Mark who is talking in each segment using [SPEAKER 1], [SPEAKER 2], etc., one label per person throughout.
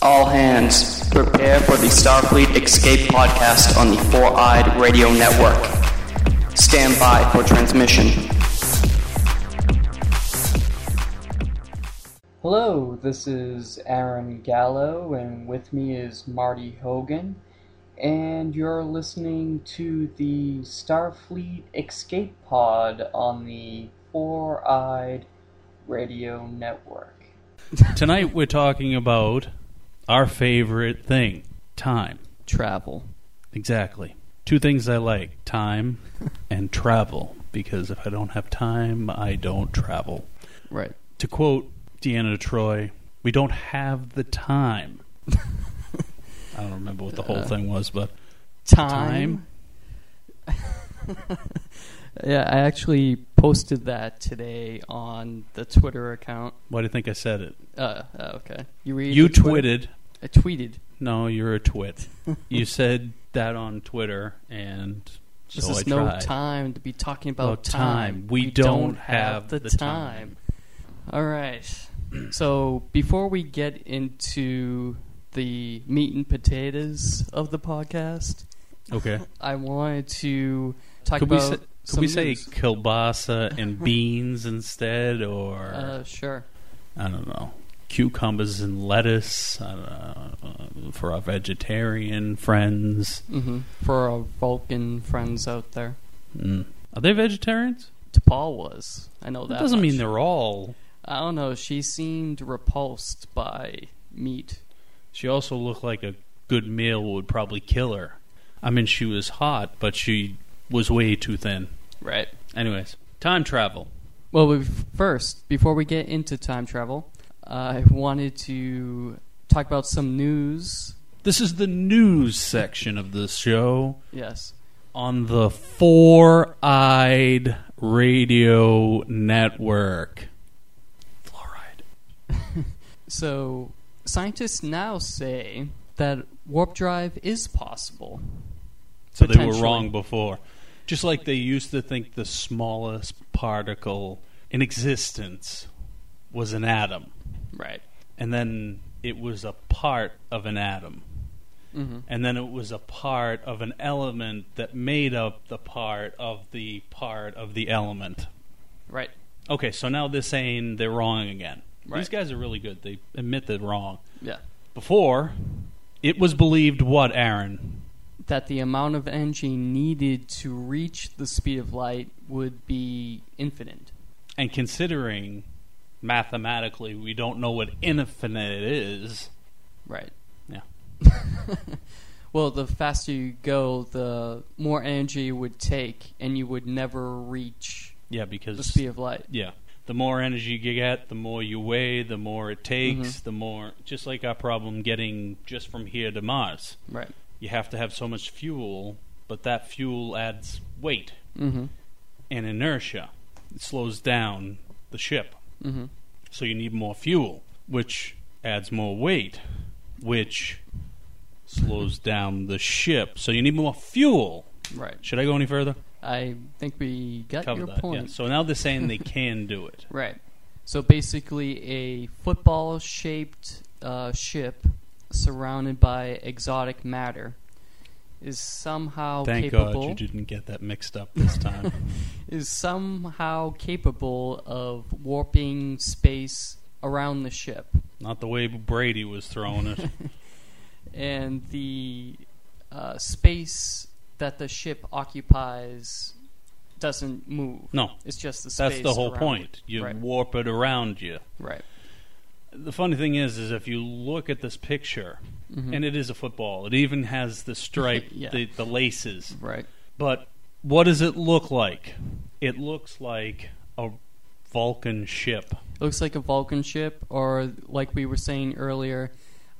[SPEAKER 1] All hands, prepare for the Starfleet Escape podcast on the Four Eyed Radio Network. Stand by for transmission. Hello, this is Aaron Gallo, and with me is Marty Hogan, and you're listening to the Starfleet Escape Pod on the Four Eyed Radio Network.
[SPEAKER 2] Tonight we're talking about our favorite thing, time.
[SPEAKER 3] Travel.
[SPEAKER 2] Exactly. Two things I like, time and travel, because if I don't have time, I don't travel.
[SPEAKER 3] Right.
[SPEAKER 2] To quote Deanna Troy, we don't have the time. I don't remember what the whole thing was, but
[SPEAKER 3] Uh, Time. Yeah, I actually posted that today on the Twitter account.
[SPEAKER 2] why do you think I said it?
[SPEAKER 3] Uh, uh, okay. You read
[SPEAKER 2] You
[SPEAKER 3] the Twitter?
[SPEAKER 2] twitted.
[SPEAKER 3] I tweeted.
[SPEAKER 2] No, you're a twit. you said that on Twitter, and so
[SPEAKER 3] This
[SPEAKER 2] I
[SPEAKER 3] is
[SPEAKER 2] tried.
[SPEAKER 3] no time to be talking about
[SPEAKER 2] About
[SPEAKER 3] time.
[SPEAKER 2] time. We don't have the time.
[SPEAKER 3] All right. So before we get into the meat and potatoes of the podcast,
[SPEAKER 2] Okay.
[SPEAKER 3] I wanted to talk
[SPEAKER 2] Could we
[SPEAKER 3] about.
[SPEAKER 2] say, could
[SPEAKER 3] uh, some
[SPEAKER 2] we say
[SPEAKER 3] news.
[SPEAKER 2] kielbasa and beans instead, or
[SPEAKER 3] Uh, sure.
[SPEAKER 2] I don't know, cucumbers and lettuce I don't know, uh, for our vegetarian friends?
[SPEAKER 3] hmm For our Vulcan friends out there,
[SPEAKER 2] Mm. Are they vegetarians?
[SPEAKER 3] T'Pol was. I know that.
[SPEAKER 2] That, doesn't mean
[SPEAKER 3] much.
[SPEAKER 2] they're all.
[SPEAKER 3] I don't know. She seemed repulsed by meat.
[SPEAKER 2] She also looked like a good meal would probably kill her. I mean, she was hot, but she was way too thin.
[SPEAKER 3] Right.
[SPEAKER 2] Anyways, time travel.
[SPEAKER 3] Well, we- first, before we get into time travel, I wanted to talk about some news.
[SPEAKER 2] This is the news section of the show.
[SPEAKER 3] Yes.
[SPEAKER 2] on the Four Eyed Radio Network. Fluoride.
[SPEAKER 3] So, scientists now say that warp drive is possible.
[SPEAKER 2] So they were
[SPEAKER 3] Potentially.
[SPEAKER 2] wrong before. Just like they used to think the smallest particle in existence was an atom,
[SPEAKER 3] Right.
[SPEAKER 2] and then it was a part of an atom,
[SPEAKER 3] Mm-hmm.
[SPEAKER 2] and then it was a part of an element that made up the part of the part of the element.
[SPEAKER 3] Right.
[SPEAKER 2] Okay, so now they're saying they're wrong again. These
[SPEAKER 3] Right.
[SPEAKER 2] guys are really good. They admit they're wrong.
[SPEAKER 3] Yeah.
[SPEAKER 2] Before, it was believed what, Aaron?
[SPEAKER 3] That the amount of energy needed to reach the speed of light would be infinite.
[SPEAKER 2] And considering mathematically we don't know what infinite is,
[SPEAKER 3] Right.
[SPEAKER 2] Yeah.
[SPEAKER 3] well, the faster you go, the more energy you would take, and you would never reach
[SPEAKER 2] yeah,
[SPEAKER 3] the
[SPEAKER 2] because
[SPEAKER 3] speed of light.
[SPEAKER 2] yeah, the more energy you get, the more you weigh, the more it takes, the more just like our problem getting just from here to Mars.
[SPEAKER 3] Right.
[SPEAKER 2] You have to have so much fuel, but that fuel adds weight
[SPEAKER 3] Mm-hmm.
[SPEAKER 2] and inertia. It slows down the ship.
[SPEAKER 3] Mm-hmm.
[SPEAKER 2] So you need more fuel, which adds more weight, which slows down the ship. So you need more fuel.
[SPEAKER 3] Right.
[SPEAKER 2] Should I go any further?
[SPEAKER 3] I think we got
[SPEAKER 2] Cover
[SPEAKER 3] your
[SPEAKER 2] that.
[SPEAKER 3] point.
[SPEAKER 2] Yeah. So now they're saying they can do it.
[SPEAKER 3] Right. So basically, a football shaped uh, ship surrounded by exotic matter is somehow
[SPEAKER 2] Thank
[SPEAKER 3] capable
[SPEAKER 2] God you didn't get that mixed up this time.
[SPEAKER 3] is somehow capable of warping space around the ship.
[SPEAKER 2] Not the way Brady was throwing it.
[SPEAKER 3] and the uh, space that the ship occupies doesn't move.
[SPEAKER 2] No,
[SPEAKER 3] It's just the space.
[SPEAKER 2] that's the whole
[SPEAKER 3] around
[SPEAKER 2] point.
[SPEAKER 3] it.
[SPEAKER 2] You
[SPEAKER 3] right.
[SPEAKER 2] warp it around you.
[SPEAKER 3] right.
[SPEAKER 2] The funny thing is, is if you look at this picture,
[SPEAKER 3] Mhm.
[SPEAKER 2] and it is a football. It even has the stripe,
[SPEAKER 3] Yeah.
[SPEAKER 2] the, the laces.
[SPEAKER 3] right.
[SPEAKER 2] But what does it look like? It looks like a Vulcan ship.
[SPEAKER 3] Looks like a Vulcan ship, or like we were saying earlier,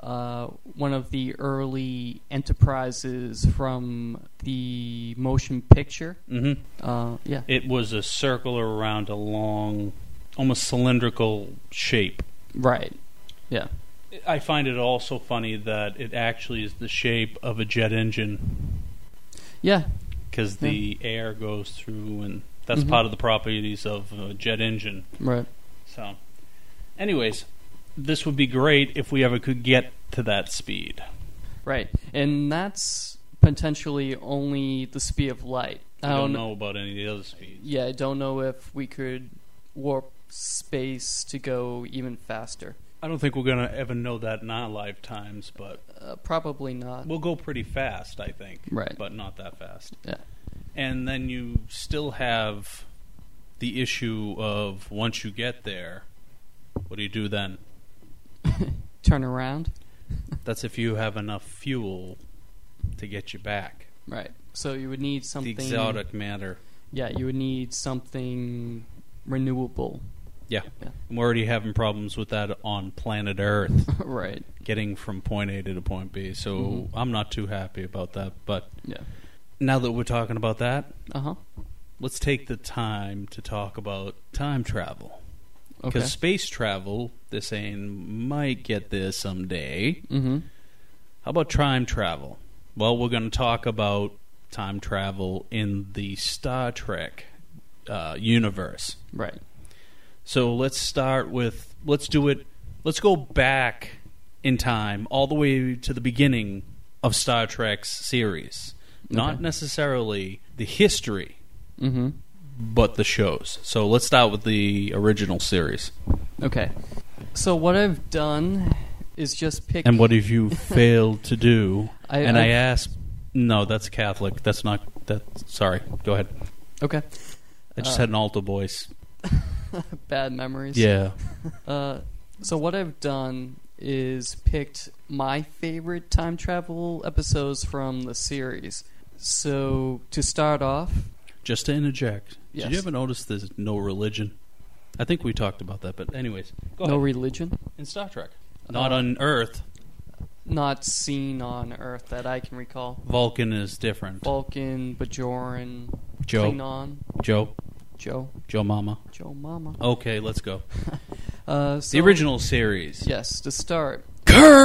[SPEAKER 3] uh, one of the early enterprises from the motion picture.
[SPEAKER 2] hmm
[SPEAKER 3] Uh, yeah.
[SPEAKER 2] It was a circle around a long, almost cylindrical shape.
[SPEAKER 3] Right. Yeah.
[SPEAKER 2] I find it also funny that it actually is the shape of a jet engine
[SPEAKER 3] Yeah.
[SPEAKER 2] because the air goes through, and that's
[SPEAKER 3] Mhm.
[SPEAKER 2] part of the properties of a jet engine.
[SPEAKER 3] Right.
[SPEAKER 2] So, anyways, this would be great if we ever could get to that speed.
[SPEAKER 3] Right, and that's potentially only the speed of light.
[SPEAKER 2] I don't know about any of the other speeds.
[SPEAKER 3] Yeah, I don't know if we could warp space to go even faster.
[SPEAKER 2] I don't think we're gonna ever know that in our lifetimes, but
[SPEAKER 3] Uh, probably not.
[SPEAKER 2] we'll go pretty fast, I think.
[SPEAKER 3] Right.
[SPEAKER 2] But not that fast.
[SPEAKER 3] Yeah.
[SPEAKER 2] And then you still have the issue of once you get there, what do you do then?
[SPEAKER 3] Turn around.
[SPEAKER 2] That's if you have enough fuel to get you back.
[SPEAKER 3] Right. So you would need something.
[SPEAKER 2] The exotic matter.
[SPEAKER 3] Yeah, you would need something renewable.
[SPEAKER 2] Yeah.
[SPEAKER 3] Yeah.
[SPEAKER 2] I'm already having problems with that on planet Earth,
[SPEAKER 3] right.
[SPEAKER 2] getting from point A to point B. So
[SPEAKER 3] Mhm.
[SPEAKER 2] I'm not too happy about that. But
[SPEAKER 3] Yeah.
[SPEAKER 2] now that we're talking about that,
[SPEAKER 3] Uh huh.
[SPEAKER 2] let's take the time to talk about time travel.
[SPEAKER 3] Okay.
[SPEAKER 2] Because space travel, they're saying, might get there someday.
[SPEAKER 3] Mm-hmm.
[SPEAKER 2] How about time travel? Well, we're going to talk about time travel in the Star Trek uh, universe.
[SPEAKER 3] Right.
[SPEAKER 2] So let's start with let's do it. Let's go back in time, all the way to the beginning of Star Trek's series. Not
[SPEAKER 3] Okay.
[SPEAKER 2] necessarily the history,
[SPEAKER 3] Mm-hmm.
[SPEAKER 2] but the shows. So let's start with the original series.
[SPEAKER 3] Okay. So what I've done is just pick.
[SPEAKER 2] And what have you failed to do?
[SPEAKER 3] I-
[SPEAKER 2] and
[SPEAKER 3] I-
[SPEAKER 2] I, asked, no, that's Catholic. That's not that. Sorry, go ahead.
[SPEAKER 3] Okay.
[SPEAKER 2] I just
[SPEAKER 3] Uh,
[SPEAKER 2] had an altar voice.
[SPEAKER 3] Bad memories.
[SPEAKER 2] Yeah,
[SPEAKER 3] Uh, so what I've done is picked my favorite time travel episodes from the series. So to start off,
[SPEAKER 2] just to interject. Did
[SPEAKER 3] Yes.
[SPEAKER 2] you ever notice there's no religion? I think we talked about that, but anyways, go
[SPEAKER 3] no
[SPEAKER 2] ahead.
[SPEAKER 3] religion,
[SPEAKER 2] in Star Trek, not
[SPEAKER 3] Uh,
[SPEAKER 2] on Earth.
[SPEAKER 3] not seen on Earth that I can recall.
[SPEAKER 2] Vulcan is different.
[SPEAKER 3] Vulcan, Bajoran,
[SPEAKER 2] Joe,
[SPEAKER 3] Klingon,
[SPEAKER 2] Joe,
[SPEAKER 3] Joe,
[SPEAKER 2] Joe, Mama.
[SPEAKER 3] Joe, Mama.
[SPEAKER 2] Okay, let's go.
[SPEAKER 3] Uh, so,
[SPEAKER 2] the original series.
[SPEAKER 3] Yes, to start.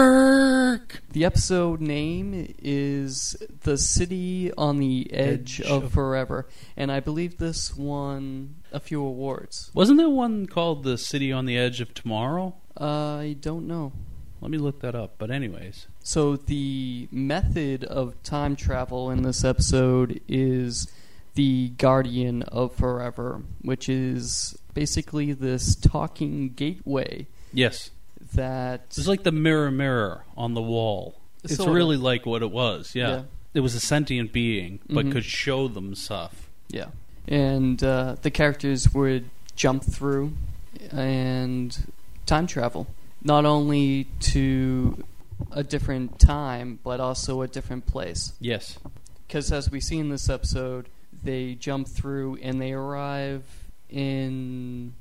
[SPEAKER 2] Kirk.
[SPEAKER 3] The episode name is The City on the Edge,
[SPEAKER 2] Edge
[SPEAKER 3] of,
[SPEAKER 2] of-
[SPEAKER 3] Forever, and I believe this won a few awards.
[SPEAKER 2] Wasn't there one called "The City on the Edge of Tomorrow"?
[SPEAKER 3] I don't know.
[SPEAKER 2] Let me look that up. But anyways,
[SPEAKER 3] So the method of time travel in this episode is the Guardian of Forever, which is basically this talking gateway
[SPEAKER 2] yes,
[SPEAKER 3] that
[SPEAKER 2] it's like the mirror, mirror on the wall. It's
[SPEAKER 3] Sorta.
[SPEAKER 2] really like what it was. Yeah.
[SPEAKER 3] Yeah.
[SPEAKER 2] it was a sentient being, but
[SPEAKER 3] Mhm.
[SPEAKER 2] could show them stuff.
[SPEAKER 3] Yeah. And uh, the characters would jump through and time travel, not only to a different time, but also a different place.
[SPEAKER 2] Yes,
[SPEAKER 3] Because as we see in this episode, they jump through and they arrive in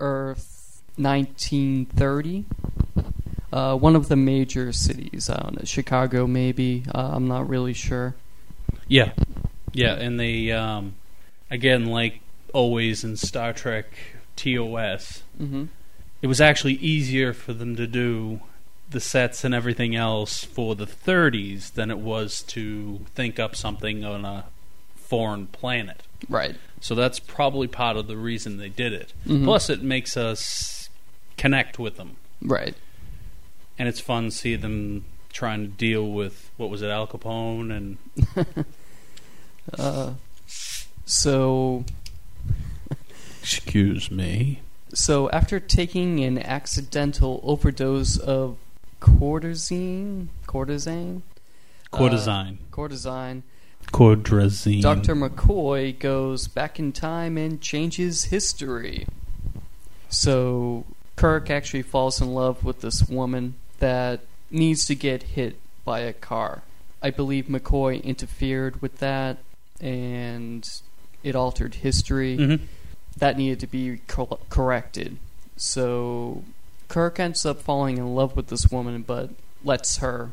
[SPEAKER 3] Earth 1930. Uh, one of the major cities, I don't know, Chicago maybe, uh, I'm not really sure.
[SPEAKER 2] yeah, yeah, and they um, again, like always in Star Trek TOS,
[SPEAKER 3] hmm
[SPEAKER 2] it was actually easier for them to do the sets and everything else for the 30s than it was to think up something on a foreign planet.
[SPEAKER 3] Right.
[SPEAKER 2] So that's probably part of the reason they did it.
[SPEAKER 3] Mhm.
[SPEAKER 2] Plus, it makes us connect with them,
[SPEAKER 3] Right.
[SPEAKER 2] and it's fun to see them trying to deal with what was it Al Capone and
[SPEAKER 3] Uh, so
[SPEAKER 2] excuse me.
[SPEAKER 3] so after taking an accidental overdose of cortisine, cortisane,
[SPEAKER 2] Cortisine.
[SPEAKER 3] uh, cortisine,
[SPEAKER 2] Uh, Cordrazine.
[SPEAKER 3] Doctor McCoy goes back in time and changes history. So Kirk actually falls in love with this woman that needs to get hit by a car. I believe McCoy interfered with that, and it altered history
[SPEAKER 2] Mhm.
[SPEAKER 3] that needed to be cor- corrected. So Kirk ends up falling in love with this woman, but lets her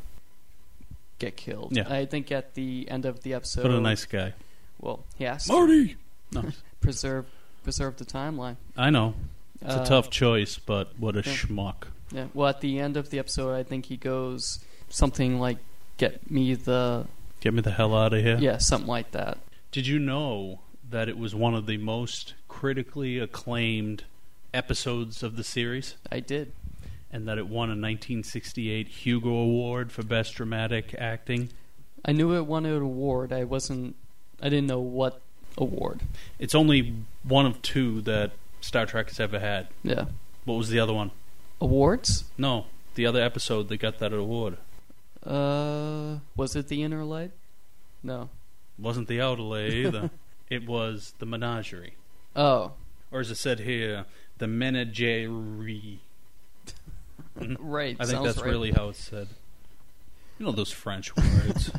[SPEAKER 3] get killed.
[SPEAKER 2] Yeah.
[SPEAKER 3] I think at the end of the episode.
[SPEAKER 2] What a nice guy,
[SPEAKER 3] Well, he has to
[SPEAKER 2] Marty. No,
[SPEAKER 3] preserve preserve the timeline.
[SPEAKER 2] I know it's
[SPEAKER 3] Uh,
[SPEAKER 2] a tough choice, but what a
[SPEAKER 3] yeah.
[SPEAKER 2] schmuck.
[SPEAKER 3] Yeah. Well, at the end of the episode, I think he goes something like, "Get me the
[SPEAKER 2] Get me the hell out of here.
[SPEAKER 3] yeah, something like that."
[SPEAKER 2] Did you know that it was one of the most critically acclaimed episodes of the series?
[SPEAKER 3] I did.
[SPEAKER 2] and that it won a 1968 Hugo Award for Best Dramatic Acting.
[SPEAKER 3] I knew it won an award. I wasn't. I didn't know what award.
[SPEAKER 2] It's only one of two that Star Trek has ever had.
[SPEAKER 3] Yeah.
[SPEAKER 2] What was the other one?
[SPEAKER 3] Awards?
[SPEAKER 2] No, the other episode that got that award
[SPEAKER 3] Uh, was it the Inner Light? No.
[SPEAKER 2] wasn't the Outlay either. it was the Menagerie,
[SPEAKER 3] Oh,
[SPEAKER 2] or as it said here, the Menagerie.
[SPEAKER 3] right.
[SPEAKER 2] I think
[SPEAKER 3] sounds
[SPEAKER 2] that's
[SPEAKER 3] right.
[SPEAKER 2] really how it's said. You know those French words.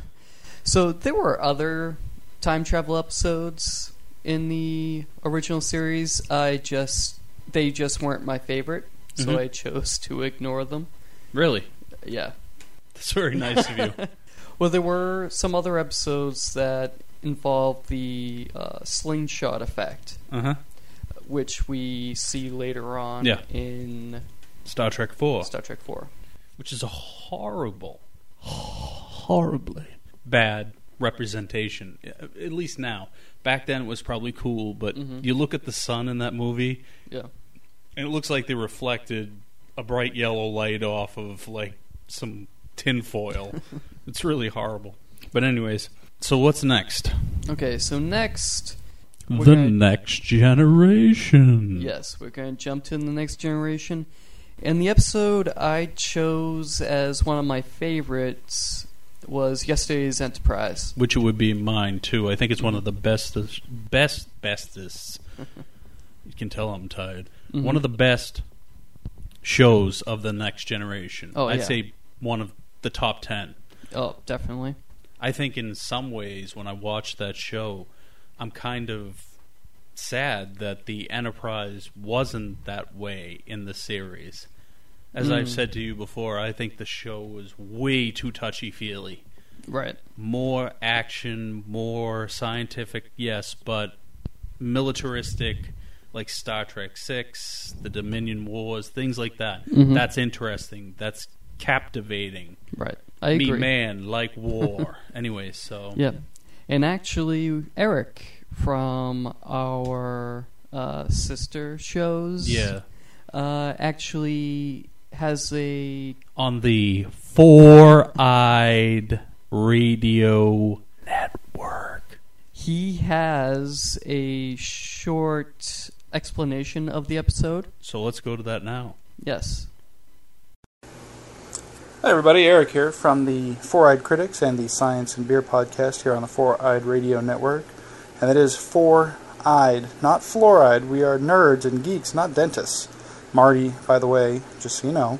[SPEAKER 3] So there were other time travel episodes in the original series. I just they just weren't my favorite, so
[SPEAKER 2] Mhm.
[SPEAKER 3] I chose to ignore them.
[SPEAKER 2] really,
[SPEAKER 3] Yeah.
[SPEAKER 2] that's very nice of you.
[SPEAKER 3] Well, there were some other episodes that involved the uh, slingshot effect,
[SPEAKER 2] Uh huh.
[SPEAKER 3] which we see later on
[SPEAKER 2] Yeah.
[SPEAKER 3] in
[SPEAKER 2] Star Trek Four,
[SPEAKER 3] Star Trek Four.
[SPEAKER 2] which is a horrible, horribly bad representation. a- At least now. Back then, it was probably cool, but
[SPEAKER 3] Mhm.
[SPEAKER 2] you look at the sun in that movie,
[SPEAKER 3] Yeah.
[SPEAKER 2] and it looks like they reflected a bright yellow light off of like some tinfoil. it's really horrible. But anyways, so what's next?
[SPEAKER 3] Okay, so next, We're
[SPEAKER 2] the
[SPEAKER 3] gonna-
[SPEAKER 2] next generation.
[SPEAKER 3] yes, we're going to jump to the next generation. And the episode I chose as one of my favorites was Yesterday's Enterprise.
[SPEAKER 2] Which it would be mine too. I think it's one of the bestest, best, bestest. you can tell I'm tired.
[SPEAKER 3] Mm-hmm.
[SPEAKER 2] One of the best shows of the next generation.
[SPEAKER 3] Oh,
[SPEAKER 2] I'd
[SPEAKER 3] yeah.
[SPEAKER 2] say one of the top ten.
[SPEAKER 3] Oh, definitely.
[SPEAKER 2] I think in some ways when I watch that show, I'm kind of sad that the Enterprise wasn't that way in the series. As I've
[SPEAKER 3] Mm.
[SPEAKER 2] said to you before, I think the show was way too touchy feely.
[SPEAKER 3] Right.
[SPEAKER 2] More action, more scientific, yes, but militaristic, like Star Trek Six, the Dominion Wars, things like that.
[SPEAKER 3] Mhm.
[SPEAKER 2] That's interesting. That's captivating
[SPEAKER 3] Right. I
[SPEAKER 2] me
[SPEAKER 3] agree.
[SPEAKER 2] man like war anyway so
[SPEAKER 3] Yeah. And actually, Eric from our uh, sister shows
[SPEAKER 2] yeah
[SPEAKER 3] uh, actually has a.
[SPEAKER 2] on the four-eyed radio network
[SPEAKER 3] He has a short explanation of the episode.
[SPEAKER 2] so let's go to that now
[SPEAKER 3] Yes.
[SPEAKER 4] Hi, everybody. Eric here from the Four Eyed Critics and the Science and Beer podcast here on the Four Eyed Radio Network. And that is Four Eyed, not Fluoride. We are nerds and geeks, not dentists. Marty, by the way, just so you know.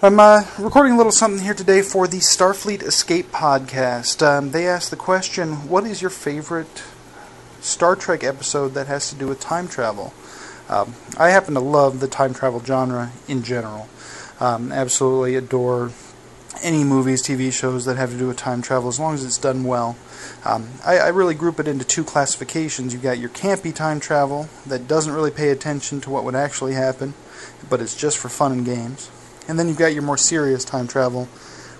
[SPEAKER 4] I'm uh, recording a little something here today for the Starfleet Escape podcast. Um, they asked the question What is your favorite Star Trek episode that has to do with time travel? Um, I happen to love the time travel genre in general um, absolutely adore any movies, TV shows that have to do with time travel, as long as it's done well. Um, I, I really group it into two classifications. You've got your campy time travel that doesn't really pay attention to what would actually happen, but it's just for fun and games. And then you've got your more serious time travel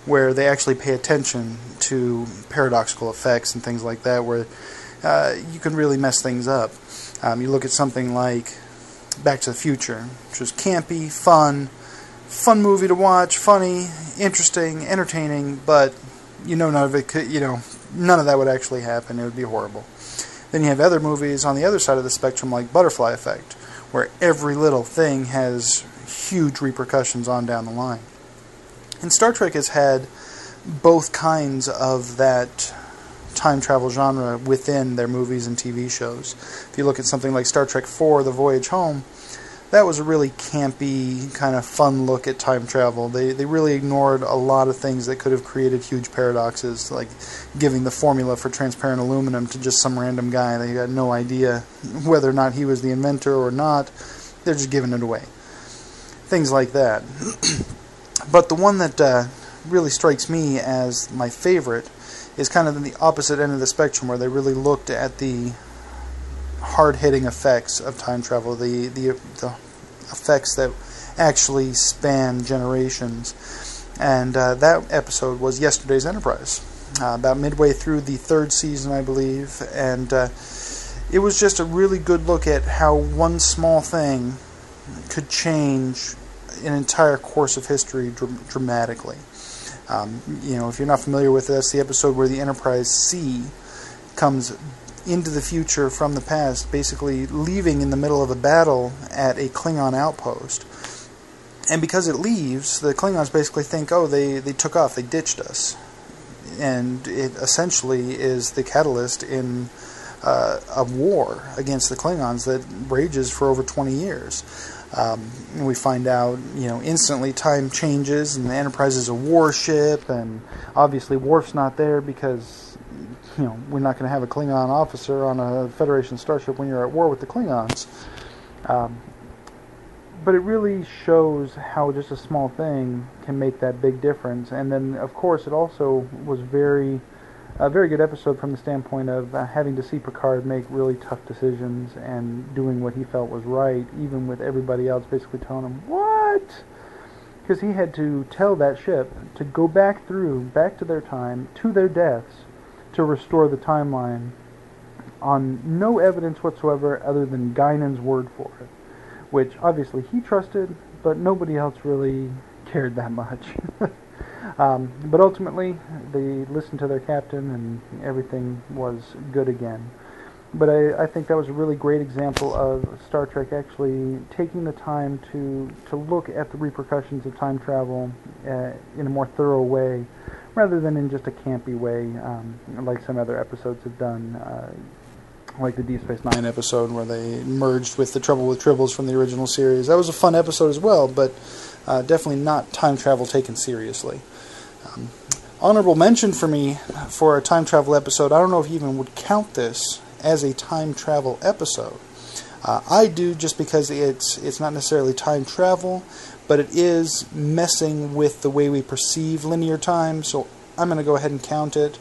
[SPEAKER 4] where they actually pay attention to paradoxical effects and things like that, where uh, you can really mess things up. Um, you look at something like Back to the Future, which is campy, fun, fun movie to watch, funny, interesting, entertaining, but you know none of it could, you know, none of that would actually happen. It would be horrible. Then you have other movies on the other side of the spectrum like Butterfly Effect, where every little thing has huge repercussions on down the line. And Star Trek has had both kinds of that time travel genre within their movies and TV shows. If you look at something like Star Trek IV: The Voyage Home, that was a really campy kind of fun look at time travel. They they really ignored a lot of things that could have created huge paradoxes, like giving the formula for transparent aluminum to just some random guy. They had no idea whether or not he was the inventor or not. They're just giving it away. Things like that. but the one that uh, really strikes me as my favorite is kind of the opposite end of the spectrum, where they really looked at the hard-hitting effects of time travel, the the, the effects that actually span generations. And uh, that episode was yesterday's Enterprise, uh, about midway through the third season, I believe, and uh, it was just a really good look at how one small thing could change an entire course of history dr- dramatically. Um, you know, if you're not familiar with this, the episode where the Enterprise C comes into the future from the past, basically leaving in the middle of a battle at a Klingon outpost. And because it leaves, the Klingons basically think, oh, they, they took off, they ditched us. And it essentially is the catalyst in uh, a war against the Klingons that rages for over 20 years. Um, and we find out, you know, instantly time changes and the Enterprise is a warship, and obviously Worf's not there because, you know, we're not going to have a Klingon officer on a Federation starship when you're at war with the Klingons. Um, but it really shows how just a small thing can make that big difference. And then, of course, it also was very a very good episode from the standpoint of uh, having to see Picard make really tough decisions and doing what he felt was right, even with everybody else basically telling him, What? Because he had to tell that ship to go back through, back to their time, to their deaths, to restore the timeline on no evidence whatsoever other than Guinan's word for it, which obviously he trusted, but nobody else really cared that much. Um, but ultimately, they listened to their captain, and everything was good again. But I, I think that was a really great example of Star Trek actually taking the time to to look at the repercussions of time travel uh, in a more thorough way, rather than in just a campy way, um, like some other episodes have done. Uh, like the Deep Space Nine episode where they merged with the Trouble with Tribbles from the original series. That was a fun episode as well, but uh, definitely not time travel taken seriously. Um, honorable mention for me for a time travel episode. I don't know if you even would count this as a time travel episode. Uh, I do just because it's it's not necessarily time travel, but it is messing with the way we perceive linear time. So I'm going to go ahead and count it.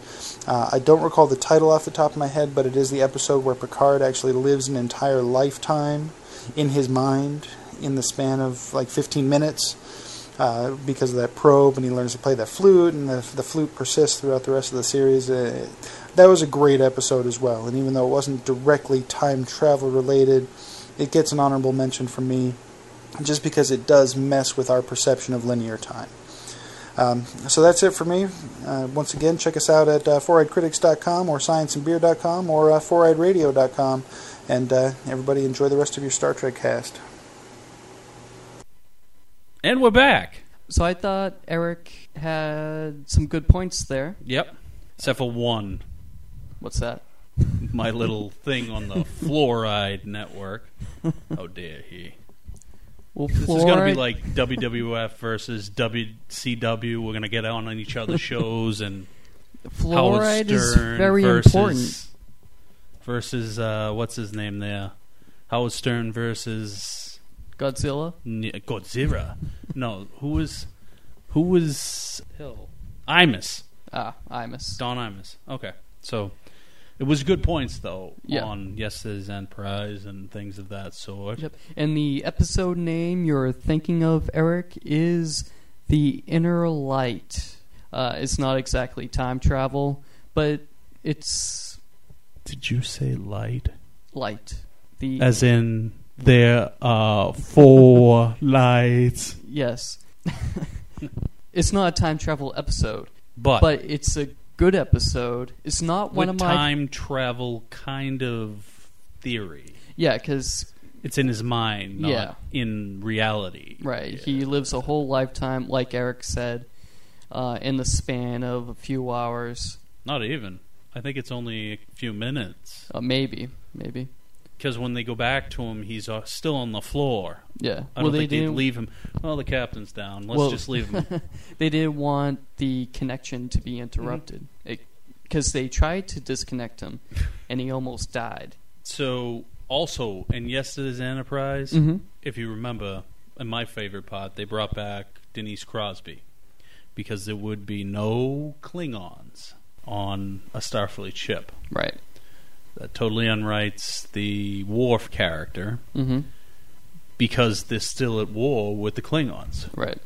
[SPEAKER 4] Uh, I don't recall the title off the top of my head, but it is the episode where Picard actually lives an entire lifetime in his mind in the span of like 15 minutes uh, because of that probe, and he learns to play that flute, and the, the flute persists throughout the rest of the series. Uh, that was a great episode as well, and even though it wasn't directly time travel related, it gets an honorable mention from me just because it does mess with our perception of linear time. Um, so that's it for me. Uh, once again, check us out at uh, foureyedradics.com or scienceandbeer.com or uh, foureyedradio.com. And uh, everybody enjoy the rest of your Star Trek cast.
[SPEAKER 2] And we're back.
[SPEAKER 3] So I thought Eric had some good points there.
[SPEAKER 2] Yep. Except for one,
[SPEAKER 3] What's that?
[SPEAKER 2] my little thing on the fluoride network. How dare he?
[SPEAKER 3] Well,
[SPEAKER 2] This is going to be like WWF versus WCW. We're going to get on on each other's shows and Howard
[SPEAKER 3] fluoride
[SPEAKER 2] Stern
[SPEAKER 3] is very
[SPEAKER 2] versus,
[SPEAKER 3] important.
[SPEAKER 2] Versus uh, what's his name there? Howard Stern versus
[SPEAKER 3] Godzilla.
[SPEAKER 2] N- Godzilla. no, who was who was Hill? Imus.
[SPEAKER 3] Ah, Imus.
[SPEAKER 2] Don Imus. Okay, so it was good points though
[SPEAKER 3] Yeah.
[SPEAKER 2] on yesterday's Enterprise and things of that sort.
[SPEAKER 3] Yep. And the episode name you're thinking of, Eric, is The Inner Light. Uh, it's not exactly time travel, but it's
[SPEAKER 2] Did you say light?
[SPEAKER 3] light. The
[SPEAKER 2] As in there are four lights,
[SPEAKER 3] yes. it's not a time travel episode,
[SPEAKER 2] but
[SPEAKER 3] but it's a good episode. It's not one
[SPEAKER 2] with
[SPEAKER 3] of my
[SPEAKER 2] time travel kind of theory.
[SPEAKER 3] yeah, because
[SPEAKER 2] It's in his mind, not
[SPEAKER 3] Yeah.
[SPEAKER 2] in reality.
[SPEAKER 3] right,
[SPEAKER 2] Yeah.
[SPEAKER 3] he lives a whole lifetime, like Eric said, uh, in the span of a few hours,
[SPEAKER 2] Not even. I think it's only a few minutes.
[SPEAKER 3] uh, maybe, maybe.
[SPEAKER 2] Because when they go back to him, he's uh, still on the floor.
[SPEAKER 3] Yeah.
[SPEAKER 2] I
[SPEAKER 3] well,
[SPEAKER 2] don't
[SPEAKER 3] they
[SPEAKER 2] think they'd
[SPEAKER 3] didn't.
[SPEAKER 2] leave him. Well, the captain's down. Let's
[SPEAKER 3] Well-
[SPEAKER 2] just leave him.
[SPEAKER 3] They didn't want the connection to be interrupted
[SPEAKER 2] Mm-hmm.
[SPEAKER 3] because they tried to disconnect him, and he almost died.
[SPEAKER 2] so, also, in yesterday's Enterprise,
[SPEAKER 3] Mhm.
[SPEAKER 2] if you remember, in my favorite part, they brought back Denise Crosby. Because there would be no Klingons on a Starfleet ship.
[SPEAKER 3] Right.
[SPEAKER 2] That totally unwrites the Worf character.
[SPEAKER 3] Mm-hmm.
[SPEAKER 2] because they're still at war with the Klingons.
[SPEAKER 3] Right.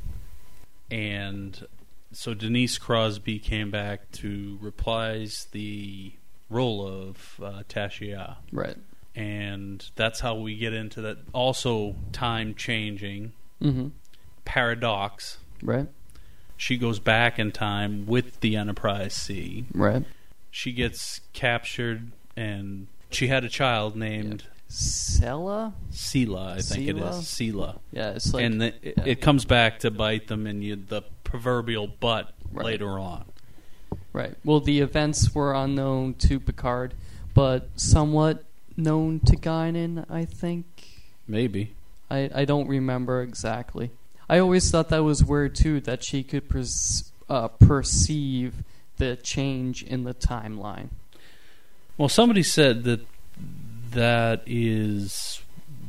[SPEAKER 2] And so Denise Crosby came back to reprise the role of uh, Tashia.
[SPEAKER 3] Right.
[SPEAKER 2] And that's how we get into that. Also, time changing
[SPEAKER 3] Mm-hmm.
[SPEAKER 2] paradox.
[SPEAKER 3] Right.
[SPEAKER 2] She goes back in time with the Enterprise C.
[SPEAKER 3] Right.
[SPEAKER 2] She gets captured, and she had a child named
[SPEAKER 3] Sella.
[SPEAKER 2] Sela, I think it
[SPEAKER 3] Sela?
[SPEAKER 2] is. Sela.
[SPEAKER 3] Yeah, it's like
[SPEAKER 2] and the, it,
[SPEAKER 3] yeah.
[SPEAKER 2] it comes back to bite them in you, the proverbial butt
[SPEAKER 3] Right.
[SPEAKER 2] later on.
[SPEAKER 3] right. Well, the events were unknown to Picard, but somewhat known to Guinan, I think.
[SPEAKER 2] Maybe.
[SPEAKER 3] I I don't remember exactly. I always thought that was weird too that she could pers- uh, perceive the change in the timeline.
[SPEAKER 2] Well, somebody said that that is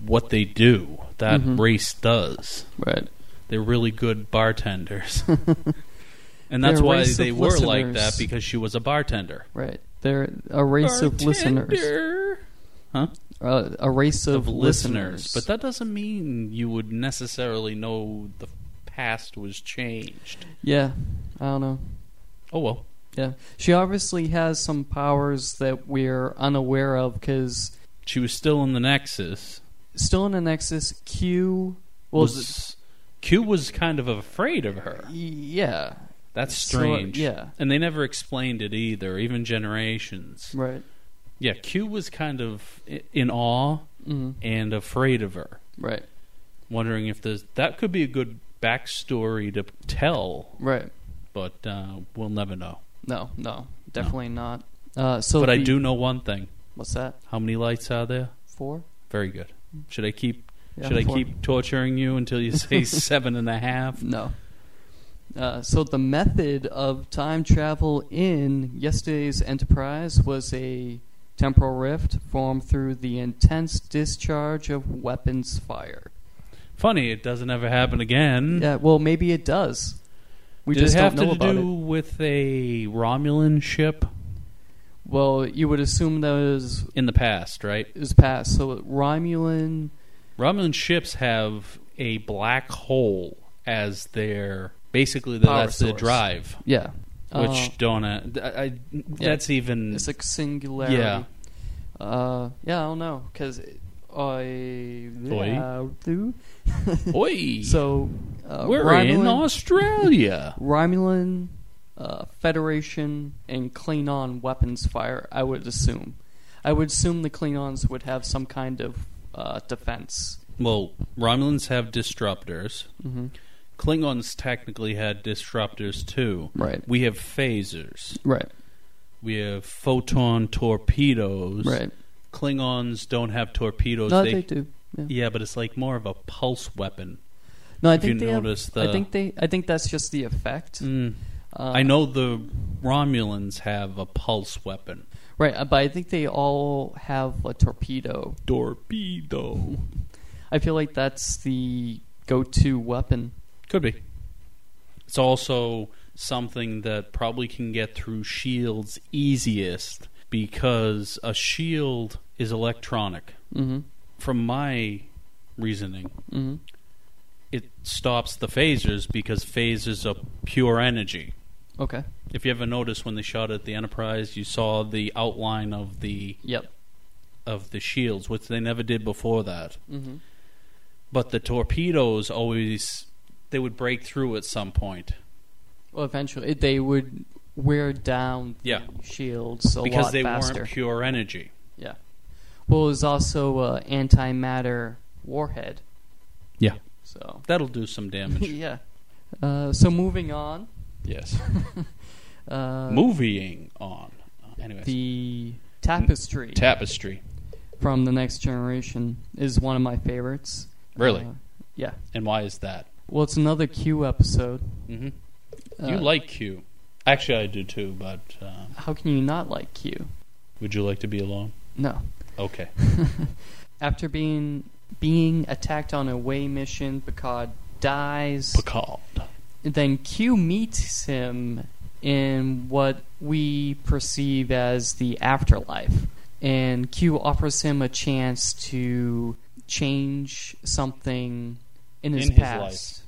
[SPEAKER 2] what they do. That
[SPEAKER 3] Mhm.
[SPEAKER 2] race does.
[SPEAKER 3] Right.
[SPEAKER 2] They're really good bartenders. and that's
[SPEAKER 3] They're a
[SPEAKER 2] why
[SPEAKER 3] race
[SPEAKER 2] they
[SPEAKER 3] of
[SPEAKER 2] were like
[SPEAKER 3] listeners.
[SPEAKER 2] that because she was a bartender.
[SPEAKER 3] Right. They're a race of listeners.
[SPEAKER 2] Bartender.
[SPEAKER 3] Uh, a race of,
[SPEAKER 2] Of listeners.
[SPEAKER 3] listeners.
[SPEAKER 2] But that doesn't mean you would necessarily know the past was changed.
[SPEAKER 3] yeah, I don't know.
[SPEAKER 2] Oh, well.
[SPEAKER 3] Yeah, she obviously has some powers that we're unaware of because
[SPEAKER 2] She was still in the Nexus.
[SPEAKER 3] still in the Nexus, Q well,
[SPEAKER 2] was Q was kind of afraid of her.
[SPEAKER 3] yeah,
[SPEAKER 2] That's
[SPEAKER 3] So,
[SPEAKER 2] strange.
[SPEAKER 3] yeah.
[SPEAKER 2] And they never explained it either, even generations.
[SPEAKER 3] right,
[SPEAKER 2] Yeah, Q was kind of i- in awe
[SPEAKER 3] mm,
[SPEAKER 2] and afraid of her,
[SPEAKER 3] right,
[SPEAKER 2] wondering if there's that could be a good backstory to tell,
[SPEAKER 3] right.
[SPEAKER 2] but uh, we'll never know.
[SPEAKER 3] No, no, definitely not. Uh, so,
[SPEAKER 2] but I
[SPEAKER 3] the-
[SPEAKER 2] do know one thing:
[SPEAKER 3] What's that?
[SPEAKER 2] how many lights are there?
[SPEAKER 3] Four?
[SPEAKER 2] Very good. Should I keep?
[SPEAKER 3] Yeah,
[SPEAKER 2] should I
[SPEAKER 3] four.
[SPEAKER 2] keep torturing you until you say seven and a half?
[SPEAKER 3] No. Uh, so the method of time travel in yesterday's Enterprise was a temporal rift formed through the intense discharge of weapons fire.
[SPEAKER 2] Funny, it doesn't ever happen again.
[SPEAKER 3] Yeah, well, maybe it does. We
[SPEAKER 2] Hmm. Did
[SPEAKER 3] just
[SPEAKER 2] it have
[SPEAKER 3] don't know
[SPEAKER 2] to
[SPEAKER 3] about
[SPEAKER 2] do
[SPEAKER 3] it.
[SPEAKER 2] with a Romulan ship
[SPEAKER 3] Well, you would assume that is
[SPEAKER 2] in the past, right?
[SPEAKER 3] is past. So Romulan,
[SPEAKER 2] Romulan ships have a black hole as their basically the,
[SPEAKER 3] Power
[SPEAKER 2] that's their
[SPEAKER 3] source.
[SPEAKER 2] drive,
[SPEAKER 3] yeah, uh,
[SPEAKER 2] which don't. uh, I, I- that's even
[SPEAKER 3] it's like singularity.
[SPEAKER 2] Yeah.
[SPEAKER 3] uh, yeah, I don't know because I
[SPEAKER 2] Oi.
[SPEAKER 3] Uh,
[SPEAKER 2] oi.
[SPEAKER 3] so uh,
[SPEAKER 2] we're in
[SPEAKER 3] Romulan-
[SPEAKER 2] Australia.
[SPEAKER 3] Romulan uh, Federation and Klingon weapons fire, I would assume. I would assume the Klingons would have some kind of uh, defense.
[SPEAKER 2] well, Romulans have disruptors.
[SPEAKER 3] Mm-hmm.
[SPEAKER 2] Klingons technically had disruptors too.
[SPEAKER 3] Right.
[SPEAKER 2] We have phasers.
[SPEAKER 3] Right.
[SPEAKER 2] We have photon torpedoes.
[SPEAKER 3] Right.
[SPEAKER 2] Klingons don't have torpedoes.
[SPEAKER 3] No,
[SPEAKER 2] They-
[SPEAKER 3] they do. Yeah.
[SPEAKER 2] Yeah, but it's like more of a pulse weapon.
[SPEAKER 3] No, I
[SPEAKER 2] If
[SPEAKER 3] think
[SPEAKER 2] you
[SPEAKER 3] they have-
[SPEAKER 2] notice
[SPEAKER 3] I
[SPEAKER 2] the-
[SPEAKER 3] think they. I think that's just the effect.
[SPEAKER 2] Mm.
[SPEAKER 3] Uh,
[SPEAKER 2] I know the Romulans have a pulse weapon.
[SPEAKER 3] right? uh, But I think they all have a torpedo.
[SPEAKER 2] Torpedo.
[SPEAKER 3] I feel like that's the go-to weapon.
[SPEAKER 2] Could be. It's also something that probably can get through shields easiest because a shield is electronic.
[SPEAKER 3] Mm-hmm.
[SPEAKER 2] From my reasoning,
[SPEAKER 3] Mm-hmm.
[SPEAKER 2] it stops the phasers because phasers are pure energy.
[SPEAKER 3] Okay.
[SPEAKER 2] If you ever noticed when they shot at the Enterprise, you saw the outline of the
[SPEAKER 3] Yep.
[SPEAKER 2] of the shields, which they never did before that.
[SPEAKER 3] Mm-hmm.
[SPEAKER 2] But the torpedoes always they would break through at some point
[SPEAKER 3] Well, eventually it- they would wear down the
[SPEAKER 2] Yeah.
[SPEAKER 3] shields a
[SPEAKER 2] because
[SPEAKER 3] lot
[SPEAKER 2] they
[SPEAKER 3] faster.
[SPEAKER 2] weren't pure energy.
[SPEAKER 3] yeah. Well, it was also uh, antimatter warhead.
[SPEAKER 2] Yeah.
[SPEAKER 3] So
[SPEAKER 2] That'll do some damage.
[SPEAKER 3] yeah. Uh, so moving on.
[SPEAKER 2] yes.
[SPEAKER 3] Uh,
[SPEAKER 2] Moving on. Anyways,
[SPEAKER 3] the tapestry
[SPEAKER 2] tapestry.
[SPEAKER 3] from the next generation is one of my favorites.
[SPEAKER 2] Really?
[SPEAKER 3] Uh, yeah.
[SPEAKER 2] and why is that?
[SPEAKER 3] Well, it's another Q episode.
[SPEAKER 2] hmm
[SPEAKER 3] Uh,
[SPEAKER 2] you like Q. Actually, I do too, but um,
[SPEAKER 3] How can you not like Q?
[SPEAKER 2] would you like to be alone?
[SPEAKER 3] No.
[SPEAKER 2] Okay.
[SPEAKER 3] After being being attacked on a way mission, Picard dies.
[SPEAKER 2] Picard.
[SPEAKER 3] then Q meets him in what we perceive as the afterlife. And Q offers him a chance to change something in his
[SPEAKER 2] In his
[SPEAKER 3] past,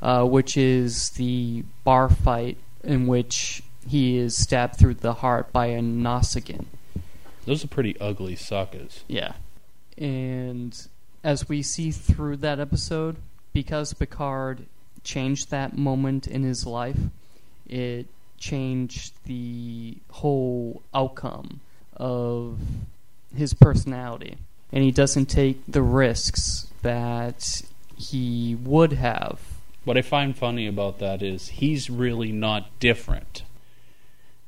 [SPEAKER 3] Uh, which is the bar fight in which he is stabbed through the heart by a Nosigan.
[SPEAKER 2] Those are pretty ugly suckers.
[SPEAKER 3] Yeah. And as we see through that episode, because Picard changed that moment in his life. It changed the whole outcome of his personality. And he doesn't take the risks that he would have.
[SPEAKER 2] What I find funny about that is he's really not different.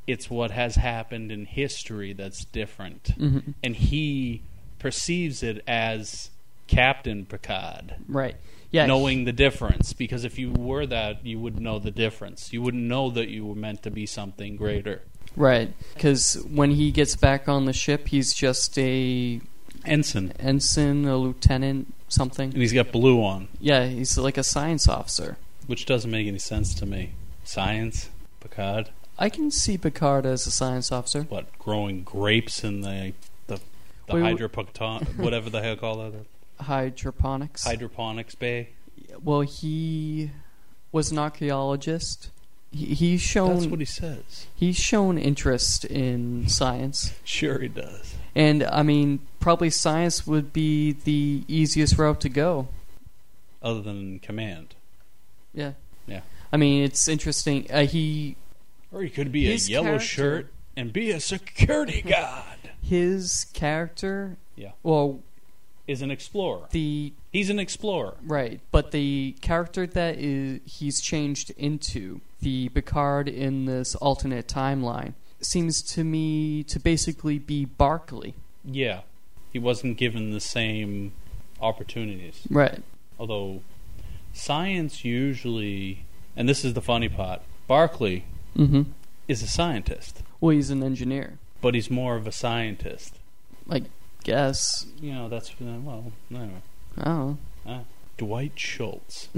[SPEAKER 2] It's what has happened in history that's different.
[SPEAKER 3] Mhm.
[SPEAKER 2] And he perceives it as Captain Picard.
[SPEAKER 3] Right. Yeah.
[SPEAKER 2] knowing the difference because if you were that you would know the difference you wouldn't know that you were meant to be something greater
[SPEAKER 3] Right. Because when he gets back on the ship, he's just a
[SPEAKER 2] ensign
[SPEAKER 3] ensign, a lieutenant, something.
[SPEAKER 2] and he's got blue on
[SPEAKER 3] Yeah, he's like a science officer.
[SPEAKER 2] which doesn't make any sense to me science picard
[SPEAKER 3] I can see Picard as a science officer.
[SPEAKER 2] what growing grapes in the the, the
[SPEAKER 3] Wait, wait.
[SPEAKER 2] hydroponic whatever the hell call that
[SPEAKER 3] Hydroponics.
[SPEAKER 2] hydroponics bay
[SPEAKER 3] well, he was an archaeologist. He, he's
[SPEAKER 2] that's
[SPEAKER 3] shown
[SPEAKER 2] what he says
[SPEAKER 3] he's shown interest in science,
[SPEAKER 2] sure he does
[SPEAKER 3] and I mean, probably science would be the easiest route to go.
[SPEAKER 2] other than command
[SPEAKER 3] Yeah.
[SPEAKER 2] Yeah.
[SPEAKER 3] I mean, it's interesting. Uh, he
[SPEAKER 2] or he could be
[SPEAKER 3] His
[SPEAKER 2] a yellow
[SPEAKER 3] character-
[SPEAKER 2] shirt and be a security guard
[SPEAKER 3] his character.
[SPEAKER 2] Yeah.
[SPEAKER 3] Well,
[SPEAKER 2] is an explorer
[SPEAKER 3] the
[SPEAKER 2] he's an explorer
[SPEAKER 3] Right, but the character that is he's changed into the Picard in this alternate timeline seems to me to basically be Barclay.
[SPEAKER 2] Yeah, he wasn't given the same opportunities.
[SPEAKER 3] Right.
[SPEAKER 2] Although science usually, and this is the funny part, Barclay
[SPEAKER 3] Mm-hmm.
[SPEAKER 2] is a scientist,
[SPEAKER 3] Well, he's an engineer,
[SPEAKER 2] but he's more of a scientist.
[SPEAKER 3] like guess.
[SPEAKER 2] You know, that's well, no.
[SPEAKER 3] Oh.
[SPEAKER 2] Dwight Schultz,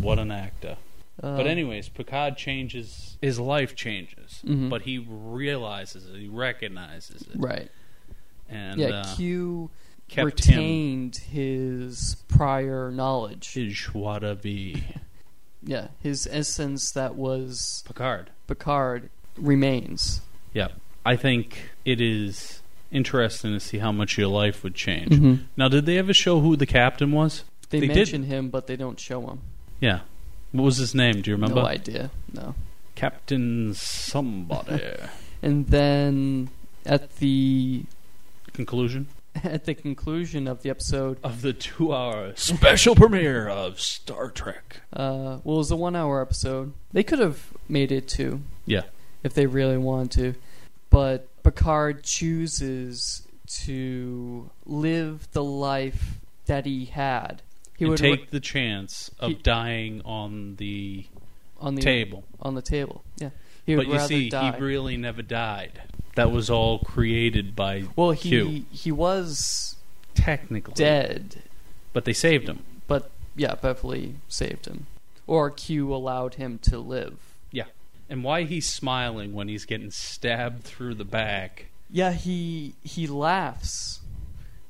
[SPEAKER 2] what an actor! but
[SPEAKER 3] Uh,
[SPEAKER 2] anyways, Picard changes his life changes,
[SPEAKER 3] Mhm.
[SPEAKER 2] but he realizes it, he recognizes it,
[SPEAKER 3] Right.
[SPEAKER 2] and
[SPEAKER 3] yeah.
[SPEAKER 2] uh,
[SPEAKER 3] Q
[SPEAKER 2] kept him
[SPEAKER 3] retained his prior knowledge.
[SPEAKER 2] his joie de vivre.
[SPEAKER 3] yeah, his essence that was
[SPEAKER 2] Picard.
[SPEAKER 3] Picard remains.
[SPEAKER 2] Yeah. I think it is interesting to see how much your life would change. Now, did they ever show who the captain was?
[SPEAKER 3] They,
[SPEAKER 2] They did-
[SPEAKER 3] mention him, but they don't show him.
[SPEAKER 2] Yeah. What was his name? Do you remember?
[SPEAKER 3] No idea. No.
[SPEAKER 2] Captain somebody.
[SPEAKER 3] And then at the
[SPEAKER 2] Conclusion
[SPEAKER 3] at the conclusion of the episode,
[SPEAKER 2] of the two hour special premiere of Star Trek.
[SPEAKER 3] uh, well, it was a one-hour episode. They could have made it two,
[SPEAKER 2] Yeah.
[SPEAKER 3] if they really wanted to, but Picard chooses to live the life that he had. He
[SPEAKER 2] and
[SPEAKER 3] would
[SPEAKER 2] take the chance of
[SPEAKER 3] he-
[SPEAKER 2] dying on the
[SPEAKER 3] on the
[SPEAKER 2] table.
[SPEAKER 3] on the table. Yeah, he would
[SPEAKER 2] But you
[SPEAKER 3] rather
[SPEAKER 2] see,
[SPEAKER 3] die.
[SPEAKER 2] he really never died. That was all created by
[SPEAKER 3] well, he
[SPEAKER 2] Q.
[SPEAKER 3] he was
[SPEAKER 2] technically
[SPEAKER 3] dead,
[SPEAKER 2] But they saved him.
[SPEAKER 3] but yeah, Beverly saved him, or Q allowed him to live.
[SPEAKER 2] And why he's smiling when he's getting stabbed through the back
[SPEAKER 3] Yeah, he he laughs.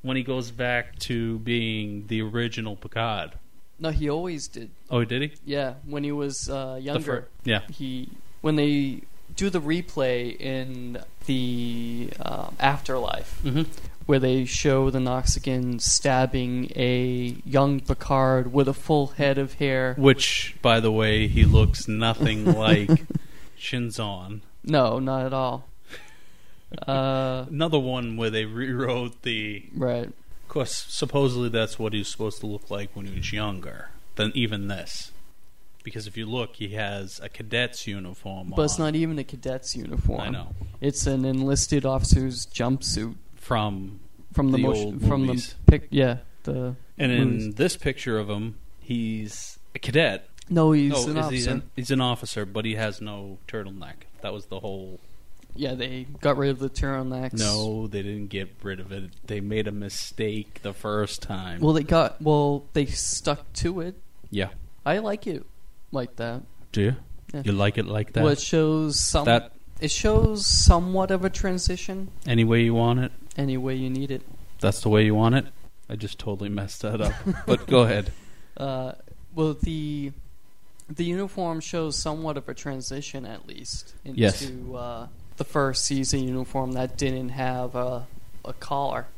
[SPEAKER 2] when he goes back to being the original Picard.
[SPEAKER 3] No, he always did.
[SPEAKER 2] Oh, did he?
[SPEAKER 3] Yeah, when he was uh,
[SPEAKER 2] The
[SPEAKER 3] younger,
[SPEAKER 2] fir- yeah.
[SPEAKER 3] he when they do the replay in the um, afterlife
[SPEAKER 2] Mhm.
[SPEAKER 3] where they show the Noxican stabbing a young Picard with a full head of hair.
[SPEAKER 2] Which, by the way, he looks nothing like Shinzon.
[SPEAKER 3] No, not at all. Uh,
[SPEAKER 2] Another one where they rewrote the.
[SPEAKER 3] right.
[SPEAKER 2] Of course, supposedly that's what he was supposed to look like when he was younger than even this. Because if you look, he has a cadet's uniform
[SPEAKER 3] But it's
[SPEAKER 2] on.
[SPEAKER 3] not even a cadet's uniform.
[SPEAKER 2] I know.
[SPEAKER 3] It's an enlisted officer's jumpsuit
[SPEAKER 2] From
[SPEAKER 3] from the,
[SPEAKER 2] The
[SPEAKER 3] motion,
[SPEAKER 2] old
[SPEAKER 3] from
[SPEAKER 2] movies.
[SPEAKER 3] the pic. Yeah, the
[SPEAKER 2] and in
[SPEAKER 3] movies.
[SPEAKER 2] this picture of him, he's a cadet,
[SPEAKER 3] no, he's
[SPEAKER 2] No,
[SPEAKER 3] an
[SPEAKER 2] is
[SPEAKER 3] officer.
[SPEAKER 2] He's an, he's an officer, but he has no turtleneck. That was the whole.
[SPEAKER 3] Yeah, they got rid of the turtlenecks.
[SPEAKER 2] No, they didn't get rid of it. They made a mistake the first time.
[SPEAKER 3] Well, they got. Well, they stuck to it.
[SPEAKER 2] yeah.
[SPEAKER 3] I like it like that.
[SPEAKER 2] Do you?
[SPEAKER 3] Yeah.
[SPEAKER 2] You like it like that?
[SPEAKER 3] well, it shows some.
[SPEAKER 2] that
[SPEAKER 3] It shows somewhat of a transition.
[SPEAKER 2] any way you want it.
[SPEAKER 3] Any way you need it.
[SPEAKER 2] That's the way you want it. I just totally messed that up. but go ahead.
[SPEAKER 3] Uh, well, the the uniform shows somewhat of a transition, at least into
[SPEAKER 2] Yes.
[SPEAKER 3] uh, the first season uniform that didn't have a a collar.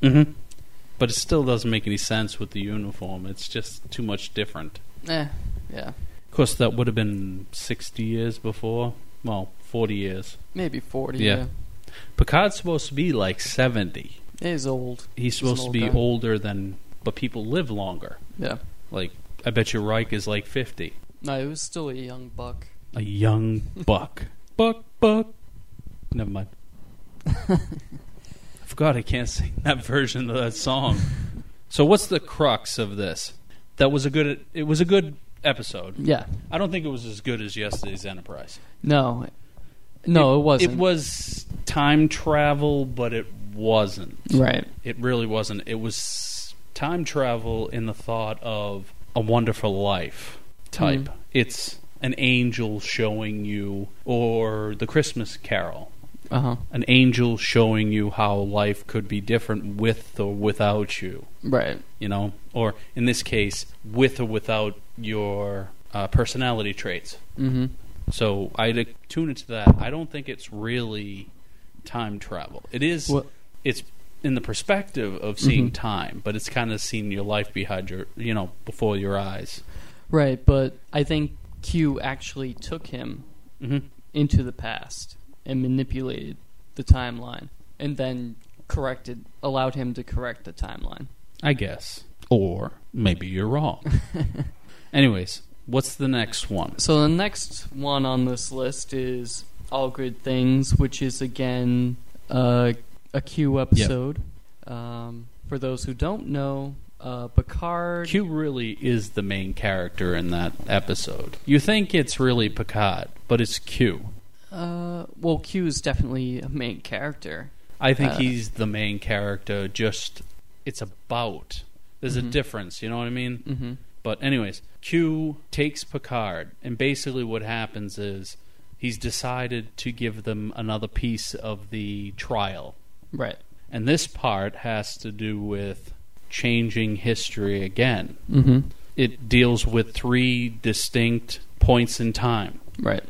[SPEAKER 2] Mm-hmm. But it still doesn't make any sense with the uniform. It's just too much different.
[SPEAKER 3] Eh, yeah.
[SPEAKER 2] Of course, that would have been 60 years before. Well, 40 years.
[SPEAKER 3] Maybe 40.
[SPEAKER 2] Yeah.
[SPEAKER 3] Yeah.
[SPEAKER 2] Picard's supposed to be like 70.
[SPEAKER 3] It is old.
[SPEAKER 2] He's
[SPEAKER 3] He's an
[SPEAKER 2] supposed to
[SPEAKER 3] old
[SPEAKER 2] be
[SPEAKER 3] guy.
[SPEAKER 2] older than. But people live longer.
[SPEAKER 3] Yeah.
[SPEAKER 2] Like, I bet you Reich is like 50.
[SPEAKER 3] No, he was still a young buck.
[SPEAKER 2] A young buck. buck, buck. Never mind. I forgot I can't sing that version of that song. So what's the crux of this? That was a good it was a good episode.
[SPEAKER 3] Yeah.
[SPEAKER 2] I don't think it was as good as yesterday's Enterprise.
[SPEAKER 3] No. No, it, wasn't.
[SPEAKER 2] It was time travel, but it wasn't.
[SPEAKER 3] Right.
[SPEAKER 2] It really wasn't. It was time travel in the thought of a wonderful life type.
[SPEAKER 3] Mm.
[SPEAKER 2] It's an angel showing you, or the Christmas Carol,
[SPEAKER 3] Uh huh.
[SPEAKER 2] an angel showing you how life could be different with or without you,
[SPEAKER 3] Right.
[SPEAKER 2] you know, or in this case, with or without your uh, personality traits.
[SPEAKER 3] Mm-hmm.
[SPEAKER 2] So I'd tune into that. I don't think it's really time travel. It is.
[SPEAKER 3] Well-
[SPEAKER 2] It's in the perspective of seeing
[SPEAKER 3] Mhm.
[SPEAKER 2] time, but it's kind of seeing your life behind your, you know, before your eyes.
[SPEAKER 3] Right, but I think Q actually took him
[SPEAKER 2] Mm-hmm.
[SPEAKER 3] into the past and manipulated the timeline, and then corrected, allowed him to correct the timeline.
[SPEAKER 2] I guess, or maybe you're wrong. Anyways, what's the next one?
[SPEAKER 3] So the next one on this list is All Good Things, which is again uh, a Q episode. Um, for those who don't know, uh, Picard.
[SPEAKER 2] Q really is the main character in that episode. You think it's really Picard, but it's Q.
[SPEAKER 3] Uh, well, Q is definitely a main character.
[SPEAKER 2] I think
[SPEAKER 3] Uh,
[SPEAKER 2] he's the main character. Just it's about. There's a difference. You know what I mean?
[SPEAKER 3] Mm-hmm.
[SPEAKER 2] But anyways, Q takes Picard, and basically what happens is he's decided to give them another piece of the trial,
[SPEAKER 3] Right.
[SPEAKER 2] and this part has to do with changing history again.
[SPEAKER 3] Mm-hmm.
[SPEAKER 2] It deals with three distinct points in time:
[SPEAKER 3] Right.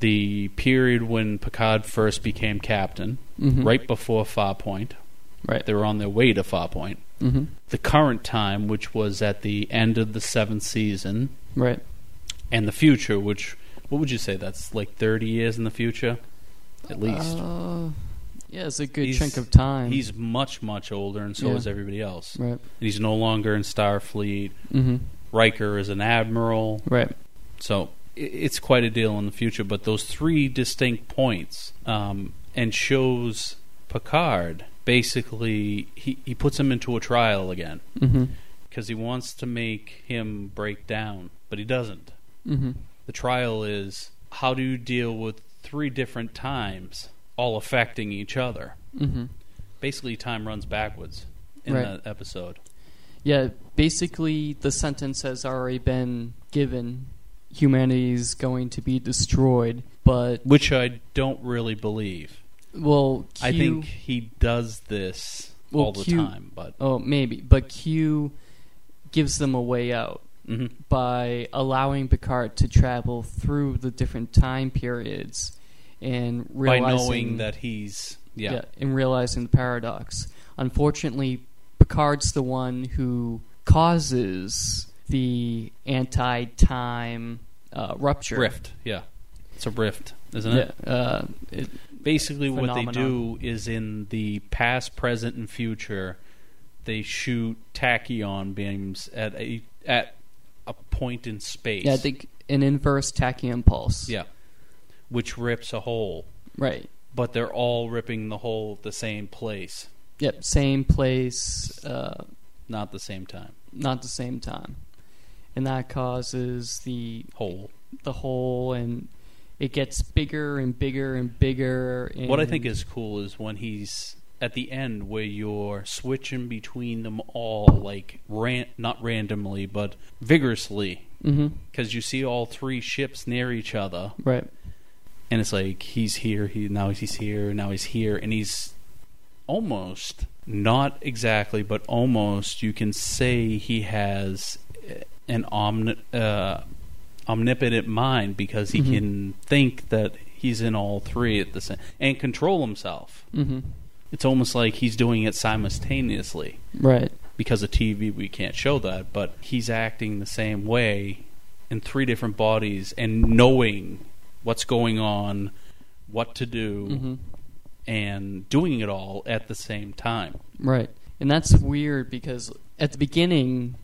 [SPEAKER 2] the period when Picard first became captain,
[SPEAKER 3] Mhm.
[SPEAKER 2] right before Farpoint.
[SPEAKER 3] Right.
[SPEAKER 2] They were on their way to Farpoint.
[SPEAKER 3] Mm-hmm.
[SPEAKER 2] The current time, which was at the end of the seventh season,
[SPEAKER 3] Right.
[SPEAKER 2] and the future, which what would you say that's like 30 years in the future at least.
[SPEAKER 3] Uh, yeah, it's a good
[SPEAKER 2] He's-
[SPEAKER 3] chunk of time.
[SPEAKER 2] he's much much older and so
[SPEAKER 3] Yeah.
[SPEAKER 2] is everybody else. And
[SPEAKER 3] right.
[SPEAKER 2] he's no longer in Starfleet.
[SPEAKER 3] Mm-hmm.
[SPEAKER 2] Riker is an admiral.
[SPEAKER 3] Right.
[SPEAKER 2] So i- it's quite a deal in the future, but those three distinct points um, and shows Picard basically he, he puts him into a trial again
[SPEAKER 3] Mm-hmm.
[SPEAKER 2] because he wants to make him break down, but he doesn't.
[SPEAKER 3] Mm-hmm.
[SPEAKER 2] The trial is how do you deal with three different times, all affecting each other?
[SPEAKER 3] Mm-hmm.
[SPEAKER 2] Basically, time runs backwards in
[SPEAKER 3] Right.
[SPEAKER 2] that episode.
[SPEAKER 3] Yeah. Basically, the sentence has already been given. Humanity's going to be destroyed, but
[SPEAKER 2] Which I don't really believe.
[SPEAKER 3] well, Q,
[SPEAKER 2] I think he does this
[SPEAKER 3] Well,
[SPEAKER 2] all the
[SPEAKER 3] Q-
[SPEAKER 2] time, but
[SPEAKER 3] Oh, maybe, but Q gives them a way out
[SPEAKER 2] Mhm.
[SPEAKER 3] by allowing Picard to travel through the different time periods and
[SPEAKER 2] by
[SPEAKER 3] realizing
[SPEAKER 2] knowing that he's. Yeah.
[SPEAKER 3] in realizing the paradox. Unfortunately, Picard's the one who causes the anti-time uh, rupture.
[SPEAKER 2] Rift. Yeah. It's a rift, isn't
[SPEAKER 3] Yeah,
[SPEAKER 2] it?
[SPEAKER 3] uh, it-
[SPEAKER 2] Basically, what they do
[SPEAKER 3] Phenomenon.
[SPEAKER 2] is in the past, present, and future, they shoot tachyon beams at a at a point in space.
[SPEAKER 3] yeah, I think an inverse tachyon pulse.
[SPEAKER 2] Yeah. Which rips a hole,
[SPEAKER 3] Right.
[SPEAKER 2] but they're all ripping the hole at the same place,
[SPEAKER 3] Yep. Same place, uh,
[SPEAKER 2] not the same time.
[SPEAKER 3] not the same time, and that causes the
[SPEAKER 2] Hole.
[SPEAKER 3] the hole, and it gets bigger and bigger and bigger. And
[SPEAKER 2] What I think is cool is when he's at the end where you're switching between them all like ran not randomly but vigorously
[SPEAKER 3] hmm
[SPEAKER 2] cuz you see all three ships near each other
[SPEAKER 3] right.
[SPEAKER 2] and it's like he's here he now he's here now he's here and he's almost not exactly but almost you can say he has an omni- uh, omnipotent mind because he
[SPEAKER 3] Mhm.
[SPEAKER 2] can think that he's in all three at the same and control himself
[SPEAKER 3] hmm
[SPEAKER 2] it's almost like he's doing it simultaneously
[SPEAKER 3] Right.
[SPEAKER 2] because of TV we can't show that but he's acting the same way in three different bodies and knowing what's going on, what to do,
[SPEAKER 3] hmm
[SPEAKER 2] and doing it all at the same time.
[SPEAKER 3] Right. And that's weird because at the beginning,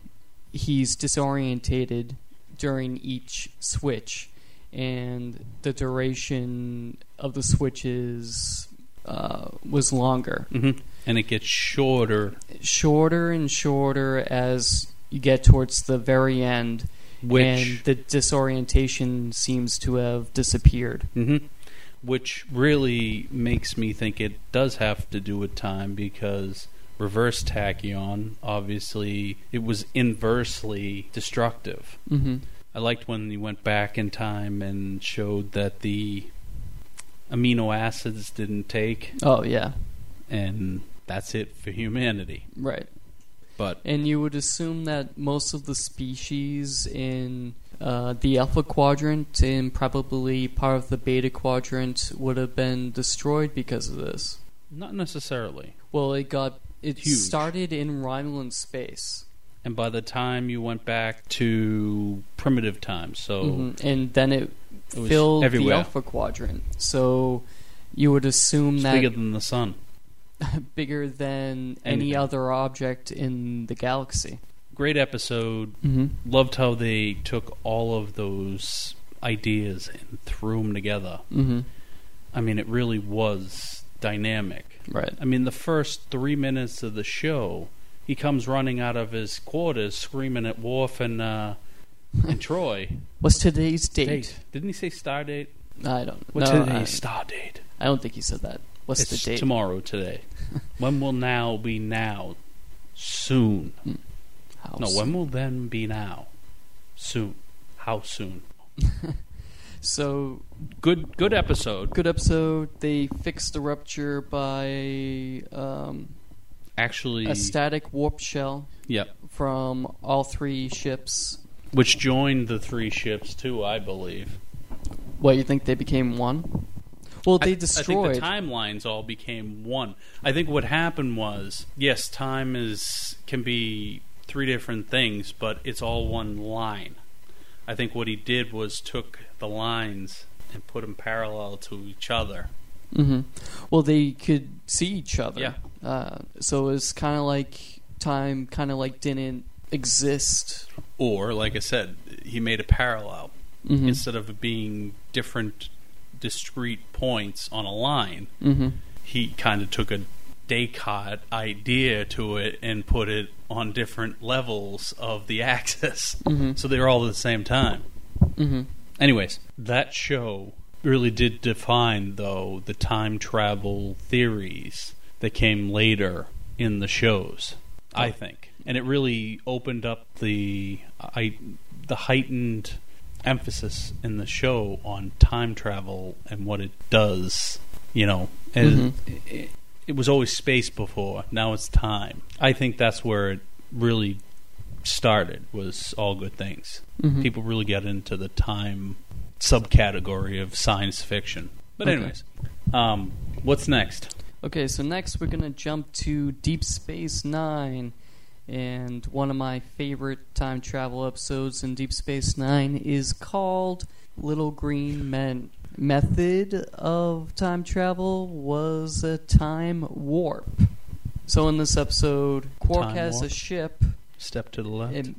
[SPEAKER 3] he's disorientated during each switch, and the duration of the switches uh, was longer.
[SPEAKER 2] Mm-hmm. And it gets shorter
[SPEAKER 3] Shorter and shorter as you get towards the very end, and
[SPEAKER 2] which
[SPEAKER 3] the disorientation seems to have disappeared.
[SPEAKER 2] hmm which really makes me think it does have to do with time because reverse tachyon obviously it was inversely destructive.
[SPEAKER 3] Mm-hmm.
[SPEAKER 2] I liked when you went back in time and showed that the amino acids didn't take
[SPEAKER 3] Oh, yeah.
[SPEAKER 2] and that's it for humanity.
[SPEAKER 3] Right.
[SPEAKER 2] But
[SPEAKER 3] And you would assume that most of the species in uh, the Alpha Quadrant and probably part of the Beta Quadrant would have been destroyed because of this.
[SPEAKER 2] not necessarily.
[SPEAKER 3] Well, it got. It
[SPEAKER 2] Huge.
[SPEAKER 3] started in Rhineland space.
[SPEAKER 2] And by the time you went back to primitive times, so
[SPEAKER 3] Mhm. And then it,
[SPEAKER 2] Oh. It was
[SPEAKER 3] filled the
[SPEAKER 2] everywhere.
[SPEAKER 3] Alpha Quadrant. So you would assume
[SPEAKER 2] it's
[SPEAKER 3] that
[SPEAKER 2] bigger than the sun.
[SPEAKER 3] bigger than any
[SPEAKER 2] Anything.
[SPEAKER 3] other object in the galaxy.
[SPEAKER 2] Great episode.
[SPEAKER 3] Mm-hmm.
[SPEAKER 2] Loved how they took all of those ideas and threw them together.
[SPEAKER 3] Mm-hmm.
[SPEAKER 2] I mean, it really was dynamic.
[SPEAKER 3] Right.
[SPEAKER 2] I mean, the first three minutes of the show, he comes running out of his quarters screaming at Worf and, uh, and Troy.
[SPEAKER 3] What's today's date?
[SPEAKER 2] Didn't he say star date?
[SPEAKER 3] I don't.
[SPEAKER 2] What's
[SPEAKER 3] no,
[SPEAKER 2] today's
[SPEAKER 3] I-
[SPEAKER 2] star date?
[SPEAKER 3] I don't think he said that. What's
[SPEAKER 2] it's
[SPEAKER 3] the date?
[SPEAKER 2] tomorrow today. when will now be now? Soon.
[SPEAKER 3] House.
[SPEAKER 2] No, when will then be now? Soon. How soon?
[SPEAKER 3] So
[SPEAKER 2] Good good episode.
[SPEAKER 3] good episode. They fixed the rupture by um,
[SPEAKER 2] Actually,
[SPEAKER 3] a static warp shell
[SPEAKER 2] yeah,
[SPEAKER 3] from all three ships.
[SPEAKER 2] which joined the three ships too, I believe.
[SPEAKER 3] What you think they became one? Well,
[SPEAKER 2] I-
[SPEAKER 3] they
[SPEAKER 2] I
[SPEAKER 3] destroyed.
[SPEAKER 2] think the timelines all became one. I think what happened was, yes, time is can be three different things, but it's all one line. I think what he did was took the lines and put them parallel to each other.
[SPEAKER 3] hmm Well, they could see each other.
[SPEAKER 2] Yeah.
[SPEAKER 3] Uh, so it's kind of like time, kind of like didn't exist.
[SPEAKER 2] Or, like I said, he made a parallel
[SPEAKER 3] Mm-hmm.
[SPEAKER 2] instead of it being different, discrete points on a line.
[SPEAKER 3] hmm
[SPEAKER 2] he kind of took a Descartes idea to it and put it on different levels of the axis.
[SPEAKER 3] Mhm.
[SPEAKER 2] So they're all at the same time.
[SPEAKER 3] hmm
[SPEAKER 2] Anyways, that show really did define, though, the time travel theories that came later in the shows, I think. And it really opened up the uh, I, the heightened emphasis in the show on time travel and what it does, you know. And it, it was always space before, now it's time. I think that's where it really started was all good things
[SPEAKER 3] Mhm.
[SPEAKER 2] people really get into the time subcategory of science fiction. But
[SPEAKER 3] Okay.
[SPEAKER 2] anyways, um, what's next?
[SPEAKER 3] Okay, so next we're gonna jump to Deep Space Nine, and one of my favorite time travel episodes in Deep Space Nine is called "Little Green Men." Method of time travel was a time warp. So in this episode, Quark
[SPEAKER 2] Time
[SPEAKER 3] has a
[SPEAKER 2] warp?
[SPEAKER 3] ship.
[SPEAKER 2] Step to the left.
[SPEAKER 3] It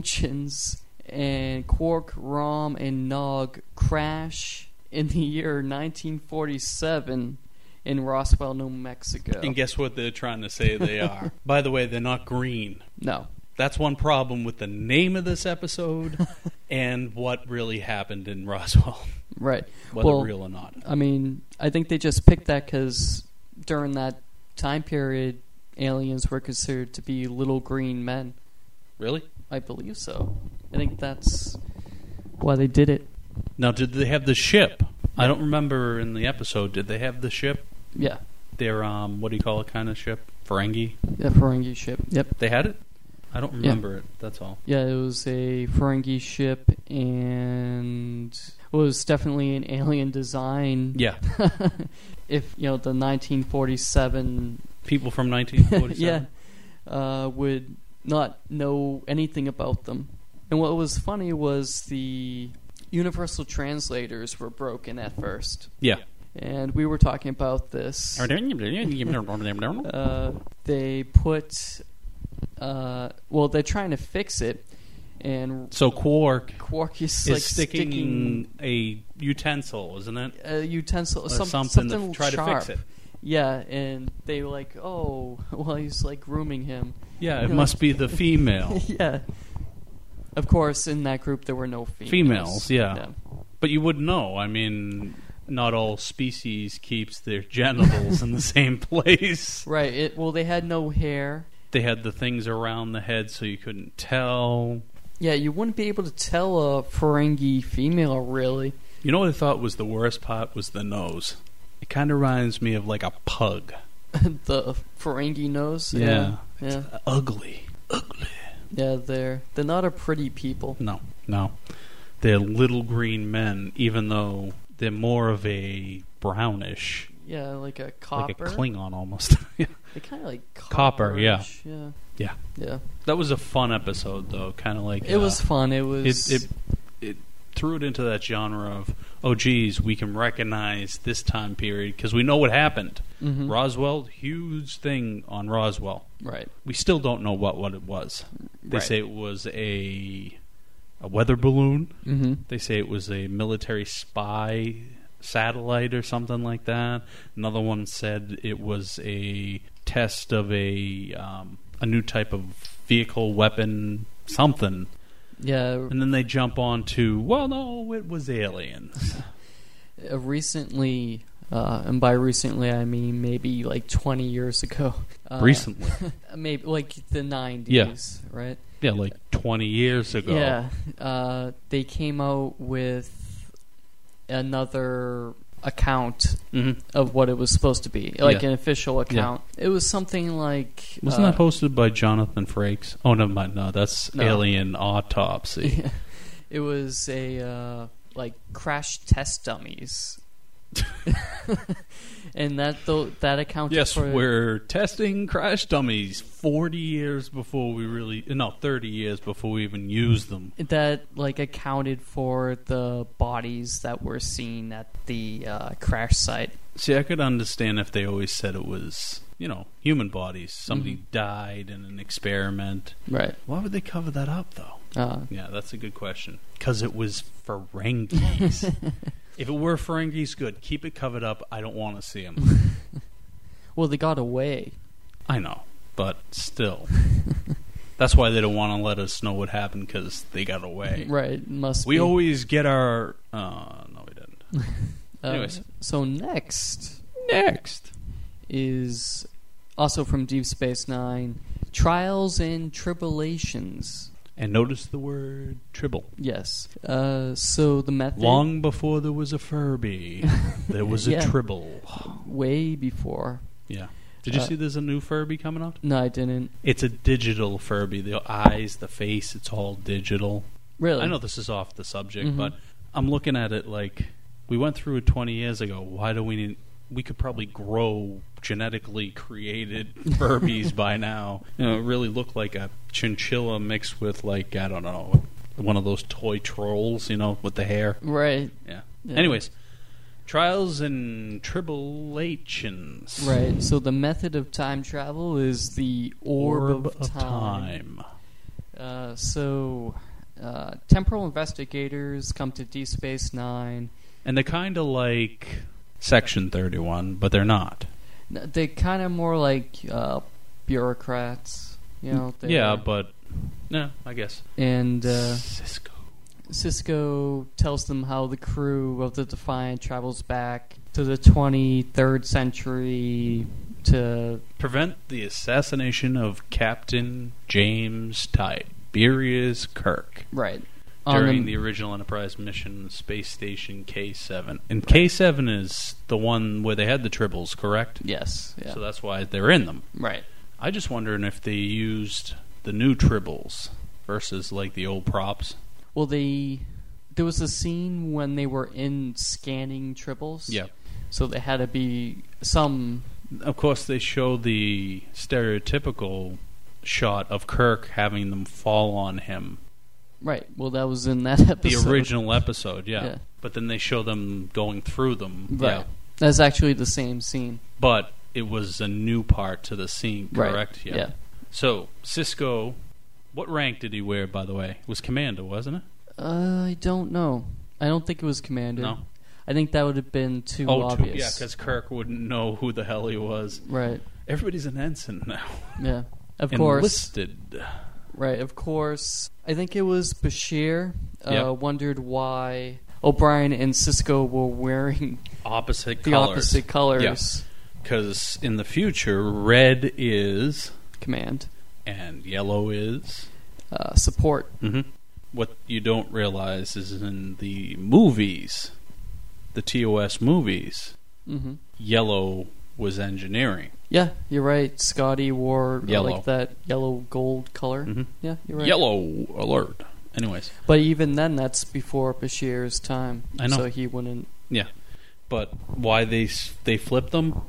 [SPEAKER 3] malfunctions, and Quark, Rom, and Nog crash in the year 1947 in Roswell, New Mexico.
[SPEAKER 2] and guess what they're trying to say they are? By the way, they're not green.
[SPEAKER 3] no.
[SPEAKER 2] That's one problem with the name of this episode and what really happened in Roswell,
[SPEAKER 3] Right.
[SPEAKER 2] whether
[SPEAKER 3] Well-
[SPEAKER 2] real or not.
[SPEAKER 3] I mean, I think they just picked that because during that time period, aliens were considered to be little green men.
[SPEAKER 2] Really?
[SPEAKER 3] I believe so. I think that's why they did it.
[SPEAKER 2] Now, did they have the ship? I don't remember in the episode. Did they have the ship?
[SPEAKER 3] Yeah.
[SPEAKER 2] Their um, what do you call it? Kind of ship? Ferengi?
[SPEAKER 3] The Ferengi ship. Yep.
[SPEAKER 2] They had it. I don't
[SPEAKER 3] Yeah.
[SPEAKER 2] remember it. That's all.
[SPEAKER 3] Yeah, it was a Ferengi ship, and well, it was definitely an alien design.
[SPEAKER 2] Yeah.
[SPEAKER 3] if you know the 1947,
[SPEAKER 2] people from 1947.
[SPEAKER 3] yeah, uh, would not know anything about them. And what was funny was the universal translators were broken at first.
[SPEAKER 2] Yeah.
[SPEAKER 3] And we were talking about this. Uh, they put, uh, well, they're trying to fix it, and
[SPEAKER 2] so Quark
[SPEAKER 3] Quark is,
[SPEAKER 2] is
[SPEAKER 3] like
[SPEAKER 2] sticking, a utensil, isn't it?
[SPEAKER 3] a utensil,
[SPEAKER 2] Or
[SPEAKER 3] some,
[SPEAKER 2] something to
[SPEAKER 3] something
[SPEAKER 2] try to
[SPEAKER 3] sharp.
[SPEAKER 2] fix it.
[SPEAKER 3] Yeah, and they like, oh, well, he's like grooming him.
[SPEAKER 2] Yeah, it
[SPEAKER 3] No.
[SPEAKER 2] must be the female.
[SPEAKER 3] yeah. Of course, in that group there were no females.
[SPEAKER 2] Females, yeah. but you would know. I mean, not all species keeps their genitals in the same place.
[SPEAKER 3] Right. It well, they had no hair.
[SPEAKER 2] They had the things around the head so you couldn't tell.
[SPEAKER 3] Yeah, you wouldn't be able to tell a Ferengi female really.
[SPEAKER 2] You know what I thought was the worst part was the nose. It kind of reminds me of like a pug.
[SPEAKER 3] the Ferengi nose.
[SPEAKER 2] Yeah.
[SPEAKER 3] Yeah.
[SPEAKER 2] Ugly.
[SPEAKER 3] Yeah, they're they're not a pretty people.
[SPEAKER 2] No, no. They're little green men, even though they're more of a brownish,
[SPEAKER 3] Yeah, like a copper.
[SPEAKER 2] like a Klingon almost. Yeah.
[SPEAKER 3] They kind of like
[SPEAKER 2] Copper, yeah.
[SPEAKER 3] copperish, Yeah.
[SPEAKER 2] Yeah.
[SPEAKER 3] Yeah.
[SPEAKER 2] that was a fun episode, though. Kind of like
[SPEAKER 3] It
[SPEAKER 2] uh,
[SPEAKER 3] was fun. It was.
[SPEAKER 2] it, it it threw it into that genre of oh, geez, we can recognize this time period because we know what happened.
[SPEAKER 3] Mhm.
[SPEAKER 2] Roswell, huge thing on Roswell.
[SPEAKER 3] Right.
[SPEAKER 2] We still don't know what what it was. They
[SPEAKER 3] Right.
[SPEAKER 2] say it was a a weather balloon.
[SPEAKER 3] Mm-hmm.
[SPEAKER 2] They say it was a military spy satellite or something like that. Another one said it was a test of a um, a new type of vehicle weapon something.
[SPEAKER 3] Yeah.
[SPEAKER 2] And then they jump on to well no, it was aliens.
[SPEAKER 3] uh, recently, uh, and by recently I mean maybe like 20 years ago. Uh,
[SPEAKER 2] Recently.
[SPEAKER 3] Maybe like the 90s, right?
[SPEAKER 2] Yeah, like 20 years ago.
[SPEAKER 3] Yeah. Uh, they came out with another account
[SPEAKER 2] Mhm.
[SPEAKER 3] of what it was supposed to be, like
[SPEAKER 2] Yeah.
[SPEAKER 3] an official account. It was something like.
[SPEAKER 2] Wasn't
[SPEAKER 3] uh,
[SPEAKER 2] that hosted by Jonathan Frakes? Oh, never mind. No, that's
[SPEAKER 3] No.
[SPEAKER 2] Alien Autopsy.
[SPEAKER 3] uh, It was a uh, like crash test dummies. and that tho- that accounted
[SPEAKER 2] yes,
[SPEAKER 3] for
[SPEAKER 2] we're testing crash dummies 40 years before we really. uh, No, 30 years before we even use them.
[SPEAKER 3] that like accounted for the bodies that were seen at the uh, crash site.
[SPEAKER 2] See, I could understand if they always said it was, you know, human bodies. Somebody died in an experiment.
[SPEAKER 3] Right.
[SPEAKER 2] Mm-hmm. Why would they cover that up, though?
[SPEAKER 3] Uh,
[SPEAKER 2] Yeah, that's a good question. Because it was Ferengis. if it were Ferengis, good. Keep it covered up. I don't want to see them.
[SPEAKER 3] well, they got away.
[SPEAKER 2] I know, but still. That's why they don't want to let us know what happened because they got away.
[SPEAKER 3] Right. Must
[SPEAKER 2] We
[SPEAKER 3] be.
[SPEAKER 2] always get our. Uh, no, we didn't.
[SPEAKER 3] Uh,
[SPEAKER 2] anyways.
[SPEAKER 3] So next
[SPEAKER 2] Next.
[SPEAKER 3] is also from Deep Space Nine: Trials and Tribulations.
[SPEAKER 2] And notice the word tribble.
[SPEAKER 3] Yes. Uh, so the method
[SPEAKER 2] Long before there was a Furby, there was a
[SPEAKER 3] Yeah.
[SPEAKER 2] tribble.
[SPEAKER 3] way before.
[SPEAKER 2] Yeah. Did you
[SPEAKER 3] Uh,
[SPEAKER 2] see there's a new Furby coming out?
[SPEAKER 3] No, I didn't
[SPEAKER 2] It's a digital Furby. The eyes, the face, it's all digital.
[SPEAKER 3] really.
[SPEAKER 2] I know this is off the subject,
[SPEAKER 3] Mhm.
[SPEAKER 2] but I'm looking at it like we went through it 20 years ago. Why do we need? We could probably grow genetically created Furbies by now. You know, really look like a chinchilla mixed with like I don't know, one of those toy trolls. You know, with the hair.
[SPEAKER 3] Right.
[SPEAKER 2] Yeah.
[SPEAKER 3] Yeah.
[SPEAKER 2] Anyways, trials and tribulations.
[SPEAKER 3] Right. So the method of time travel is the orb,
[SPEAKER 2] Orb of
[SPEAKER 3] time.
[SPEAKER 2] time.
[SPEAKER 3] Uh, so, uh, temporal investigators come to D Space Nine.
[SPEAKER 2] And they're kind of like Section 31, but they're not.
[SPEAKER 3] N- They kind of more like uh, bureaucrats, you know. they-
[SPEAKER 2] Yeah, but no, I guess.
[SPEAKER 3] and uh,
[SPEAKER 2] Cisco.
[SPEAKER 3] Cisco tells them how the crew of the Defiant travels back to the 23rd century to
[SPEAKER 2] Prevent the assassination of Captain James Tiberius Kirk
[SPEAKER 3] right on
[SPEAKER 2] during
[SPEAKER 3] the-
[SPEAKER 2] the original Enterprise mission space station K7. And K7 is the one where they had the tribbles, correct?
[SPEAKER 3] yes, yeah,
[SPEAKER 2] So that's why they're in them.
[SPEAKER 3] right.
[SPEAKER 2] I just wondering if they used the new tribbles versus like the old props.
[SPEAKER 3] Well, they there was a scene when they were in scanning triples. So they had to be some
[SPEAKER 2] Of course, they show the stereotypical shot of Kirk having them fall on him
[SPEAKER 3] Right. Well, that was in that episode.
[SPEAKER 2] The original episode, yeah.
[SPEAKER 3] Yeah.
[SPEAKER 2] But then they show them going through them.
[SPEAKER 3] Right.
[SPEAKER 2] Yeah.
[SPEAKER 3] That's actually the same scene.
[SPEAKER 2] But it was a new part to the scene,
[SPEAKER 3] Right.
[SPEAKER 2] correct?
[SPEAKER 3] Yeah.
[SPEAKER 2] So, Cisco, what rank did he wear, by the way? It was Commander, wasn't it?
[SPEAKER 3] Uh, I don't know. I don't think it was Commander.
[SPEAKER 2] No.
[SPEAKER 3] I think that would have been too
[SPEAKER 2] oh, two-
[SPEAKER 3] obvious.
[SPEAKER 2] yeah, because Kirk wouldn't know who the hell he was.
[SPEAKER 3] right.
[SPEAKER 2] Everybody's an ensign now.
[SPEAKER 3] Yeah. Of course.
[SPEAKER 2] Enlisted.
[SPEAKER 3] Right, of course. I think it was Bashir uh,
[SPEAKER 2] Yep.
[SPEAKER 3] wondered why O'Brien and Cisco were wearing
[SPEAKER 2] Opposite
[SPEAKER 3] the
[SPEAKER 2] colors.
[SPEAKER 3] opposite colors.
[SPEAKER 2] Because in the future, red is
[SPEAKER 3] Command
[SPEAKER 2] and yellow is.
[SPEAKER 3] uh, support.
[SPEAKER 2] Mm-hmm. What you don't realize is in the movies, the TOS movies,
[SPEAKER 3] hmm
[SPEAKER 2] yellow was engineering.
[SPEAKER 3] Yeah, you're right. Scotty wore uh,
[SPEAKER 2] Yellow.
[SPEAKER 3] like that yellow gold color.
[SPEAKER 2] Mhm.
[SPEAKER 3] Yeah, you're right.
[SPEAKER 2] Yellow alert. Anyways,
[SPEAKER 3] But even then, that's before Bashir's time.
[SPEAKER 2] I know.
[SPEAKER 3] So he wouldn't.
[SPEAKER 2] yeah. But why they s- they flipped them?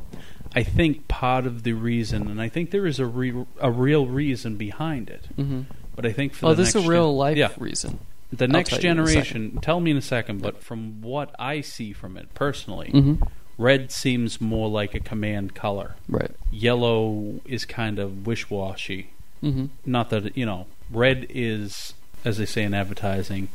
[SPEAKER 2] I think part of the reason, and I think there is a re- a real reason behind it.
[SPEAKER 3] hmm
[SPEAKER 2] But I think for
[SPEAKER 3] Oh,
[SPEAKER 2] the
[SPEAKER 3] this
[SPEAKER 2] next
[SPEAKER 3] is a real
[SPEAKER 2] gen-
[SPEAKER 3] life
[SPEAKER 2] yeah.
[SPEAKER 3] reason.
[SPEAKER 2] The
[SPEAKER 3] I'll
[SPEAKER 2] next
[SPEAKER 3] tell you in a second.
[SPEAKER 2] generation. Tell me in a second, but from what I see from it personally,
[SPEAKER 3] hmm
[SPEAKER 2] red seems more like a command color.
[SPEAKER 3] Right.
[SPEAKER 2] Yellow is kind of wish-washy.
[SPEAKER 3] hmm
[SPEAKER 2] Not that you know, red is, as they say in advertising,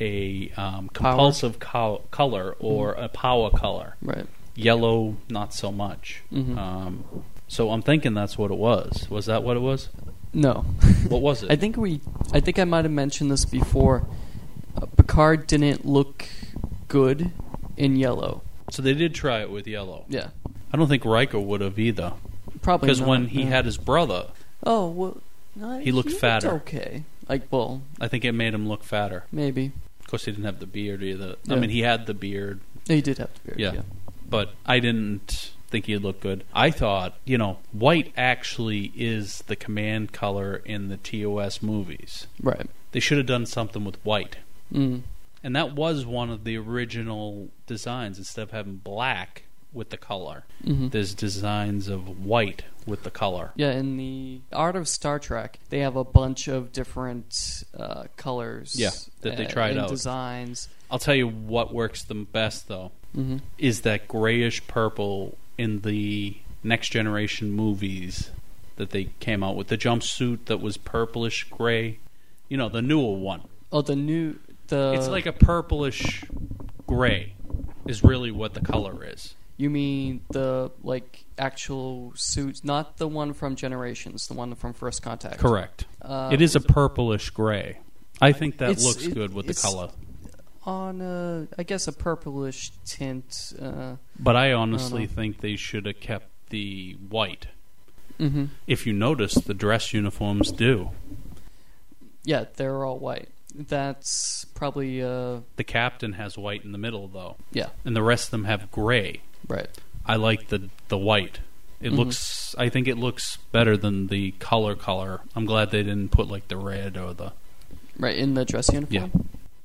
[SPEAKER 2] a um, compulsive co- color or
[SPEAKER 3] Mm-hmm.
[SPEAKER 2] a power color.
[SPEAKER 3] Right.
[SPEAKER 2] Yellow, not so much.
[SPEAKER 3] Mhm.
[SPEAKER 2] Um, so I'm thinking that's what it was. Was that what it was?
[SPEAKER 3] No.
[SPEAKER 2] What was it?
[SPEAKER 3] I think we. I think I might have mentioned this before. Uh, Picard didn't look good in yellow.
[SPEAKER 2] so they did try it with yellow.
[SPEAKER 3] Yeah,
[SPEAKER 2] I don't think Riker would have either.
[SPEAKER 3] probably
[SPEAKER 2] Because
[SPEAKER 3] not,
[SPEAKER 2] when he
[SPEAKER 3] yeah.
[SPEAKER 2] had his brother,
[SPEAKER 3] oh well, no,
[SPEAKER 2] He looked fatter.
[SPEAKER 3] okay, like well,
[SPEAKER 2] I think it made him look fatter.
[SPEAKER 3] maybe
[SPEAKER 2] Of course, he didn't have the beard either. I
[SPEAKER 3] Yeah.
[SPEAKER 2] mean, he had the beard,
[SPEAKER 3] he did have the beard.
[SPEAKER 2] Yeah.
[SPEAKER 3] Yeah,
[SPEAKER 2] but I didn't think he looked good. I thought, you know, white actually is the command color in the TOS movies.
[SPEAKER 3] right.
[SPEAKER 2] They should have done something with white.
[SPEAKER 3] Mm.
[SPEAKER 2] And that was one of the original designs. Instead of having black with the color,
[SPEAKER 3] hmm
[SPEAKER 2] there's designs of white with the color.
[SPEAKER 3] Yeah, in the art of Star Trek, they have a bunch of different uh, colors.
[SPEAKER 2] Yeah, that they
[SPEAKER 3] uh,
[SPEAKER 2] tried
[SPEAKER 3] and
[SPEAKER 2] out.
[SPEAKER 3] designs.
[SPEAKER 2] I'll tell you what works the best, though.
[SPEAKER 3] hmm
[SPEAKER 2] is that grayish purple in the next generation movies that they came out with the jumpsuit that was purplish gray you know the newer one
[SPEAKER 3] Oh, the new the.
[SPEAKER 2] it's like a purplish gray is really what the color is
[SPEAKER 3] You mean the like actual suits, not the one from Generations, the one from First Contact.
[SPEAKER 2] correct
[SPEAKER 3] Uh,
[SPEAKER 2] it is a purplish gray i think that
[SPEAKER 3] It's-
[SPEAKER 2] looks
[SPEAKER 3] it-
[SPEAKER 2] good with the
[SPEAKER 3] it's-
[SPEAKER 2] color
[SPEAKER 3] on a, I guess a purplish tint. Uh,
[SPEAKER 2] but i honestly
[SPEAKER 3] know.
[SPEAKER 2] think they should have kept the white
[SPEAKER 3] mm-hmm.
[SPEAKER 2] if you notice the dress uniforms do
[SPEAKER 3] Yeah, they're all white. That's probably uh,
[SPEAKER 2] the captain has white in the middle though
[SPEAKER 3] yeah,
[SPEAKER 2] and the rest of them have gray
[SPEAKER 3] right.
[SPEAKER 2] I like the the white. It
[SPEAKER 3] Mhm.
[SPEAKER 2] looks. I think it looks better than the color color. I'm glad they didn't put like the red or the.
[SPEAKER 3] Right in the dress uniform.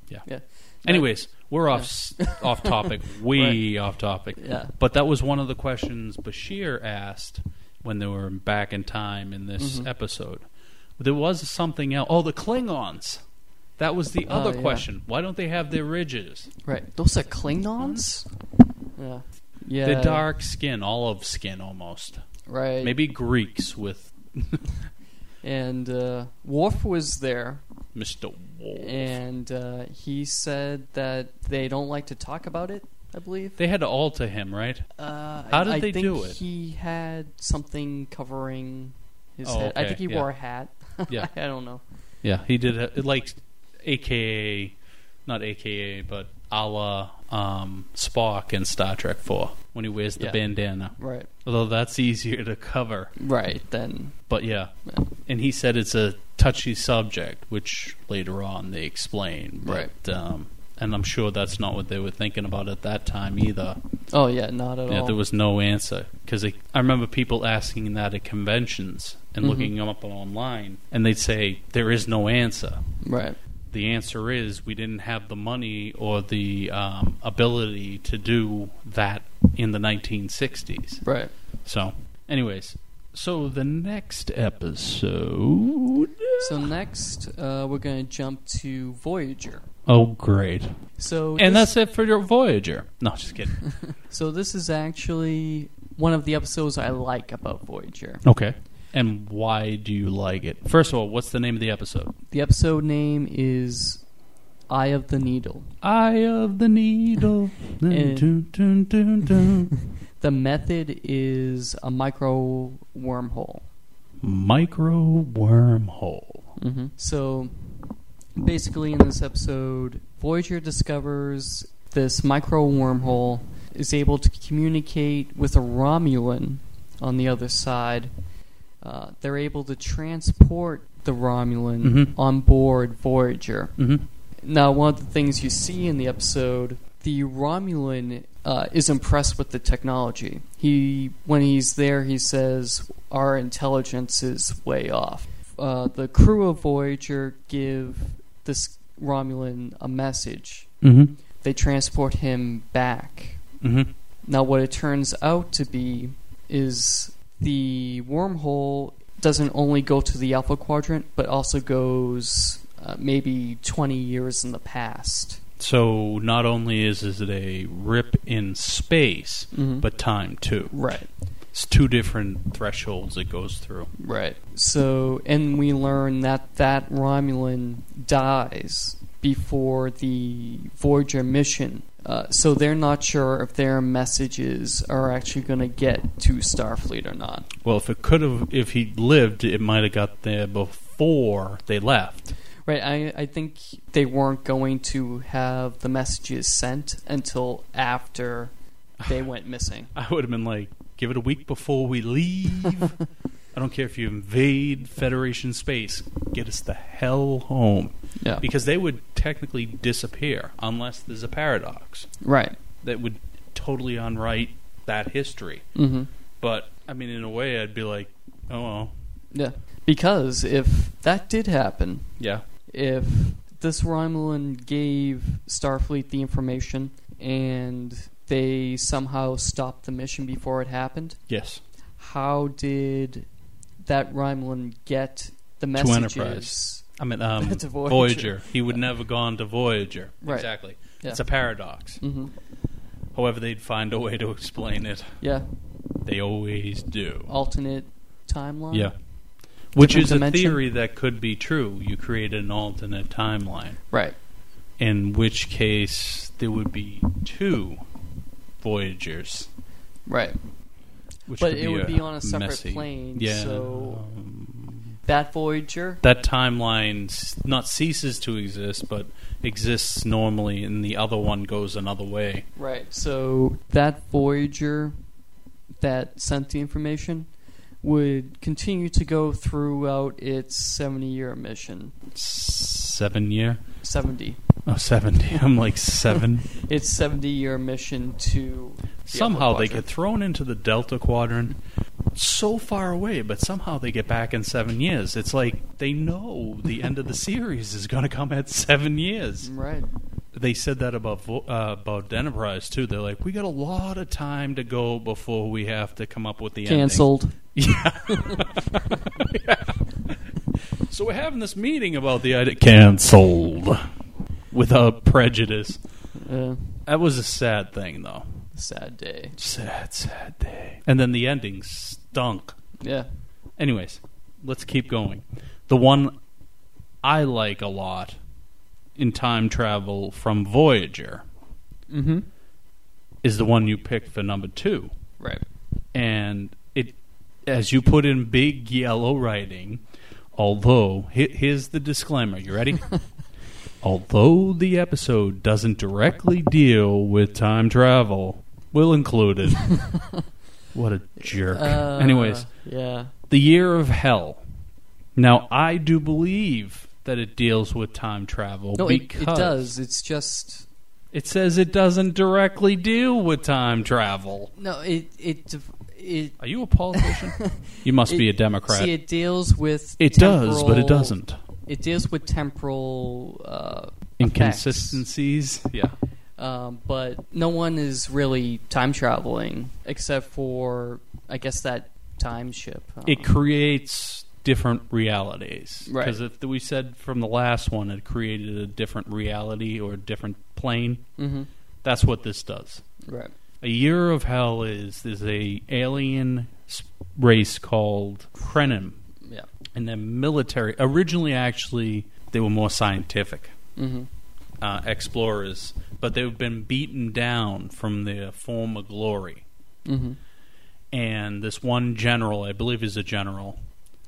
[SPEAKER 2] Yeah.
[SPEAKER 3] Yeah.
[SPEAKER 2] Anyways, we're off s off topic. Way off topic.
[SPEAKER 3] Yeah.
[SPEAKER 2] But that was one of the questions Bashir asked when they were back in time in this
[SPEAKER 3] Mhm.
[SPEAKER 2] episode. There was something else. Oh, the Klingons. That was the
[SPEAKER 3] Oh,
[SPEAKER 2] other
[SPEAKER 3] yeah.
[SPEAKER 2] question. Why don't they have their ridges?
[SPEAKER 3] Right. Those are Klingons. Yeah. Yeah.
[SPEAKER 2] The dark skin, olive skin almost.
[SPEAKER 3] Right.
[SPEAKER 2] Maybe Greeks with
[SPEAKER 3] And uh, Worf was there,
[SPEAKER 2] Mr. Wolf.
[SPEAKER 3] and uh, he said that they don't like to talk about it. I believe.
[SPEAKER 2] They had to alter him, right?
[SPEAKER 3] Uh,
[SPEAKER 2] How
[SPEAKER 3] I-
[SPEAKER 2] did
[SPEAKER 3] I
[SPEAKER 2] they
[SPEAKER 3] think
[SPEAKER 2] do it?
[SPEAKER 3] He had something covering his
[SPEAKER 2] Oh,
[SPEAKER 3] head. I
[SPEAKER 2] okay,
[SPEAKER 3] think he
[SPEAKER 2] yeah.
[SPEAKER 3] wore a hat.
[SPEAKER 2] Yeah.
[SPEAKER 3] I don't know.
[SPEAKER 2] Yeah, he did. It, like, AKA, not AKA, but a la um, Spock in Star Trek 4 when he wears the
[SPEAKER 3] Yeah.
[SPEAKER 2] bandana.
[SPEAKER 3] Right.
[SPEAKER 2] Although that's easier to cover.
[SPEAKER 3] Right. Then.
[SPEAKER 2] But yeah.
[SPEAKER 3] Yeah.
[SPEAKER 2] And he said it's a touchy subject, which later on they explain. But, Um, and I'm sure that's not what they were thinking about at that time either.
[SPEAKER 3] Oh yeah, not at
[SPEAKER 2] Yeah,
[SPEAKER 3] all.
[SPEAKER 2] there was no answer because I remember people asking that at conventions and
[SPEAKER 3] Mhm.
[SPEAKER 2] looking them up online, and they'd say there is no answer.
[SPEAKER 3] right.
[SPEAKER 2] The answer is we didn't have the money or the um, ability to do that in the 1960s.
[SPEAKER 3] Right.
[SPEAKER 2] So, anyways, so the next episode
[SPEAKER 3] So next, uh, we're going to jump to Voyager.
[SPEAKER 2] Oh, great.
[SPEAKER 3] So
[SPEAKER 2] And
[SPEAKER 3] this-
[SPEAKER 2] that's it for your Voyager. No, just kidding.
[SPEAKER 3] so this is actually one of the episodes I like about Voyager.
[SPEAKER 2] Okay. And why do you like it? First of all, what's the name of the episode?
[SPEAKER 3] The episode name is Eye of the Needle.
[SPEAKER 2] Eye of the Needle.
[SPEAKER 3] Eh.
[SPEAKER 2] Dun, dun, dun, dun.
[SPEAKER 3] The method is a micro wormhole.
[SPEAKER 2] Micro wormhole.
[SPEAKER 3] Mm-hmm. So basically, in this episode, Voyager discovers this micro wormhole is able to communicate with a Romulan on the other side. Uh, they're able to transport the Romulan
[SPEAKER 2] Mhm.
[SPEAKER 3] on board Voyager.
[SPEAKER 2] Mm-hmm.
[SPEAKER 3] Now, one of the things you see in the episode, the Romulan uh, is impressed with the technology. He, when he's there, he says, "Our intelligence is way off." Uh, the crew of Voyager give this Romulan a message.
[SPEAKER 2] Mm-hmm.
[SPEAKER 3] They transport him back.
[SPEAKER 2] Mm-hmm.
[SPEAKER 3] Now, what it turns out to be is the wormhole doesn't only go to the Alpha Quadrant, but also goes uh, maybe 20 years in the past.
[SPEAKER 2] So not only is it a rip in space,
[SPEAKER 3] Mhm.
[SPEAKER 2] but time too.
[SPEAKER 3] Right,
[SPEAKER 2] It's two different thresholds it goes through.
[SPEAKER 3] right. So, and we learn that that Romulan dies before the Voyager mission. Uh, so they're not sure if their messages are actually going to get to Starfleet or not.
[SPEAKER 2] Well, if it could have, if he lived, it might have got there before they left.
[SPEAKER 3] Right, I, I think they weren't going to have the messages sent until after they went missing.
[SPEAKER 2] I would have been like, give it a week before we leave. I don't care if you invade Federation space, get us the hell home.
[SPEAKER 3] Yeah.
[SPEAKER 2] Because they would technically disappear unless there's a paradox
[SPEAKER 3] Right.
[SPEAKER 2] that would totally unwrite that history.
[SPEAKER 3] Mm-hmm.
[SPEAKER 2] But, I mean, in a way, I'd be like, oh, well,
[SPEAKER 3] Yeah. Because if that did happen,
[SPEAKER 2] yeah.
[SPEAKER 3] if this Romulan gave Starfleet the information and they somehow stopped the mission before it happened,
[SPEAKER 2] Yes.
[SPEAKER 3] how did that Romulan get the
[SPEAKER 2] Enterprise.
[SPEAKER 3] messages?
[SPEAKER 2] I mean, um,
[SPEAKER 3] To Voyager.
[SPEAKER 2] Voyager. He would never gone to Voyager.
[SPEAKER 3] Right.
[SPEAKER 2] Exactly.
[SPEAKER 3] Yeah.
[SPEAKER 2] It's a paradox.
[SPEAKER 3] hmm
[SPEAKER 2] However, they'd find a way to explain it.
[SPEAKER 3] Yeah.
[SPEAKER 2] They always do.
[SPEAKER 3] Alternate timeline?
[SPEAKER 2] Yeah. Which
[SPEAKER 3] Different
[SPEAKER 2] is
[SPEAKER 3] dimension?
[SPEAKER 2] a theory that could be true. You create an alternate timeline,
[SPEAKER 3] Right.
[SPEAKER 2] in which case there would be two Voyagers.
[SPEAKER 3] Right.
[SPEAKER 2] Which
[SPEAKER 3] But
[SPEAKER 2] could
[SPEAKER 3] it would
[SPEAKER 2] a
[SPEAKER 3] be on a separate
[SPEAKER 2] messy-
[SPEAKER 3] plane,
[SPEAKER 2] Yeah.
[SPEAKER 3] so-
[SPEAKER 2] um,
[SPEAKER 3] That Voyager.
[SPEAKER 2] that timeline s- not ceases to exist, but exists normally, and the other one goes another way.
[SPEAKER 3] Right. So that Voyager that sent the information would continue to go throughout its 70 year mission.
[SPEAKER 2] Seven year?
[SPEAKER 3] 70.
[SPEAKER 2] Oh, 70. I'm like seven.
[SPEAKER 3] Its 70 year mission to. the
[SPEAKER 2] somehow
[SPEAKER 3] upper
[SPEAKER 2] they
[SPEAKER 3] quadrant.
[SPEAKER 2] get thrown into the Delta Quadrant so far away, but somehow they get back in seven years. It's like they know the end of the series is going to come at seven years.
[SPEAKER 3] Right.
[SPEAKER 2] They said that about Vo- uh, about Enterprise too. They're like, we got a lot of time to go before we have to come up with the ending."
[SPEAKER 3] Cancelled.
[SPEAKER 2] Yeah. Yeah. So we're having this meeting about the idea canceled without prejudice.
[SPEAKER 3] Uh,
[SPEAKER 2] That was a sad thing, though.
[SPEAKER 3] sad day.
[SPEAKER 2] Sad, sad day. And then the ending stunk.
[SPEAKER 3] Yeah.
[SPEAKER 2] Anyways, let's keep going. The one I like a lot in time travel from Voyager
[SPEAKER 3] Mm hmm.
[SPEAKER 2] is the one you picked for number two.
[SPEAKER 3] Right.
[SPEAKER 2] And it, as you put in big yellow writing, although, he- here's the disclaimer. You ready? although the episode doesn't directly deal with time travel, we'll include it. what a jerk.
[SPEAKER 3] Uh,
[SPEAKER 2] Anyways.
[SPEAKER 3] Yeah.
[SPEAKER 2] The Year of Hell. Now, I do believe that it deals with time travel
[SPEAKER 3] No, it,
[SPEAKER 2] because
[SPEAKER 3] it does. It's just.
[SPEAKER 2] It says it doesn't directly deal with time travel.
[SPEAKER 3] No, it. It. It.
[SPEAKER 2] Are you a politician? you must be a
[SPEAKER 3] It-
[SPEAKER 2] Democrat.
[SPEAKER 3] See,
[SPEAKER 2] it
[SPEAKER 3] it deals with
[SPEAKER 2] does, but
[SPEAKER 3] temporal-
[SPEAKER 2] it doesn't.
[SPEAKER 3] It deals with temporal uh, effects.
[SPEAKER 2] Inconsistencies. Yeah.
[SPEAKER 3] Um, but no one is really time traveling except for, I guess, that time ship. Um,
[SPEAKER 2] It creates different realities.
[SPEAKER 3] Right.
[SPEAKER 2] Because if we said from the last one, it created a different reality or a different plane.
[SPEAKER 3] Mm-hmm.
[SPEAKER 2] That's what this does.
[SPEAKER 3] Right.
[SPEAKER 2] A Year of Hell is there's a alien s- race called Krenim,
[SPEAKER 3] Yeah.
[SPEAKER 2] and they're military. Originally, actually, they were more scientific
[SPEAKER 3] Mm-hmm.
[SPEAKER 2] uh, explorers, but they've been beaten down from their former glory.
[SPEAKER 3] Mm-hmm.
[SPEAKER 2] And this one general, I believe, is a general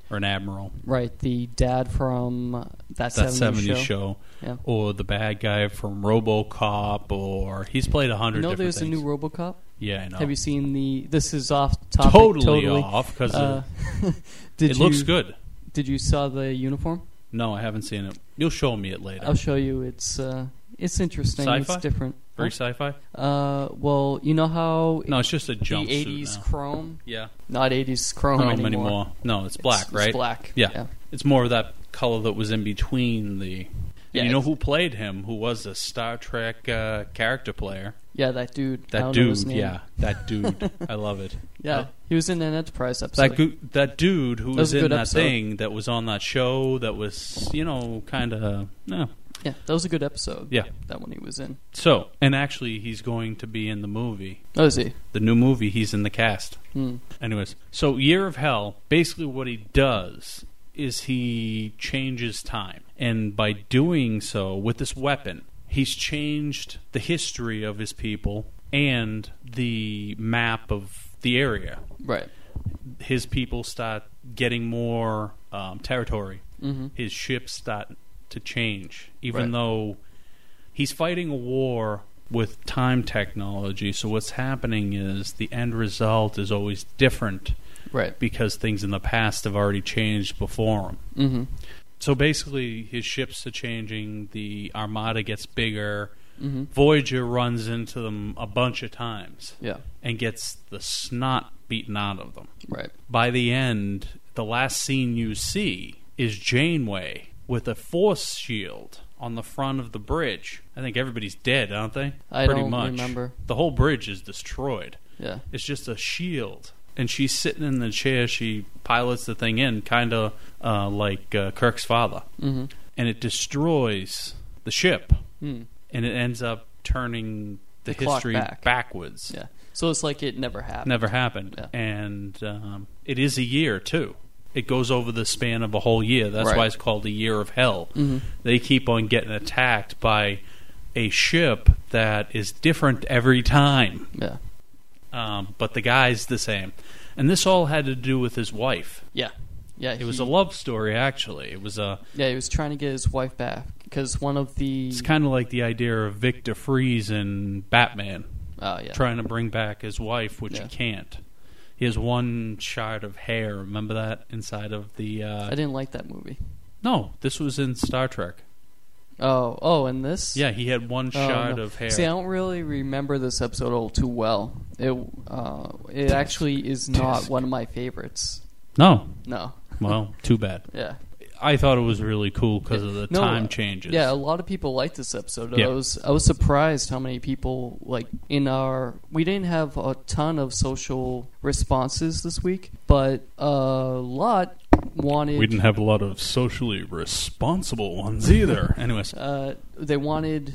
[SPEAKER 2] or an admiral.
[SPEAKER 3] Right. The dad from uh, that,
[SPEAKER 2] that
[SPEAKER 3] 70s,
[SPEAKER 2] 70s,
[SPEAKER 3] show.
[SPEAKER 2] show,
[SPEAKER 3] Yeah.
[SPEAKER 2] or the bad guy from RoboCop, or he's played a
[SPEAKER 3] You
[SPEAKER 2] hundred.
[SPEAKER 3] know,
[SPEAKER 2] different
[SPEAKER 3] there's
[SPEAKER 2] things.
[SPEAKER 3] a new RoboCop.
[SPEAKER 2] Yeah, I know.
[SPEAKER 3] Have you seen the? This is off topic.
[SPEAKER 2] totally,
[SPEAKER 3] Totally.
[SPEAKER 2] off because
[SPEAKER 3] Uh,
[SPEAKER 2] it
[SPEAKER 3] did you,
[SPEAKER 2] looks good.
[SPEAKER 3] Did you saw the uniform?
[SPEAKER 2] No, I haven't seen it. You'll show me it later.
[SPEAKER 3] I'll show you. It's uh, it's interesting.
[SPEAKER 2] Sci-fi?
[SPEAKER 3] It's different.
[SPEAKER 2] Very sci-fi.
[SPEAKER 3] Uh, well, you know how
[SPEAKER 2] No, it's just a
[SPEAKER 3] the
[SPEAKER 2] jumpsuit.
[SPEAKER 3] '80s
[SPEAKER 2] now.
[SPEAKER 3] chrome,
[SPEAKER 2] Yeah,
[SPEAKER 3] not '80s chrome
[SPEAKER 2] no
[SPEAKER 3] anymore.
[SPEAKER 2] anymore. No, it's black,
[SPEAKER 3] It's-
[SPEAKER 2] right?
[SPEAKER 3] It's black.
[SPEAKER 2] Yeah.
[SPEAKER 3] yeah.
[SPEAKER 2] It's more of that color that was in between the.
[SPEAKER 3] Yeah,
[SPEAKER 2] and you know
[SPEAKER 3] it's-
[SPEAKER 2] who played him? Who was a Star Trek uh, character player?
[SPEAKER 3] Yeah, that dude. I
[SPEAKER 2] That
[SPEAKER 3] don't know his
[SPEAKER 2] dude.
[SPEAKER 3] name.
[SPEAKER 2] Yeah, that dude. I love it.
[SPEAKER 3] Yeah, he was in an Enterprise episode.
[SPEAKER 2] that gu- that dude who
[SPEAKER 3] That
[SPEAKER 2] was
[SPEAKER 3] was a
[SPEAKER 2] in
[SPEAKER 3] good
[SPEAKER 2] that
[SPEAKER 3] episode.
[SPEAKER 2] thing that was on that show that was you know kind of no
[SPEAKER 3] yeah, that was a good episode.
[SPEAKER 2] Yeah.
[SPEAKER 3] that one he was in.
[SPEAKER 2] so and actually he's going to be in the movie
[SPEAKER 3] Oh, is he?
[SPEAKER 2] the new movie he's in the cast
[SPEAKER 3] Hmm.
[SPEAKER 2] anyways so year of hell basically what he does is he changes time and by doing so with this weapon he's changed the history of his people and the map of the area
[SPEAKER 3] Right.
[SPEAKER 2] his people start getting more um, territory.
[SPEAKER 3] Mhm.
[SPEAKER 2] His ships start to change, even
[SPEAKER 3] Right.
[SPEAKER 2] though he's fighting a war with time technology. So what's happening is the end result is always different
[SPEAKER 3] Right.
[SPEAKER 2] because things in the past have already changed before him.
[SPEAKER 3] Mm-hmm.
[SPEAKER 2] So basically, his ships are changing. The armada gets bigger.
[SPEAKER 3] Mm-hmm.
[SPEAKER 2] Voyager runs into them a bunch of times
[SPEAKER 3] Yeah.
[SPEAKER 2] and gets the snot beaten out of them
[SPEAKER 3] Right.
[SPEAKER 2] by the end, the last scene you see is Janeway with a force shield on the front of the bridge. I think everybody's dead, aren't they?
[SPEAKER 3] I
[SPEAKER 2] Pretty
[SPEAKER 3] don't
[SPEAKER 2] much.
[SPEAKER 3] remember.
[SPEAKER 2] The whole bridge is destroyed.
[SPEAKER 3] Yeah.
[SPEAKER 2] It's just a shield. And she's sitting in the chair. She pilots the thing in, kind of uh, like uh, Kirk's father.
[SPEAKER 3] Mm-hmm.
[SPEAKER 2] And it destroys the ship.
[SPEAKER 3] Hmm.
[SPEAKER 2] And it ends up turning the,
[SPEAKER 3] The clock
[SPEAKER 2] history
[SPEAKER 3] back.
[SPEAKER 2] backwards.
[SPEAKER 3] Yeah. So it's like it never happened.
[SPEAKER 2] Never happened.
[SPEAKER 3] Yeah.
[SPEAKER 2] And um, it is a year, too. It goes over the span of a whole year. That's
[SPEAKER 3] Right.
[SPEAKER 2] why it's called the Year of Hell.
[SPEAKER 3] Mhm.
[SPEAKER 2] They keep on getting attacked by a ship that is different every time,
[SPEAKER 3] Yeah.
[SPEAKER 2] um, but the guy's the same. And this all had to do with his wife.
[SPEAKER 3] Yeah. Yeah.
[SPEAKER 2] It was
[SPEAKER 3] he-
[SPEAKER 2] a love story, actually. It was a.
[SPEAKER 3] Yeah, he was trying to get his wife back because one of the.
[SPEAKER 2] It's kind of like the idea of Victor Freeze in Batman.
[SPEAKER 3] Oh yeah.
[SPEAKER 2] trying to bring back his wife, which
[SPEAKER 3] Yeah.
[SPEAKER 2] he can't. He has one shard of hair. Remember that inside of the.
[SPEAKER 3] I
[SPEAKER 2] Uh,
[SPEAKER 3] didn't like that movie.
[SPEAKER 2] no, this was in Star Trek.
[SPEAKER 3] Oh, oh, and this.
[SPEAKER 2] Yeah, he had one
[SPEAKER 3] Oh,
[SPEAKER 2] shard
[SPEAKER 3] no.
[SPEAKER 2] of hair.
[SPEAKER 3] See, I don't really remember this episode all too well. It uh, it actually is not one of my favorites.
[SPEAKER 2] no,
[SPEAKER 3] No.
[SPEAKER 2] well, too bad.
[SPEAKER 3] Yeah.
[SPEAKER 2] I thought it was really cool because of the
[SPEAKER 3] No,
[SPEAKER 2] time
[SPEAKER 3] uh,
[SPEAKER 2] changes.
[SPEAKER 3] Yeah, a lot of people liked this episode.
[SPEAKER 2] Yeah.
[SPEAKER 3] I was I was surprised how many people like in our we didn't have a ton of social responses this week, but a lot wanted
[SPEAKER 2] we didn't have a lot of socially responsible ones either. Anyways,
[SPEAKER 3] uh, they wanted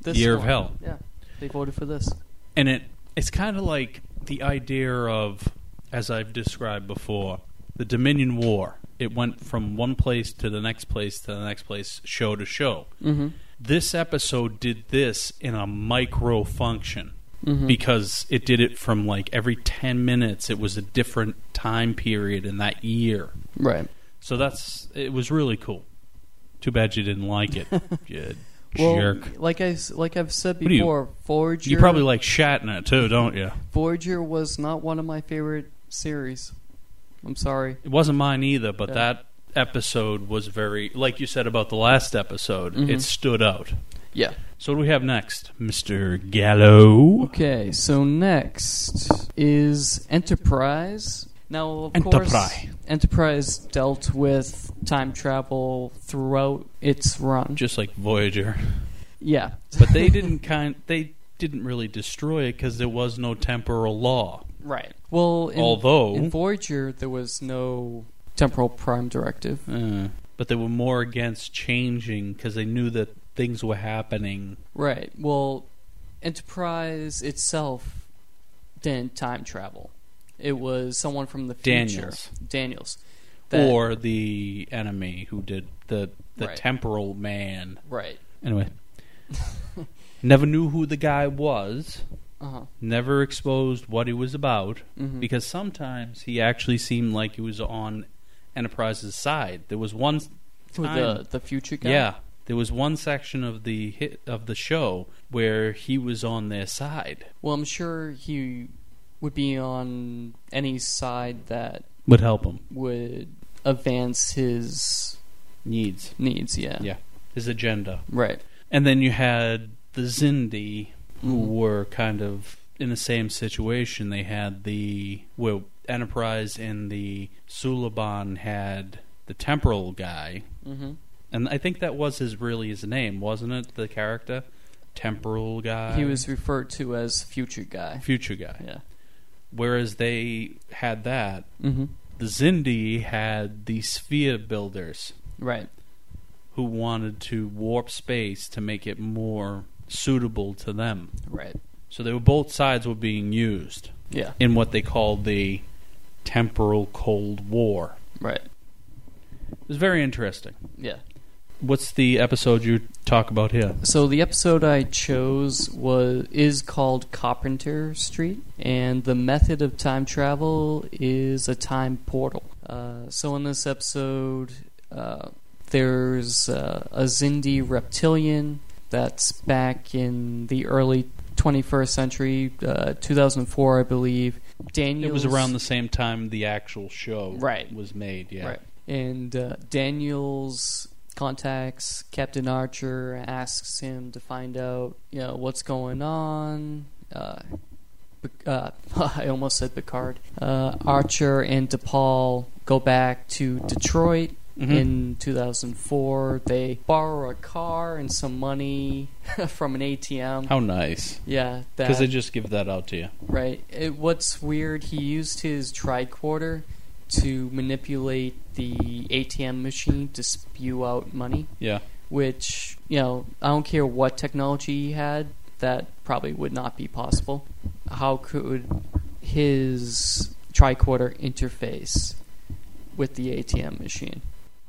[SPEAKER 3] this
[SPEAKER 2] Year of
[SPEAKER 3] one.
[SPEAKER 2] Hell.
[SPEAKER 3] Yeah, they voted for this.
[SPEAKER 2] and it it's kind of like the idea of as i've described before the dominion war it went from one place to the next place to the next place show to show
[SPEAKER 3] Mm-hmm.
[SPEAKER 2] this episode did this in a micro function
[SPEAKER 3] Mm-hmm.
[SPEAKER 2] because it did it from like every 10 minutes it was a different time period in that year
[SPEAKER 3] Right.
[SPEAKER 2] so that's it was really cool too bad you didn't like it you
[SPEAKER 3] Well,
[SPEAKER 2] jerk
[SPEAKER 3] like I s- like I've said
[SPEAKER 2] What do you-
[SPEAKER 3] before, Voyager.
[SPEAKER 2] you probably like Shatner too don't you
[SPEAKER 3] Voyager was not one of my favorite series. I'm sorry.
[SPEAKER 2] It wasn't mine either, but
[SPEAKER 3] Yeah.
[SPEAKER 2] that episode was very, like you said about the last episode,
[SPEAKER 3] Mhm.
[SPEAKER 2] it stood out.
[SPEAKER 3] Yeah.
[SPEAKER 2] So what do we have next, Mister Gallo?
[SPEAKER 3] Okay, so next is Enterprise. Now, of
[SPEAKER 2] Enterprise.
[SPEAKER 3] course, Enterprise dealt with time travel throughout its run.
[SPEAKER 2] Just like Voyager,
[SPEAKER 3] yeah,
[SPEAKER 2] but they didn't kind, they didn't really destroy it because there was no temporal law.
[SPEAKER 3] right. Well, in,
[SPEAKER 2] Although-
[SPEAKER 3] in Voyager there was no temporal prime directive.
[SPEAKER 2] Uh, but they were more against changing because they knew that things were happening.
[SPEAKER 3] Right. Well, Enterprise itself didn't time travel. It was someone from the future.
[SPEAKER 2] Daniels.
[SPEAKER 3] Daniels. That-
[SPEAKER 2] or the enemy who did the the
[SPEAKER 3] Right.
[SPEAKER 2] temporal man.
[SPEAKER 3] Right.
[SPEAKER 2] Anyway, never knew who the guy was.
[SPEAKER 3] Uh huh.
[SPEAKER 2] Never exposed what he was about
[SPEAKER 3] Mhm.
[SPEAKER 2] because sometimes he actually seemed like he was on Enterprise's side. There was one
[SPEAKER 3] With
[SPEAKER 2] time-
[SPEAKER 3] the the future guy.
[SPEAKER 2] yeah, there was one section of the hit of the show where he was on their side.
[SPEAKER 3] Well, I'm sure he would be on any side that
[SPEAKER 2] Would help him
[SPEAKER 3] would advance his
[SPEAKER 2] needs.
[SPEAKER 3] needs. Yeah.
[SPEAKER 2] Yeah, his agenda.
[SPEAKER 3] Right.
[SPEAKER 2] And then you had the Zindi, who were kind of in the same situation. They had the well Enterprise and the Suliban had the temporal guy,
[SPEAKER 3] Mm-hmm.
[SPEAKER 2] and I think that was his really his name, wasn't it? The character, temporal guy.
[SPEAKER 3] He was referred to as future guy.
[SPEAKER 2] future guy.
[SPEAKER 3] Yeah.
[SPEAKER 2] Whereas they had that.
[SPEAKER 3] Mm-hmm.
[SPEAKER 2] The Zindi had the sphere builders
[SPEAKER 3] Right.
[SPEAKER 2] who wanted to warp space to make it more suitable to them.
[SPEAKER 3] Right.
[SPEAKER 2] So they were both sides were being used
[SPEAKER 3] Yeah.
[SPEAKER 2] in what they called the temporal Cold War.
[SPEAKER 3] Right.
[SPEAKER 2] It was very interesting.
[SPEAKER 3] Yeah.
[SPEAKER 2] What's the episode you talk about here?
[SPEAKER 3] So the episode I chose was is called Carpenter Street, and the method of time travel is a time portal. Uh, so in this episode, uh, there's uh, a Zindi reptilian that's back in the early 21st century, uh, 2004, I believe. Daniel.
[SPEAKER 2] It was around the same time the actual show
[SPEAKER 3] Right.
[SPEAKER 2] was made. Yeah,
[SPEAKER 3] Right. And uh, Daniels contacts Captain Archer, asks him to find out, you know, what's going on. Uh, Pic- uh, I almost said Picard. Uh, Archer and DePaul go back to Detroit.
[SPEAKER 2] Mhm.
[SPEAKER 3] In 2004, they borrow a car and some money from an ATM.
[SPEAKER 2] How nice
[SPEAKER 3] yeah, that
[SPEAKER 2] because they just give that out to you.
[SPEAKER 3] Right. It, what's weird, he used his tricorder to manipulate the ATM machine to spew out money,
[SPEAKER 2] Yeah,
[SPEAKER 3] which, you know, I don't care what technology he had, that probably would not be possible. How could his tricorder interface with the ATM machine?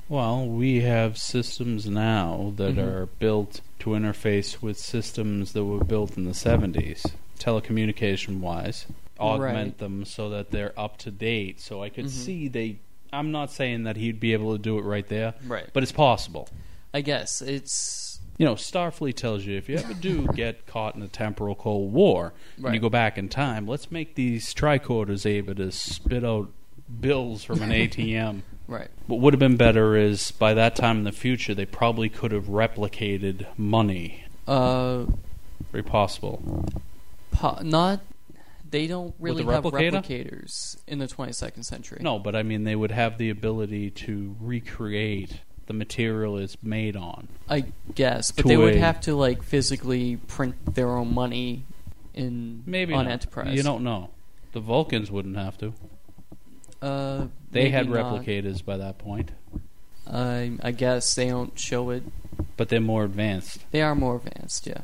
[SPEAKER 2] Well, we have systems now that
[SPEAKER 3] Mhm.
[SPEAKER 2] are built to interface with systems that were built in the 70s, telecommunication wise, augment
[SPEAKER 3] Right.
[SPEAKER 2] them so that they're up to date. So I could
[SPEAKER 3] Mhm.
[SPEAKER 2] see they. I'm not saying that he'd be able to do it right there,
[SPEAKER 3] Right.
[SPEAKER 2] but it's possible.
[SPEAKER 3] I guess it's.
[SPEAKER 2] You know, Starfleet tells you if you ever do get caught in a temporal Cold War and you
[SPEAKER 3] Right.
[SPEAKER 2] go back in time, let's make these tricorders able to spit out bills from an ATM.
[SPEAKER 3] Right.
[SPEAKER 2] What would have been better is by that time in the future, they probably could have replicated money,
[SPEAKER 3] Uh,
[SPEAKER 2] very possible.
[SPEAKER 3] po- not. They don't really
[SPEAKER 2] the
[SPEAKER 3] have
[SPEAKER 2] replicator?
[SPEAKER 3] replicators in the 22nd century.
[SPEAKER 2] No, but I mean, they would have the ability to recreate the material it's made on.
[SPEAKER 3] I guess, but
[SPEAKER 2] to
[SPEAKER 3] they would
[SPEAKER 2] a-
[SPEAKER 3] have to like physically print their own money in
[SPEAKER 2] Maybe
[SPEAKER 3] on
[SPEAKER 2] not.
[SPEAKER 3] Enterprise.
[SPEAKER 2] You don't know. The Vulcans wouldn't have to.
[SPEAKER 3] uh,
[SPEAKER 2] They
[SPEAKER 3] maybe
[SPEAKER 2] had
[SPEAKER 3] not.
[SPEAKER 2] replicators by that point,
[SPEAKER 3] I, I guess they don't show it.
[SPEAKER 2] but they're more advanced.
[SPEAKER 3] They are more advanced, yeah.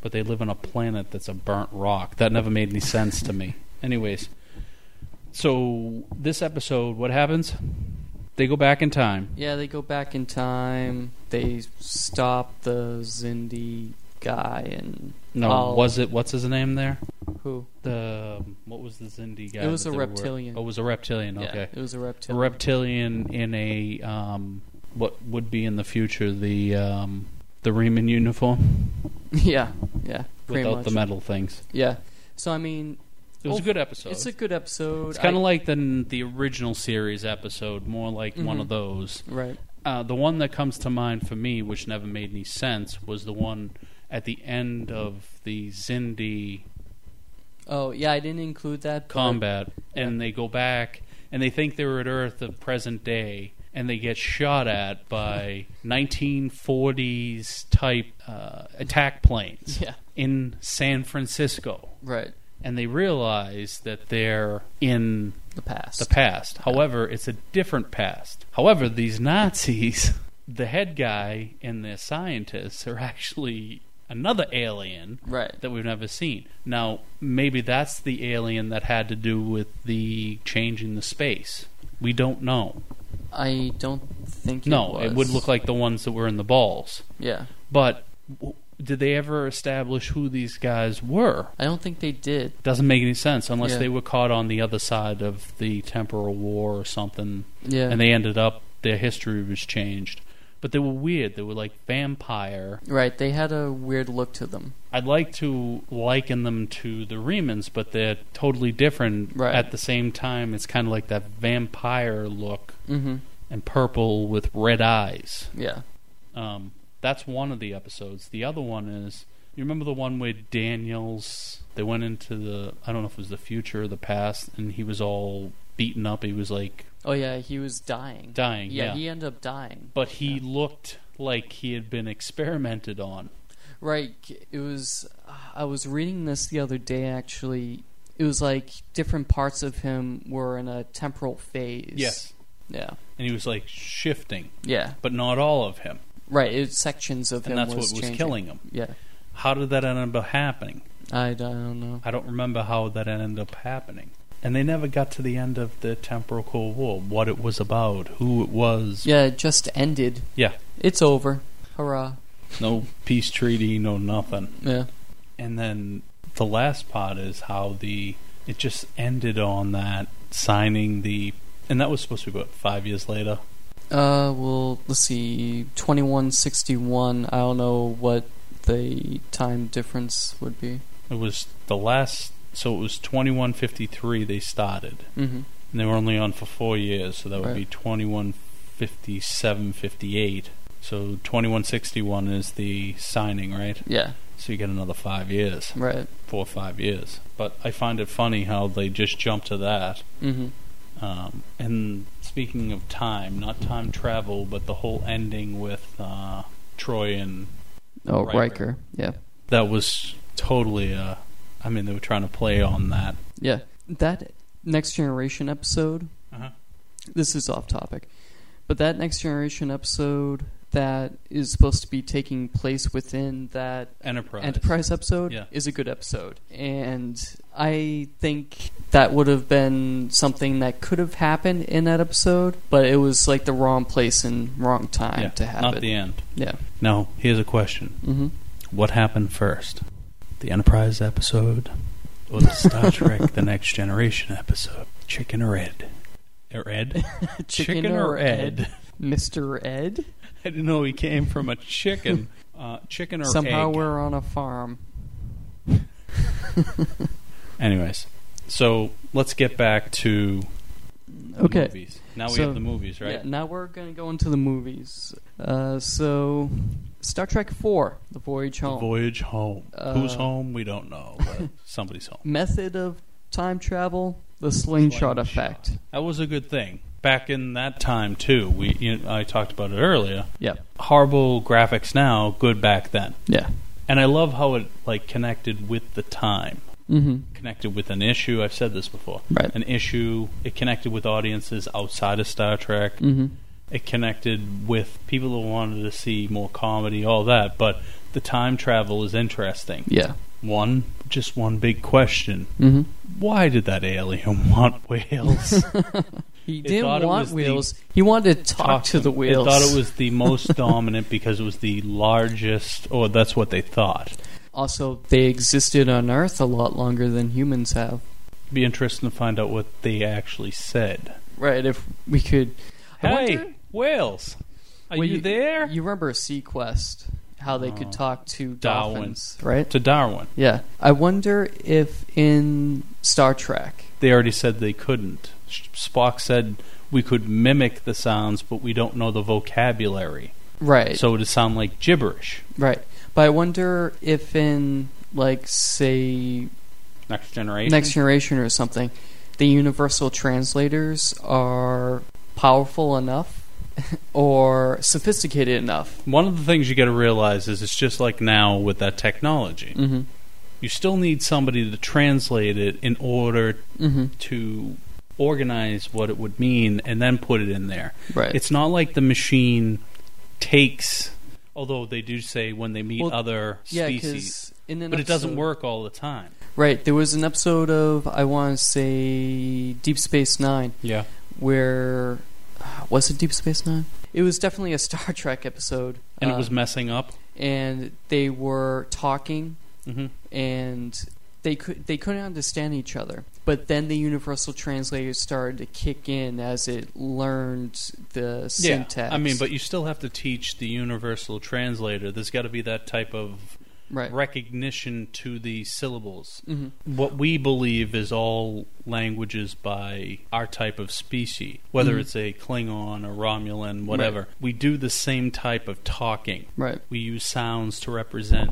[SPEAKER 2] But they live on a planet that's a burnt rock. That never made any sense to me. Anyways, so this episode, what happens? They go back in time.
[SPEAKER 3] Yeah, they go back in time. They stop the Zindi guy and
[SPEAKER 2] No,
[SPEAKER 3] I'll-
[SPEAKER 2] was it what's his name there?
[SPEAKER 3] who?
[SPEAKER 2] The what was the Zindi guy?
[SPEAKER 3] It was
[SPEAKER 2] that
[SPEAKER 3] a
[SPEAKER 2] they were-
[SPEAKER 3] reptilian.
[SPEAKER 2] Oh, it was a reptilian. Okay,
[SPEAKER 3] Yeah, it was a
[SPEAKER 2] a
[SPEAKER 3] reptilian.
[SPEAKER 2] reptilian in a um, what would be in the future the um, the Riemann uniform
[SPEAKER 3] yeah, yeah, pretty
[SPEAKER 2] without
[SPEAKER 3] much.
[SPEAKER 2] the metal things.
[SPEAKER 3] yeah. So I mean,
[SPEAKER 2] It was
[SPEAKER 3] Oh,
[SPEAKER 2] a good episode.
[SPEAKER 3] it's a good episode.
[SPEAKER 2] It's kind
[SPEAKER 3] I-
[SPEAKER 2] of like the the original series episode, more like one
[SPEAKER 3] Mhm.
[SPEAKER 2] of those.
[SPEAKER 3] right.
[SPEAKER 2] Uh, the one that comes to mind for me, which never made any sense, was the one at the end of the Zindi
[SPEAKER 3] Oh yeah, I didn't include that. but-
[SPEAKER 2] combat and they go back and they think they were at Earth of present day and they get shot at by 1940s type uh, attack planes
[SPEAKER 3] Yeah.
[SPEAKER 2] in San Francisco.
[SPEAKER 3] Right.
[SPEAKER 2] and they realize that they're in
[SPEAKER 3] The past.
[SPEAKER 2] the past. However, it's a different past. However, these Nazis, the head guy and the scientists, are actually another alien
[SPEAKER 3] Right.
[SPEAKER 2] that we've never seen. Now, maybe that's the alien that had to do with the change in the space. We don't know.
[SPEAKER 3] I don't think.
[SPEAKER 2] no,
[SPEAKER 3] it,
[SPEAKER 2] it would look like the ones that were in the balls.
[SPEAKER 3] Yeah,
[SPEAKER 2] But w- did they ever establish who these guys were?
[SPEAKER 3] I don't think they did.
[SPEAKER 2] Doesn't make any sense unless
[SPEAKER 3] Yeah.
[SPEAKER 2] they were caught on the other side of the temporal war or something
[SPEAKER 3] Yeah,
[SPEAKER 2] and they ended up their history was changed. But they were weird. They were like vampire.
[SPEAKER 3] right. They had a weird look to them.
[SPEAKER 2] I'd like to liken them to the Remans, but they're totally different.
[SPEAKER 3] Right.
[SPEAKER 2] At the same time, it's kind of like that vampire look
[SPEAKER 3] Mm-hmm.
[SPEAKER 2] and purple with red eyes.
[SPEAKER 3] Yeah.
[SPEAKER 2] Um, that's one of the episodes. The other one is you remember the one where Daniels they went into the I don't know if it was the future or the past, and he was all beaten up. He was like
[SPEAKER 3] Oh yeah, he was dying.
[SPEAKER 2] dying.
[SPEAKER 3] Yeah,
[SPEAKER 2] Yeah.
[SPEAKER 3] he ended up dying.
[SPEAKER 2] but he looked like he had been experimented on.
[SPEAKER 3] Right. It was. I was reading this the other day. Actually, it was like different parts of him were in a temporal phase. Yeah.
[SPEAKER 2] And he was like shifting,
[SPEAKER 3] Yeah.
[SPEAKER 2] but not all of him.
[SPEAKER 3] Right. It sections of
[SPEAKER 2] And
[SPEAKER 3] him.
[SPEAKER 2] that's what was
[SPEAKER 3] changing.
[SPEAKER 2] killing him.
[SPEAKER 3] Yeah.
[SPEAKER 2] How did that end up happening?
[SPEAKER 3] I don't know.
[SPEAKER 2] I don't remember how that ended up happening. And they never got to the end of the temporal cold war, what it was about, who it was.
[SPEAKER 3] Yeah, it just ended.
[SPEAKER 2] Yeah.
[SPEAKER 3] It's over. Hurrah.
[SPEAKER 2] No peace treaty, no nothing.
[SPEAKER 3] Yeah.
[SPEAKER 2] And then the last part is how the it just ended on that signing the and that was supposed to be what, five years later?
[SPEAKER 3] Uh, well, let's see, twenty-one sixty-one. I don't know what the time difference would be.
[SPEAKER 2] It was the last. So it was 2153 they started.
[SPEAKER 3] Mm-hmm.
[SPEAKER 2] And they were only on for four years, so that would
[SPEAKER 3] Right.
[SPEAKER 2] be 2157, 58. So 2161 is the signing, right?
[SPEAKER 3] Yeah.
[SPEAKER 2] So you get another five years,
[SPEAKER 3] Right.
[SPEAKER 2] four or five years. But I find it funny how they just jump to that.
[SPEAKER 3] Mm-hmm.
[SPEAKER 2] Um, and speaking of time, not time travel, but the whole ending with uh, Troy and
[SPEAKER 3] Oh,
[SPEAKER 2] Riker.
[SPEAKER 3] Riker. Yeah.
[SPEAKER 2] that was totally. Uh, I mean, they were trying to play on that.
[SPEAKER 3] Yeah. That next generation episode.
[SPEAKER 2] Uh-huh.
[SPEAKER 3] This is off topic, but that next generation episode that is supposed to be taking place within that
[SPEAKER 2] Enterprise.
[SPEAKER 3] Enterprise episode
[SPEAKER 2] Yeah.
[SPEAKER 3] is a good episode. And I think that would have been something that could have happened in that episode, but it was like the wrong place and wrong time
[SPEAKER 2] Yeah,
[SPEAKER 3] to have
[SPEAKER 2] not
[SPEAKER 3] it.
[SPEAKER 2] the end.
[SPEAKER 3] yeah.
[SPEAKER 2] Now, here's a question:
[SPEAKER 3] hmm
[SPEAKER 2] What happened first, the Enterprise episode, or the Star Trek: The Next Generation episode? Chicken or Ed? Or Ed?
[SPEAKER 3] Mr. Ed?
[SPEAKER 2] I didn't know he came from a chicken. uh, chicken or
[SPEAKER 3] Somehow
[SPEAKER 2] egg.
[SPEAKER 3] we're on a farm.
[SPEAKER 2] Anyways, so let's get back to the
[SPEAKER 3] Okay.
[SPEAKER 2] movies. Now we
[SPEAKER 3] So-
[SPEAKER 2] have the movies, right?
[SPEAKER 3] Yeah, now we're going to go into the movies. Uh, so, Star Trek 4, The Voyage
[SPEAKER 2] The
[SPEAKER 3] Home.
[SPEAKER 2] Voyage home.
[SPEAKER 3] Uh,
[SPEAKER 2] Who's home? We don't know, but somebody's home.
[SPEAKER 3] Method of time travel, the slingshot, effect.
[SPEAKER 2] That was a good thing. Back in that time too, we you know, I talked about it earlier.
[SPEAKER 3] Yep.
[SPEAKER 2] Horrible graphics now, good back then.
[SPEAKER 3] Yeah.
[SPEAKER 2] And I love how it like connected with the time,
[SPEAKER 3] Mm-hmm.
[SPEAKER 2] connected with an issue. I've said this before.
[SPEAKER 3] Right.
[SPEAKER 2] An issue. It connected with audiences outside of Star Trek.
[SPEAKER 3] Mm-hmm.
[SPEAKER 2] It connected with people who wanted to see more comedy, all that. But the time travel is interesting.
[SPEAKER 3] Yeah.
[SPEAKER 2] One, just one big question:
[SPEAKER 3] Mm-hmm.
[SPEAKER 2] Why did that alien want whales?
[SPEAKER 3] He
[SPEAKER 2] They thought
[SPEAKER 3] didn't
[SPEAKER 2] it
[SPEAKER 3] want
[SPEAKER 2] was the-
[SPEAKER 3] wheels. He wanted to talk, to the wheels.
[SPEAKER 2] They thought it was the most dominant because it was the largest, or that's what they thought.
[SPEAKER 3] Also, they existed on Earth a lot longer than humans have.
[SPEAKER 2] It'd be interesting to find out what they actually said.
[SPEAKER 3] Right. If we could. I
[SPEAKER 2] hey,
[SPEAKER 3] wonder-
[SPEAKER 2] whales, are
[SPEAKER 3] Well,
[SPEAKER 2] you,
[SPEAKER 3] you-
[SPEAKER 2] there?
[SPEAKER 3] you remember Sequest? How they could
[SPEAKER 2] Oh.
[SPEAKER 3] talk to
[SPEAKER 2] Darwin.
[SPEAKER 3] dolphins, right?
[SPEAKER 2] to Darwin.
[SPEAKER 3] Yeah. I wonder if in Star Trek.
[SPEAKER 2] They already said they couldn't. Sh- Spock said we could mimic the sounds, but we don't know the vocabulary,
[SPEAKER 3] Right.
[SPEAKER 2] so it'd sound like gibberish.
[SPEAKER 3] right. But I wonder if in like say
[SPEAKER 2] Next generation.
[SPEAKER 3] Next Generation or something, the universal translators are powerful enough or sophisticated enough.
[SPEAKER 2] One of the things you got to realize is it's just like now with that technology.
[SPEAKER 3] Mm-hmm.
[SPEAKER 2] you still need somebody to translate it in order
[SPEAKER 3] Mm-hmm.
[SPEAKER 2] to organize what it would mean and then put it in there.
[SPEAKER 3] Right.
[SPEAKER 2] It's not like the machine takes, although they do say when they meet
[SPEAKER 3] Well,
[SPEAKER 2] other
[SPEAKER 3] yeah,
[SPEAKER 2] species,
[SPEAKER 3] because in an
[SPEAKER 2] but it doesn't
[SPEAKER 3] episode-
[SPEAKER 2] work all the time.
[SPEAKER 3] Right. There was an episode of I want to say Deep Space Nine
[SPEAKER 2] Yeah.
[SPEAKER 3] where uh, was it Deep Space Nine? It was definitely a Star Trek episode,
[SPEAKER 2] And
[SPEAKER 3] uh,
[SPEAKER 2] it was messing up.
[SPEAKER 3] and they were talking
[SPEAKER 2] Mm-hmm.
[SPEAKER 3] and they could they couldn't understand each other. But then the universal translator started to kick in as it learned the syntax.
[SPEAKER 2] I mean, but you still have to teach the universal translator. There's got to be that type of
[SPEAKER 3] right.
[SPEAKER 2] recognition to the syllables.
[SPEAKER 3] hmm
[SPEAKER 2] What we believe is all languages by our type of species, whether
[SPEAKER 3] Mhm.
[SPEAKER 2] it's a Klingon, a Romulan, whatever. We do the same type of talking.
[SPEAKER 3] Right.
[SPEAKER 2] We use sounds to represent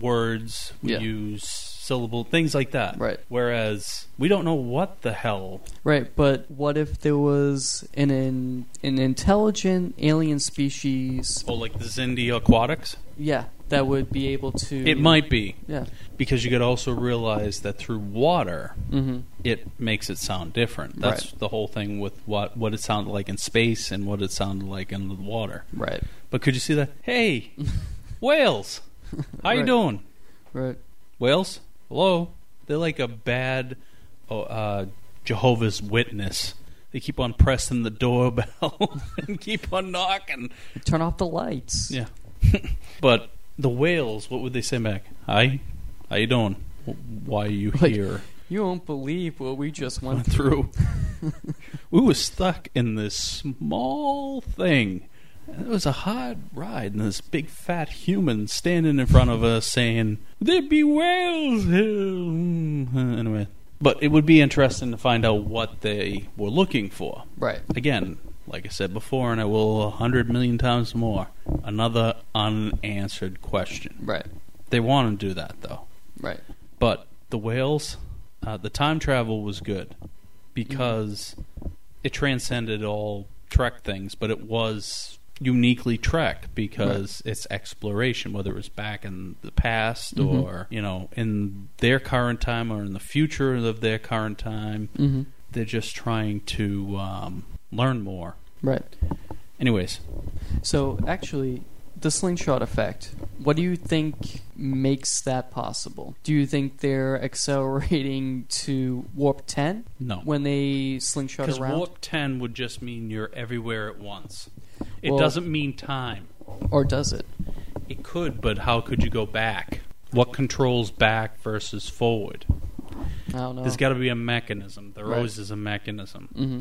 [SPEAKER 2] words. We
[SPEAKER 3] Yeah.
[SPEAKER 2] use syllable things like that.
[SPEAKER 3] Right.
[SPEAKER 2] Whereas we don't know what the hell.
[SPEAKER 3] Right, but what if there was an an, an intelligent alien species?
[SPEAKER 2] Oh, like the Zindi aquatics.
[SPEAKER 3] Yeah, that would be able to.
[SPEAKER 2] It might be
[SPEAKER 3] Yeah.
[SPEAKER 2] because you could also realize that through water,
[SPEAKER 3] Mm-hmm.
[SPEAKER 2] it makes it sound different. That's the whole thing with what what it sounded like in space and what it sounded like in the water.
[SPEAKER 3] Right.
[SPEAKER 2] But could you see that? Hey, whales, how you
[SPEAKER 3] Right.
[SPEAKER 2] doing?
[SPEAKER 3] Right.
[SPEAKER 2] Whales, hello. They're like a bad oh, uh, Jehovah's Witness. They keep on pressing the doorbell and keep on knocking.
[SPEAKER 3] Turn off the lights.
[SPEAKER 2] Yeah. but the whales, what would they say back? Hi, how you doing? Wh- Why are you
[SPEAKER 3] Like-
[SPEAKER 2] here?
[SPEAKER 3] You won't believe what we just went
[SPEAKER 2] went
[SPEAKER 3] through.
[SPEAKER 2] through. we were stuck in this small thing. It was a hard ride, and this big fat human standing in front of us saying, "There be whales." here." Mm, Anyway, but it would be interesting to find out what they were looking for.
[SPEAKER 3] Right.
[SPEAKER 2] Again, like I said before, and I will a hundred million times more. Another unanswered question.
[SPEAKER 3] Right.
[SPEAKER 2] They want to do that though.
[SPEAKER 3] Right.
[SPEAKER 2] But the whales, uh, the time travel was good because
[SPEAKER 3] Mm-hmm.
[SPEAKER 2] it transcended all Trek things, but it was uniquely Trek because its exploration, whether it was back in the past
[SPEAKER 3] Mhm.
[SPEAKER 2] or you know in their current time or in the future of their current time,
[SPEAKER 3] Mm-hmm.
[SPEAKER 2] they're just trying to um, learn more.
[SPEAKER 3] Right.
[SPEAKER 2] Anyways,
[SPEAKER 3] So actually, the slingshot effect. What do you think makes that possible? Do you think they're accelerating to warp ten
[SPEAKER 2] no,
[SPEAKER 3] when they slingshot
[SPEAKER 2] because
[SPEAKER 3] around,
[SPEAKER 2] warp ten would just mean you're everywhere at once. It
[SPEAKER 3] Well-
[SPEAKER 2] doesn't mean time.
[SPEAKER 3] or does it?
[SPEAKER 2] It could, but how could you go back? What controls back versus forward?
[SPEAKER 3] I don't know.
[SPEAKER 2] There's got to be a mechanism. There
[SPEAKER 3] Oh. Right.
[SPEAKER 2] always is a mechanism.
[SPEAKER 3] hmm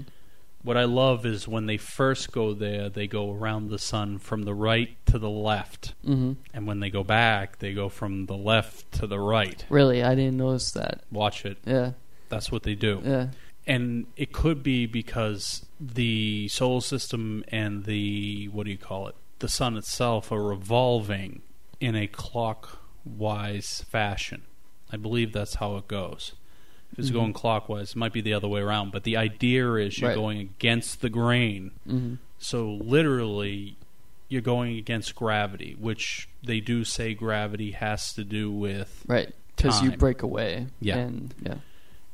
[SPEAKER 2] What I love is when they first go there, they go around the sun from the right to the left.
[SPEAKER 3] hmm
[SPEAKER 2] And when they go back, they go from the left to the right.
[SPEAKER 3] Really, I didn't notice that.
[SPEAKER 2] Watch it.
[SPEAKER 3] Yeah.
[SPEAKER 2] That's what they do.
[SPEAKER 3] Yeah.
[SPEAKER 2] And it could be because the solar system and the, what do you call it? The sun itself are revolving in a clockwise fashion. I believe that's how it goes. If it's
[SPEAKER 3] Mhm.
[SPEAKER 2] going clockwise, it might be the other way around, but the idea is you're
[SPEAKER 3] Right.
[SPEAKER 2] going against the grain.
[SPEAKER 3] hmm
[SPEAKER 2] So literally, you're going against gravity, which they do say gravity has to do with.
[SPEAKER 3] Right. Because you
[SPEAKER 2] Time.
[SPEAKER 3] break away.
[SPEAKER 2] Yeah.
[SPEAKER 3] And, yeah.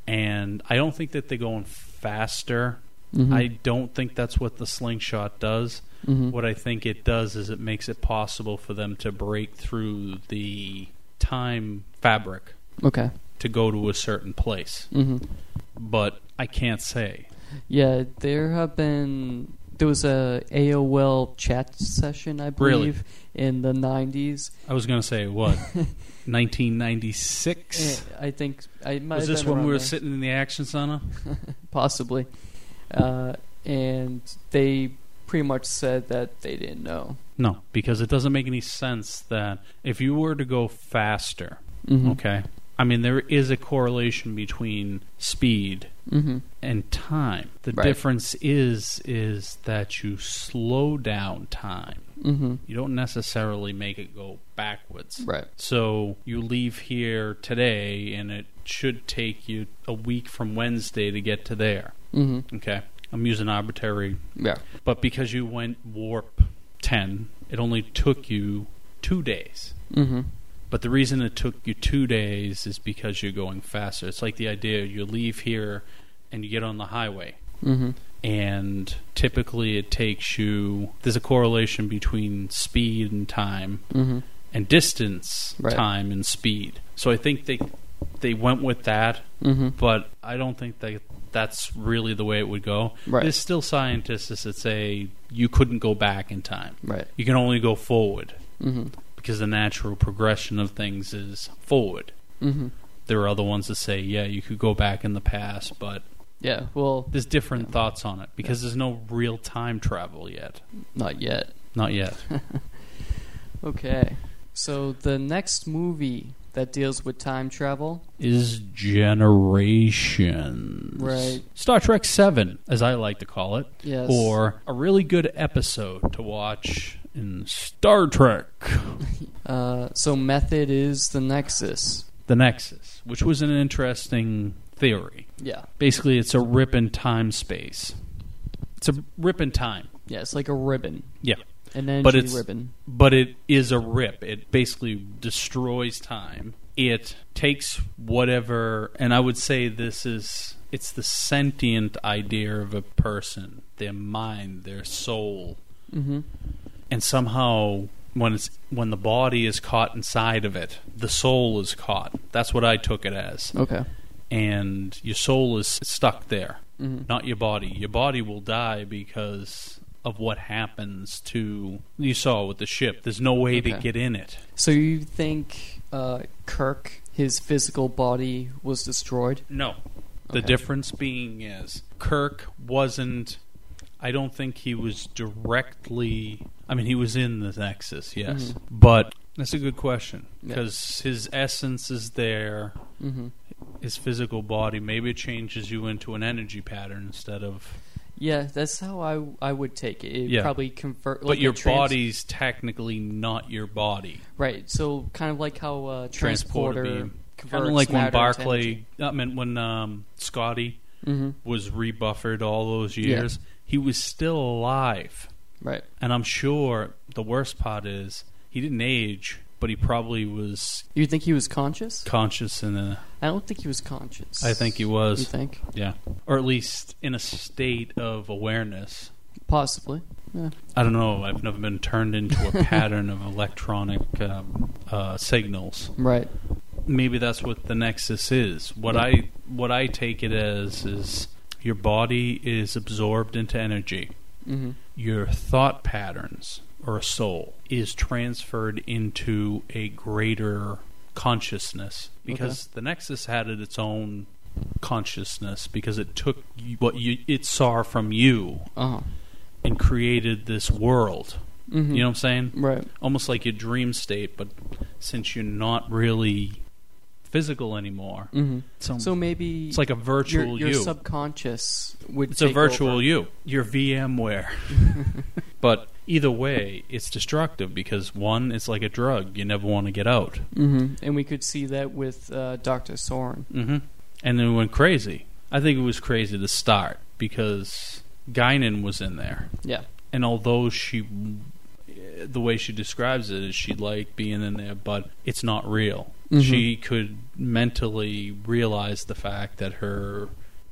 [SPEAKER 2] And I don't think that they're going faster.
[SPEAKER 3] Mhm.
[SPEAKER 2] I don't think that's what the slingshot does.
[SPEAKER 3] Mhm.
[SPEAKER 2] What I think it does is it makes it possible for them to break through the time fabric
[SPEAKER 3] Okay.
[SPEAKER 2] to go to a certain place.
[SPEAKER 3] hmm
[SPEAKER 2] But I can't say.
[SPEAKER 3] Yeah, there have been. There was a AOL chat session, I
[SPEAKER 2] Really?
[SPEAKER 3] believe, in the '90s.
[SPEAKER 2] I was going to say what 1996.
[SPEAKER 3] Eh, I think I might.
[SPEAKER 2] Was
[SPEAKER 3] have
[SPEAKER 2] this
[SPEAKER 3] been
[SPEAKER 2] when we
[SPEAKER 3] around
[SPEAKER 2] were
[SPEAKER 3] there.
[SPEAKER 2] sitting in the action center?
[SPEAKER 3] possibly, uh, and they pretty much said that they didn't know.
[SPEAKER 2] No, because it doesn't make any sense that if you were to go faster,
[SPEAKER 3] Mm-hmm.
[SPEAKER 2] okay? I mean, there is a correlation between speed
[SPEAKER 3] Mm-hmm.
[SPEAKER 2] and time. The
[SPEAKER 3] Right.
[SPEAKER 2] difference is is that you slow down time.
[SPEAKER 3] Mm-hmm.
[SPEAKER 2] You don't necessarily make it go backwards.
[SPEAKER 3] Right.
[SPEAKER 2] So you leave here today and it should take you a week from Wednesday to get to there.
[SPEAKER 3] Mm-hmm.
[SPEAKER 2] Okay? I'm using arbitrary
[SPEAKER 3] Yeah.
[SPEAKER 2] but because you went warp 10, it only took you two days.
[SPEAKER 3] Mm-hmm.
[SPEAKER 2] But the reason it took you two days is because you're going faster. It's like the idea you leave here and you get on the highway.
[SPEAKER 3] Mm-hmm.
[SPEAKER 2] And typically it takes you, there's a correlation between speed and time
[SPEAKER 3] Mm-hmm.
[SPEAKER 2] and distance,
[SPEAKER 3] Right.
[SPEAKER 2] time and speed. So I think they they went with that,
[SPEAKER 3] Mm-hmm.
[SPEAKER 2] but I don't think that that's really the way it would go.
[SPEAKER 3] Right.
[SPEAKER 2] There's still scientists that say you couldn't go back in time.
[SPEAKER 3] Right.
[SPEAKER 2] You can only go forward
[SPEAKER 3] Mm-hmm.
[SPEAKER 2] because the natural progression of things is forward.
[SPEAKER 3] Mm-hmm.
[SPEAKER 2] There are other ones that say, yeah, you could go back in the past, but
[SPEAKER 3] Yeah. Well,
[SPEAKER 2] there's different thoughts on it because there's no real time travel yet.
[SPEAKER 3] not yet.
[SPEAKER 2] Not yet.
[SPEAKER 3] Okay. So the next movie that deals with time travel.
[SPEAKER 2] is Generations.
[SPEAKER 3] Right.
[SPEAKER 2] Star Trek 7, as I like to call it,
[SPEAKER 3] Yes.
[SPEAKER 2] or a really good episode to watch in Star Trek
[SPEAKER 3] Uh, so method is the nexus.
[SPEAKER 2] The Nexus, which was an interesting theory.
[SPEAKER 3] Yeah.
[SPEAKER 2] Basically, it's a rip in time space. It's a rip in time.
[SPEAKER 3] Yeah. It's like a ribbon.
[SPEAKER 2] Yeah.
[SPEAKER 3] An energy
[SPEAKER 2] But it's-
[SPEAKER 3] ribbon.
[SPEAKER 2] but it is a rip. It basically destroys time. It takes whatever, and I would say this is it's the sentient idea of a person, their mind, their soul,
[SPEAKER 3] Mm-hmm.
[SPEAKER 2] and somehow when it's when the body is caught inside of it, the soul is caught. That's what I took it as,
[SPEAKER 3] Okay.
[SPEAKER 2] and your soul is stuck there
[SPEAKER 3] Mm-hmm.
[SPEAKER 2] not your body. Your body will die because of what happens to you saw with the ship. There's no way to
[SPEAKER 3] Okay.
[SPEAKER 2] get in it.
[SPEAKER 3] So you think uh, Kirk, his physical body was destroyed?
[SPEAKER 2] No. The
[SPEAKER 3] Okay.
[SPEAKER 2] difference being is Kirk wasn't I don't think he was directly I mean he was in the Nexus, yes. But that's a good question
[SPEAKER 3] Mm-hmm. Yeah.
[SPEAKER 2] because his essence is there,
[SPEAKER 3] Mm-hmm.
[SPEAKER 2] his physical body maybe it changes you into an energy pattern instead of
[SPEAKER 3] Yeah, that's how I I would take it. It
[SPEAKER 2] Yeah.
[SPEAKER 3] probably convert.
[SPEAKER 2] but
[SPEAKER 3] like
[SPEAKER 2] your
[SPEAKER 3] a trans-
[SPEAKER 2] body's technically not your body.
[SPEAKER 3] right? So kind of like how uh, transporter,
[SPEAKER 2] Transporter beam.
[SPEAKER 3] converts
[SPEAKER 2] Kind of like when
[SPEAKER 3] matter into
[SPEAKER 2] Barclay, I meant when um, Scotty
[SPEAKER 3] energy.
[SPEAKER 2] was rebuffered all those
[SPEAKER 3] Yeah.
[SPEAKER 2] years, he was still alive.
[SPEAKER 3] Right.
[SPEAKER 2] And I'm sure the worst part is he didn't age, but he probably was
[SPEAKER 3] You think he was conscious?
[SPEAKER 2] conscious in a,
[SPEAKER 3] I don't think he was conscious.
[SPEAKER 2] I think he
[SPEAKER 3] You
[SPEAKER 2] was,
[SPEAKER 3] think
[SPEAKER 2] yeah, or at least in a state of awareness.
[SPEAKER 3] possibly?
[SPEAKER 2] I don't know. I've never been turned into a pattern of electronic um, uh, signals.
[SPEAKER 3] Right.
[SPEAKER 2] maybe that's what the nexus is. What
[SPEAKER 3] Yeah.
[SPEAKER 2] I what I take it as is your body is absorbed into energy.
[SPEAKER 3] Mm-hmm.
[SPEAKER 2] Your thought patterns or a soul is transferred into a greater consciousness because the nexus had it its own consciousness because it took you- what you it saw from you
[SPEAKER 3] Uh huh.
[SPEAKER 2] and created this world.
[SPEAKER 3] Mm-hmm.
[SPEAKER 2] You know what I'm saying?
[SPEAKER 3] Right.
[SPEAKER 2] almost like your dream state, but since you're not really physical anymore,
[SPEAKER 3] Mm-hmm.
[SPEAKER 2] so,
[SPEAKER 3] So maybe
[SPEAKER 2] it's like a
[SPEAKER 3] your,
[SPEAKER 2] virtual
[SPEAKER 3] your
[SPEAKER 2] you.
[SPEAKER 3] subconscious would.
[SPEAKER 2] it's a
[SPEAKER 3] take
[SPEAKER 2] virtual
[SPEAKER 3] over.
[SPEAKER 2] you. Your VMware. but either way, it's destructive because one, it's like a drug you never want to get out,
[SPEAKER 3] Mm-hmm. And we could see that with uh, Doctor Soren.
[SPEAKER 2] mm-hmm. and then it went crazy. I think it was crazy to start because Guinan was in there,
[SPEAKER 3] Yeah.
[SPEAKER 2] and although she. The way she describes it is she liked being in there, but it's not real.
[SPEAKER 3] Mhm.
[SPEAKER 2] she could mentally realize the fact that her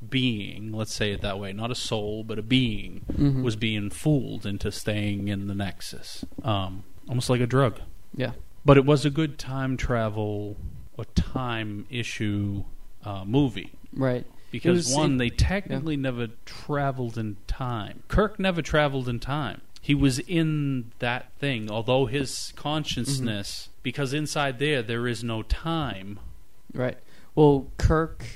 [SPEAKER 2] being, let's say it that way, not a soul, but a being,
[SPEAKER 3] Mhm.
[SPEAKER 2] was being fooled into staying in the Nexus. Um, almost like a drug.
[SPEAKER 3] Yeah.
[SPEAKER 2] But it was a good time travel or time issue uh, movie.
[SPEAKER 3] Right.
[SPEAKER 2] Because,
[SPEAKER 3] was-
[SPEAKER 2] one,
[SPEAKER 3] it-
[SPEAKER 2] they technically never traveled in time. Kirk never traveled in time. He was in that thing, although his consciousness,
[SPEAKER 3] Mm-hmm.
[SPEAKER 2] because inside there, there is no time.
[SPEAKER 3] Right. Well, Kirk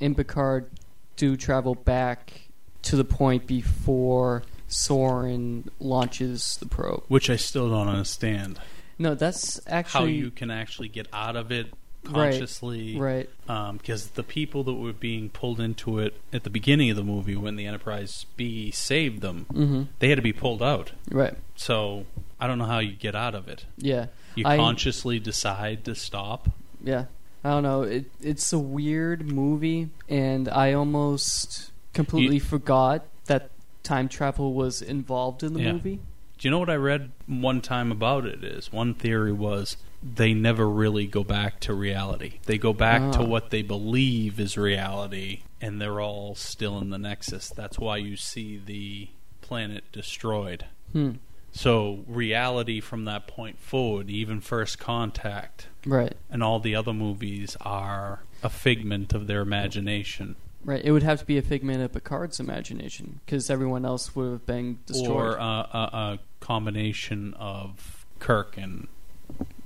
[SPEAKER 3] and Picard do travel back to the point before Soren launches the probe.
[SPEAKER 2] which I still don't understand
[SPEAKER 3] No, that's actually
[SPEAKER 2] how you can actually get out of it
[SPEAKER 3] Right,
[SPEAKER 2] consciously because
[SPEAKER 3] right.
[SPEAKER 2] the people that were being pulled into it at the beginning of the movie when the Enterprise B saved them
[SPEAKER 3] hmm
[SPEAKER 2] they had to be pulled out
[SPEAKER 3] Right.
[SPEAKER 2] so I don't know how you get out of it
[SPEAKER 3] Yeah.
[SPEAKER 2] you
[SPEAKER 3] I-
[SPEAKER 2] consciously decide to stop
[SPEAKER 3] Yeah. I don't know. It it's a weird movie, and I almost completely forgot that time travel was involved in the
[SPEAKER 2] Yeah.
[SPEAKER 3] movie.
[SPEAKER 2] Do you know what I read one time about it is one theory was they never really go back to reality. They go back to
[SPEAKER 3] Ah.
[SPEAKER 2] what they believe is reality and they're all still in the nexus. That's why you see the planet destroyed.
[SPEAKER 3] Hmm.
[SPEAKER 2] So reality from that point forward, even first contact
[SPEAKER 3] Right.
[SPEAKER 2] and all the other movies are a figment of their imagination
[SPEAKER 3] Right. It would have to be a figment of Picard's imagination because everyone else would have been destroyed.
[SPEAKER 2] or uh, a, a combination of Kirk and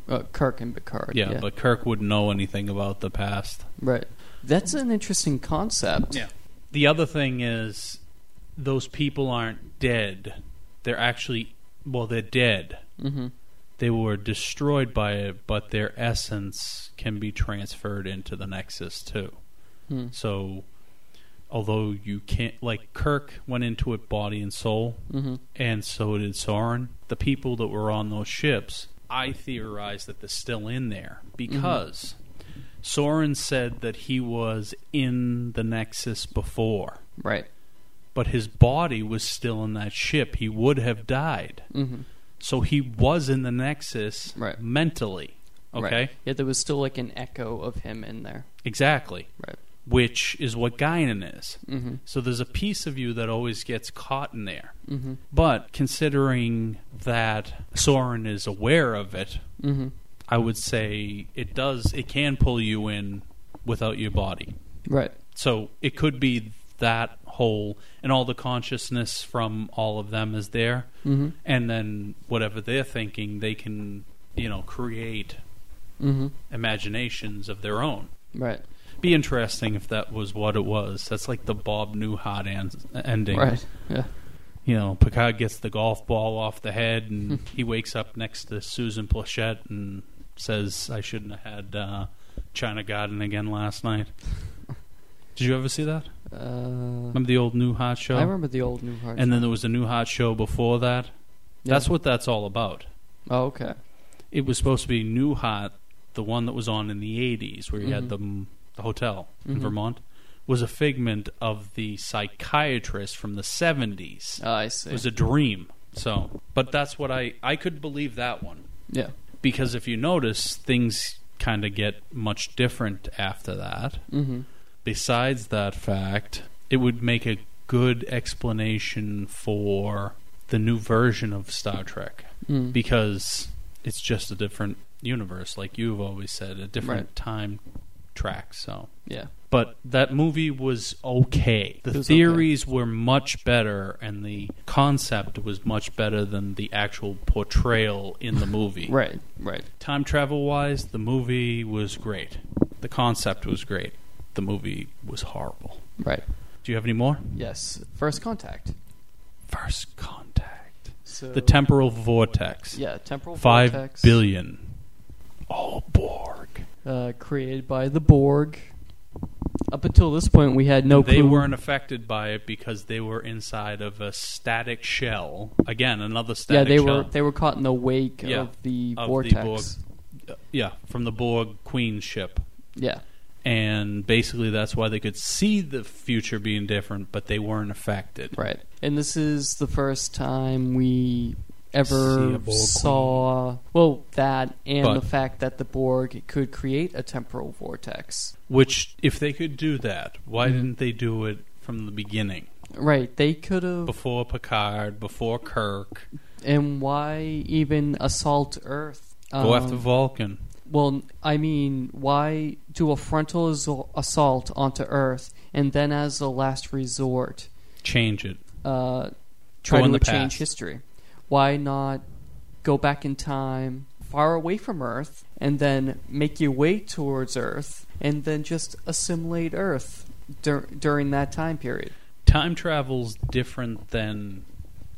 [SPEAKER 3] uh, Kirk and Picard.
[SPEAKER 2] Yeah, but Kirk wouldn't know anything about the past.
[SPEAKER 3] right. That's an interesting concept.
[SPEAKER 2] The other thing is, those people aren't dead. They're actually, well, they're dead.
[SPEAKER 3] hmm
[SPEAKER 2] They were destroyed by it, but their essence can be transferred into the Nexus too.
[SPEAKER 3] Hmm.
[SPEAKER 2] So, although you can't, like Kirk went into it body and soul,
[SPEAKER 3] hmm
[SPEAKER 2] and so did Soren. The people that were on those ships, I theorize that they're still in there because Soren said that he was in the Nexus before,
[SPEAKER 3] Right.
[SPEAKER 2] but his body was still in that ship. He would have died.
[SPEAKER 3] hmm
[SPEAKER 2] So he was in the Nexus
[SPEAKER 3] Right.
[SPEAKER 2] mentally. Okay?
[SPEAKER 3] Right. Yeah, there was still like an echo of him in there.
[SPEAKER 2] Exactly.
[SPEAKER 3] Right.
[SPEAKER 2] Which is what Guinan is.
[SPEAKER 3] hmm
[SPEAKER 2] So there's a piece of you that always gets caught in there.
[SPEAKER 3] hmm
[SPEAKER 2] But considering that Soren is aware of it,
[SPEAKER 3] hmm
[SPEAKER 2] I would say it does it can pull you in without your body.
[SPEAKER 3] Right.
[SPEAKER 2] So it could be that whole and all the consciousness from all of them is there
[SPEAKER 3] hmm
[SPEAKER 2] and then whatever they're thinking they can, you know, create
[SPEAKER 3] hmm
[SPEAKER 2] imaginations of their own.
[SPEAKER 3] Right.
[SPEAKER 2] Be interesting if that was what it was. That's like the Bob Newhart end, ending.
[SPEAKER 3] Right. Yeah.
[SPEAKER 2] you know, Picard gets the golf ball off the head, and he wakes up next to Susan Plachette and says, "I shouldn't have had uh, China Garden again last night." Did you ever see that?
[SPEAKER 3] Uh,
[SPEAKER 2] Remember the old New Hot show?
[SPEAKER 3] I remember the old New Hard.
[SPEAKER 2] And then there was a New Hot show before that.
[SPEAKER 3] Yeah.
[SPEAKER 2] That's what that's all about.
[SPEAKER 3] Oh, okay.
[SPEAKER 2] It was supposed to be New Hot, the one that was on in the '80s, where you had
[SPEAKER 3] Mhm.
[SPEAKER 2] the, m- the hotel in
[SPEAKER 3] Mhm.
[SPEAKER 2] Vermont, was a figment of the psychiatrist from the '70s.
[SPEAKER 3] Ah, I see.
[SPEAKER 2] It was a dream. So, but that's what I I could believe that one
[SPEAKER 3] yeah.
[SPEAKER 2] because if you notice, things kind of get much different after that.
[SPEAKER 3] hmm
[SPEAKER 2] Besides that fact, it would make a good explanation for the new version of Star Trek
[SPEAKER 3] Mm.
[SPEAKER 2] because it's just a different universe, like you've always said, a different
[SPEAKER 3] Right.
[SPEAKER 2] time track. So,
[SPEAKER 3] yeah.
[SPEAKER 2] but that movie was okay. The
[SPEAKER 3] It was
[SPEAKER 2] theories were much better, and the concept was much better than the actual portrayal in the movie.
[SPEAKER 3] Right. Right.
[SPEAKER 2] Time travel wise, the movie was great. The concept was great. The movie was horrible.
[SPEAKER 3] Right.
[SPEAKER 2] Do you have any more?
[SPEAKER 3] Yes. First contact.
[SPEAKER 2] First Contact.
[SPEAKER 3] So
[SPEAKER 2] The Temporal Vortex.
[SPEAKER 3] Yeah. Temporal
[SPEAKER 2] Five
[SPEAKER 3] vortex,
[SPEAKER 2] billion. All Borg.
[SPEAKER 3] uh, created by the Borg. Up until this point, we had no
[SPEAKER 2] they
[SPEAKER 3] clue.
[SPEAKER 2] weren't affected by it because they were inside of a static shell. Again, another
[SPEAKER 3] Yeah,
[SPEAKER 2] static
[SPEAKER 3] they
[SPEAKER 2] shell.
[SPEAKER 3] were they were caught in the wake
[SPEAKER 2] Yeah,
[SPEAKER 3] of the
[SPEAKER 2] of the
[SPEAKER 3] vortex.
[SPEAKER 2] yeah, from the Borg Queen ship.
[SPEAKER 3] Yeah.
[SPEAKER 2] And basically, that's why they could see the future being different, but they weren't affected.
[SPEAKER 3] Right. And this is the first time we
[SPEAKER 2] See a
[SPEAKER 3] ever
[SPEAKER 2] Borg
[SPEAKER 3] saw well that and
[SPEAKER 2] But-
[SPEAKER 3] the fact that the Borg could create a temporal vortex.
[SPEAKER 2] Which, if they could do that, why
[SPEAKER 3] Mhm.
[SPEAKER 2] didn't they do it from the beginning?
[SPEAKER 3] Right. They could have
[SPEAKER 2] Before Picard, before Kirk,
[SPEAKER 3] and why even assault Earth?
[SPEAKER 2] go
[SPEAKER 3] Um,
[SPEAKER 2] after Vulcan.
[SPEAKER 3] Well, I mean, why do a frontal asso- assault onto Earth and then, as a last resort,
[SPEAKER 2] Change it.
[SPEAKER 3] uh, try
[SPEAKER 2] in
[SPEAKER 3] to
[SPEAKER 2] the
[SPEAKER 3] change
[SPEAKER 2] past.
[SPEAKER 3] history? Why not go back in time, far away from Earth, and then make your way towards Earth, and then just assimilate Earth dur- during that time period?
[SPEAKER 2] Time travel's different than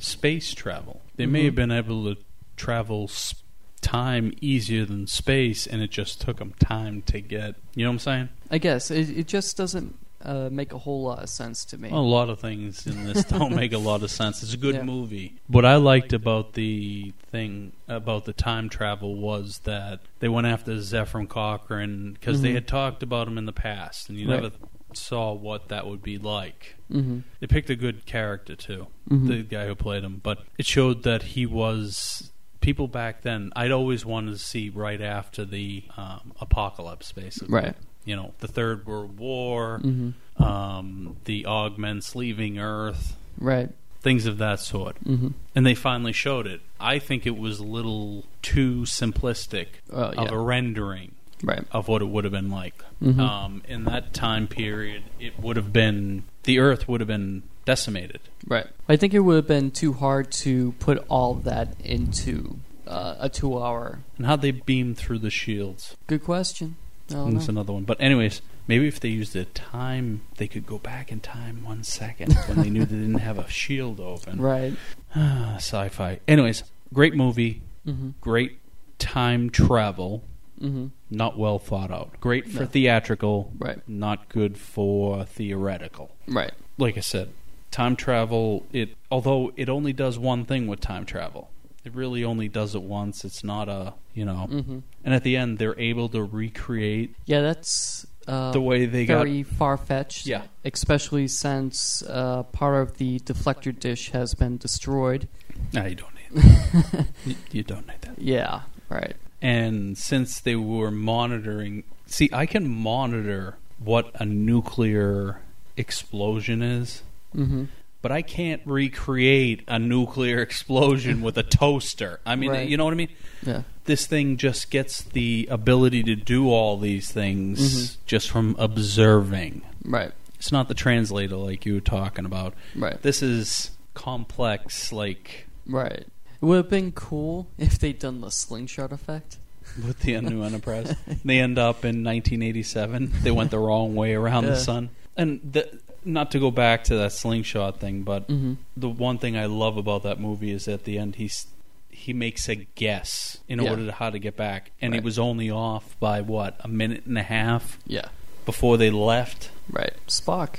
[SPEAKER 2] space travel. They may
[SPEAKER 3] Mhm.
[SPEAKER 2] have been able to travel s time easier than space, and it just took them time to get. You know what I'm saying?
[SPEAKER 3] I guess it, it just doesn't uh, make a whole lot of sense to me.
[SPEAKER 2] A lot of things in this don't make a lot of sense. It's a good
[SPEAKER 3] Yeah.
[SPEAKER 2] movie. What I liked about the thing about the time travel was that they went after Zephram Cochrane because they
[SPEAKER 3] Mhm.
[SPEAKER 2] had talked about him in the past, and you
[SPEAKER 3] Right.
[SPEAKER 2] never saw what that would be like.
[SPEAKER 3] Mm-hmm.
[SPEAKER 2] They picked a good character too,
[SPEAKER 3] Mhm.
[SPEAKER 2] the guy who played him, but it showed that he was people back then. I'd always wanted to see right after the um, apocalypse, basically.
[SPEAKER 3] Right.
[SPEAKER 2] You know, the Third World War,
[SPEAKER 3] Mm-hmm.
[SPEAKER 2] um, the augments leaving Earth,
[SPEAKER 3] Right.
[SPEAKER 2] things of that sort.
[SPEAKER 3] Mm-hmm.
[SPEAKER 2] And they finally showed it. I think it was a little too simplistic
[SPEAKER 3] Well,
[SPEAKER 2] of
[SPEAKER 3] yeah.
[SPEAKER 2] a rendering
[SPEAKER 3] Right.
[SPEAKER 2] of what it would have been like.
[SPEAKER 3] Mhm.
[SPEAKER 2] Um, in that time period, it would have been the Earth would have been decimated.
[SPEAKER 3] Right. I think it would have been too hard to put all that into uh, a two-hour.
[SPEAKER 2] And how they beam through the shields
[SPEAKER 3] Good question. I don't
[SPEAKER 2] That's
[SPEAKER 3] know.
[SPEAKER 2] another one. But anyways, maybe if they used the time, they could go back in time one second when they knew they didn't have a shield open.
[SPEAKER 3] Right.
[SPEAKER 2] Sci-fi. Anyways, great movie,
[SPEAKER 3] Mm-hmm.
[SPEAKER 2] great time travel,
[SPEAKER 3] Mm-hmm.
[SPEAKER 2] not well thought out. Great for
[SPEAKER 3] No.
[SPEAKER 2] theatrical,
[SPEAKER 3] Right.
[SPEAKER 2] not good for theoretical.
[SPEAKER 3] Right.
[SPEAKER 2] like I said, time travel it although it only does one thing with time travel. It really only does it once. It's not a you know
[SPEAKER 3] Mm-hmm.
[SPEAKER 2] and at the end they're able to recreate
[SPEAKER 3] Yeah, that's uh,
[SPEAKER 2] the way they got
[SPEAKER 3] very far fetched.
[SPEAKER 2] Yeah.
[SPEAKER 3] Especially since uh, part of the deflector dish has been destroyed.
[SPEAKER 2] No, you don't need that. you, you don't need that.
[SPEAKER 3] Yeah. Right.
[SPEAKER 2] And since they were monitoring see, I can monitor what a nuclear explosion is,
[SPEAKER 3] Mm-hmm.
[SPEAKER 2] but I can't recreate a nuclear explosion with a toaster. I mean
[SPEAKER 3] Right.
[SPEAKER 2] you know what I mean?
[SPEAKER 3] Yeah.
[SPEAKER 2] this thing just gets the ability to do all these things just from observing.
[SPEAKER 3] Right.
[SPEAKER 2] It's not the translator like you were talking about.
[SPEAKER 3] Right.
[SPEAKER 2] This is complex, like
[SPEAKER 3] Right. It would have been cool if they'd done the slingshot effect.
[SPEAKER 2] with the new Enterprise. They end up in 1987. They went the wrong way around
[SPEAKER 3] Yeah.
[SPEAKER 2] the sun. And the, not to go back to that slingshot thing, but
[SPEAKER 3] Mm-hmm.
[SPEAKER 2] the one thing I love about that movie is at the end he's he makes a guess in
[SPEAKER 3] Yeah.
[SPEAKER 2] order to how to get back, and it
[SPEAKER 3] Right.
[SPEAKER 2] was only off by what a minute and a half.
[SPEAKER 3] Yeah.
[SPEAKER 2] before they left.
[SPEAKER 3] Right. Spock.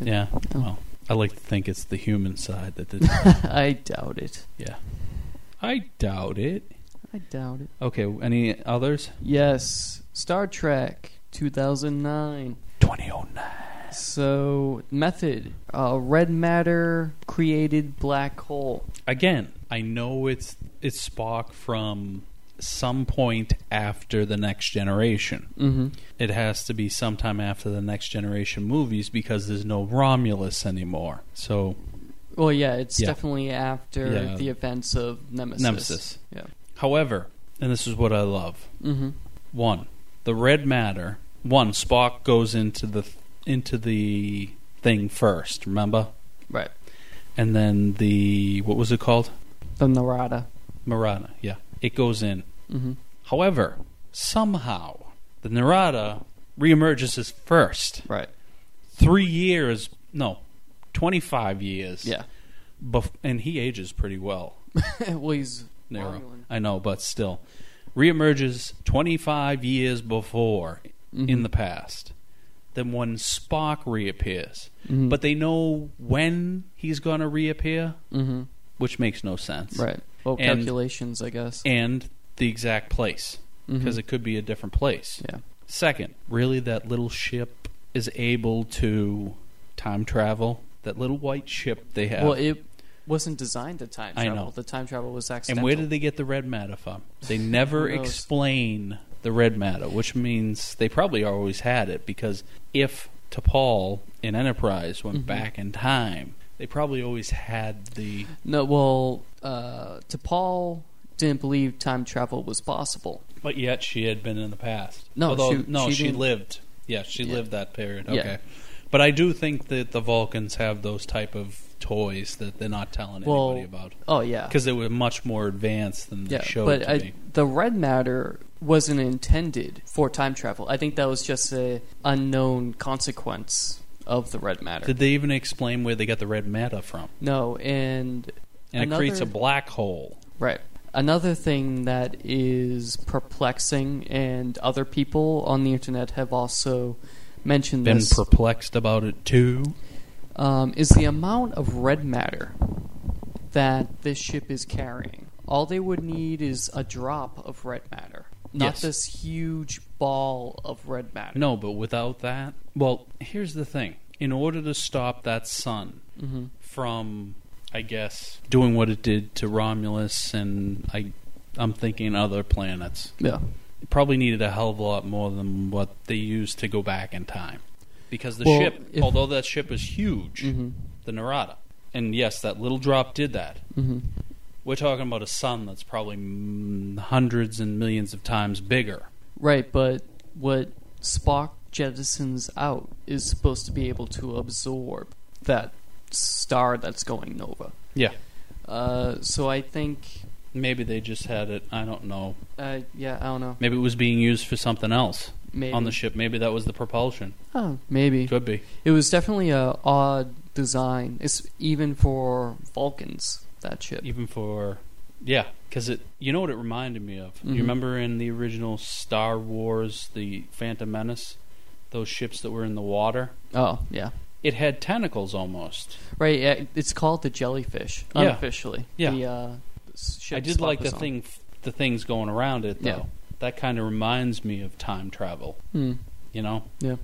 [SPEAKER 2] Yeah.
[SPEAKER 3] Oh.
[SPEAKER 2] Well, I like to think it's the human side that did.
[SPEAKER 3] I doubt it.
[SPEAKER 2] yeah. I doubt it.
[SPEAKER 3] I doubt it.
[SPEAKER 2] Okay. Any others?
[SPEAKER 3] Yes, Star Trek 2009.
[SPEAKER 2] 2009.
[SPEAKER 3] So, method uh, red matter created black hole.
[SPEAKER 2] Again, I know it's it's Spock from some point after the next generation.
[SPEAKER 3] Mm-hmm.
[SPEAKER 2] It has to be sometime after the next generation movies because there's no Romulus anymore. So
[SPEAKER 3] Well, yeah, it's
[SPEAKER 2] Yeah.
[SPEAKER 3] definitely after
[SPEAKER 2] Yeah.
[SPEAKER 3] the events of Nemesis.
[SPEAKER 2] Nemesis.
[SPEAKER 3] Yeah.
[SPEAKER 2] However, and this is what I love.
[SPEAKER 3] Mm-hmm.
[SPEAKER 2] One, the red matter. One, Spock goes into the into the thing first. Remember,
[SPEAKER 3] Right.
[SPEAKER 2] and then the what was it called?
[SPEAKER 3] The Narada.
[SPEAKER 2] Marana. Yeah, it goes in.
[SPEAKER 3] Mm-hmm.
[SPEAKER 2] However, somehow the Narada reemerges as first.
[SPEAKER 3] Right.
[SPEAKER 2] Three years, no, twenty five years.
[SPEAKER 3] Yeah.
[SPEAKER 2] bef- and he ages pretty well.
[SPEAKER 3] well, he's
[SPEAKER 2] Nero.
[SPEAKER 3] Romulan.
[SPEAKER 2] I know, but still, reemerges 25 years before
[SPEAKER 3] Mm-hmm.
[SPEAKER 2] in the past. Then when Spock reappears,
[SPEAKER 3] Mhm.
[SPEAKER 2] but they know when he's going to reappear,
[SPEAKER 3] Mm-hmm.
[SPEAKER 2] which makes no sense.
[SPEAKER 3] Right. Well,
[SPEAKER 2] And-
[SPEAKER 3] calculations, I guess.
[SPEAKER 2] And the exact place, because
[SPEAKER 3] Mhm.
[SPEAKER 2] it could be a different place.
[SPEAKER 3] yeah.
[SPEAKER 2] Second, really, that little ship is able to time travel. That little white ship they have.
[SPEAKER 3] Well, it wasn't designed to time
[SPEAKER 2] I
[SPEAKER 3] travel.
[SPEAKER 2] know.
[SPEAKER 3] The time travel was
[SPEAKER 2] And
[SPEAKER 3] accidental.
[SPEAKER 2] where did they get the red matter from? They never
[SPEAKER 3] Who knows?
[SPEAKER 2] explain the red matter, which means they probably always had it because if T'Pol in Enterprise went
[SPEAKER 3] Mhm.
[SPEAKER 2] back in time, they probably always had the
[SPEAKER 3] No, well, uh, T'Pol didn't believe time travel was possible.
[SPEAKER 2] but yet she had been in the past.
[SPEAKER 3] No,
[SPEAKER 2] Although,
[SPEAKER 3] she-
[SPEAKER 2] no,
[SPEAKER 3] she
[SPEAKER 2] she,
[SPEAKER 3] didn't-
[SPEAKER 2] lived. Yeah, she
[SPEAKER 3] Yeah.
[SPEAKER 2] lived that period.
[SPEAKER 3] Yeah.
[SPEAKER 2] Okay. But I do think that the Vulcans have those type of toys that they're not telling
[SPEAKER 3] Well,
[SPEAKER 2] anybody about
[SPEAKER 3] Oh yeah,
[SPEAKER 2] because they were much more advanced than they
[SPEAKER 3] yeah.
[SPEAKER 2] showed
[SPEAKER 3] but
[SPEAKER 2] to
[SPEAKER 3] I,
[SPEAKER 2] be.
[SPEAKER 3] the red matter wasn't intended for time travel. I think that was just a unknown consequence of the red matter.
[SPEAKER 2] Did they even explain where they got the red matter from?
[SPEAKER 3] no, and
[SPEAKER 2] and it creates a
[SPEAKER 3] another-
[SPEAKER 2] black hole.
[SPEAKER 3] Right. Another thing that is perplexing, and other people on the internet have also mentioned
[SPEAKER 2] Been
[SPEAKER 3] this,
[SPEAKER 2] perplexed about it too.
[SPEAKER 3] um, is the amount of red matter that this ship is carrying. All they would need is a drop of red matter. Not
[SPEAKER 2] Yes.
[SPEAKER 3] this huge ball of red matter.
[SPEAKER 2] No, but without that, well, here's the thing. In order to stop that sun
[SPEAKER 3] Mm-hmm.
[SPEAKER 2] from, I guess, doing what it did to Romulus and I, I'm thinking other planets,
[SPEAKER 3] Yeah.
[SPEAKER 2] it probably needed a hell of a lot more than what they used to go back in time. Because the
[SPEAKER 3] Well,
[SPEAKER 2] ship,
[SPEAKER 3] if-
[SPEAKER 2] although that ship is huge,
[SPEAKER 3] Mm-hmm.
[SPEAKER 2] the Narada, and yes, that little drop did that.
[SPEAKER 3] Mm-hmm.
[SPEAKER 2] We're talking about a sun that's probably mm, hundreds and millions of times bigger.
[SPEAKER 3] Right, but what Spock jettisons out is supposed to be able to absorb that star that's going nova.
[SPEAKER 2] Yeah.
[SPEAKER 3] Uh, so I think,
[SPEAKER 2] Maybe they just had it. I don't know.
[SPEAKER 3] uh, yeah, I don't know.
[SPEAKER 2] Maybe it was being used for something else
[SPEAKER 3] Maybe.
[SPEAKER 2] on the ship. Maybe that was the propulsion.
[SPEAKER 3] Oh, maybe.
[SPEAKER 2] Could be.
[SPEAKER 3] It was definitely a odd design. It's even for Vulcans that ship.
[SPEAKER 2] Even for yeah, because it. You know what it reminded me of.
[SPEAKER 3] Mhm.
[SPEAKER 2] You remember in the original Star Wars, the Phantom Menace, those ships that were in the water.
[SPEAKER 3] Oh, yeah.
[SPEAKER 2] It had tentacles almost.
[SPEAKER 3] Right, yeah, it's called the jellyfish
[SPEAKER 2] Yeah.
[SPEAKER 3] unofficially.
[SPEAKER 2] Yeah.
[SPEAKER 3] The, uh, s- ship
[SPEAKER 2] I did
[SPEAKER 3] Spock
[SPEAKER 2] like the
[SPEAKER 3] was on.
[SPEAKER 2] thing, the things going around it though.
[SPEAKER 3] Yeah.
[SPEAKER 2] That kind of reminds me of time travel.
[SPEAKER 3] Hmm.
[SPEAKER 2] You know.
[SPEAKER 3] Yeah.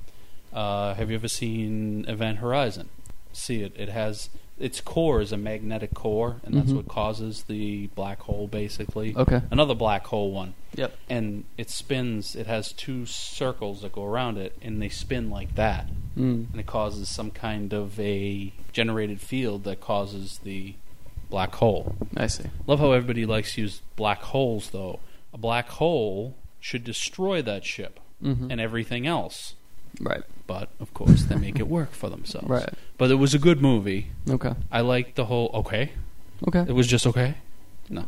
[SPEAKER 2] Uh, have you ever seen Event Horizon? See it. It has its core is a magnetic core, and that's
[SPEAKER 3] Mhm.
[SPEAKER 2] what causes the black hole, basically.
[SPEAKER 3] Okay.
[SPEAKER 2] Another black hole one,
[SPEAKER 3] Yep.
[SPEAKER 2] and it spins. It has two circles that go around it, and they spin like that,
[SPEAKER 3] Hmm.
[SPEAKER 2] and it causes some kind of a generated field that causes the black hole.
[SPEAKER 3] I see.
[SPEAKER 2] Love how everybody likes to use black holes, though. A black hole should destroy that ship
[SPEAKER 3] Mm-hmm.
[SPEAKER 2] and everything else.
[SPEAKER 3] right.
[SPEAKER 2] But of course, they make it work for themselves.
[SPEAKER 3] Right.
[SPEAKER 2] But it was a good movie.
[SPEAKER 3] Okay.
[SPEAKER 2] I liked the whole. Okay,
[SPEAKER 3] Okay.
[SPEAKER 2] it was just okay. No,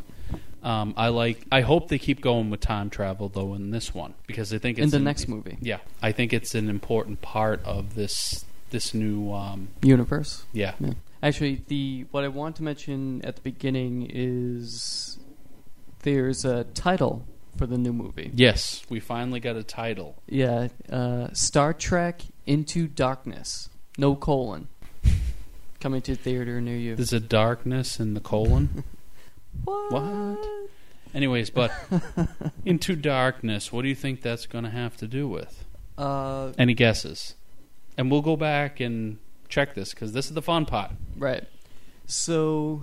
[SPEAKER 2] um, I like. I hope they keep going with time travel though in this one because I think it's
[SPEAKER 3] In the
[SPEAKER 2] an-
[SPEAKER 3] next movie,
[SPEAKER 2] Yeah, I think it's an important part of this this new. Um,
[SPEAKER 3] universe.
[SPEAKER 2] yeah,
[SPEAKER 3] Actually, the what I want to mention at the beginning is there's a title for the new movie.
[SPEAKER 2] yes, we finally got a title.
[SPEAKER 3] Yeah, uh, Star Trek Into Darkness. No colon. Coming to theater near you.
[SPEAKER 2] There's a darkness in the colon.
[SPEAKER 3] what?
[SPEAKER 2] What? Anyways, but Into Darkness, what do you think that's going to have to do with?
[SPEAKER 3] Uh,
[SPEAKER 2] Any guesses? And we'll go back and check this because this is the fun part.
[SPEAKER 3] right. So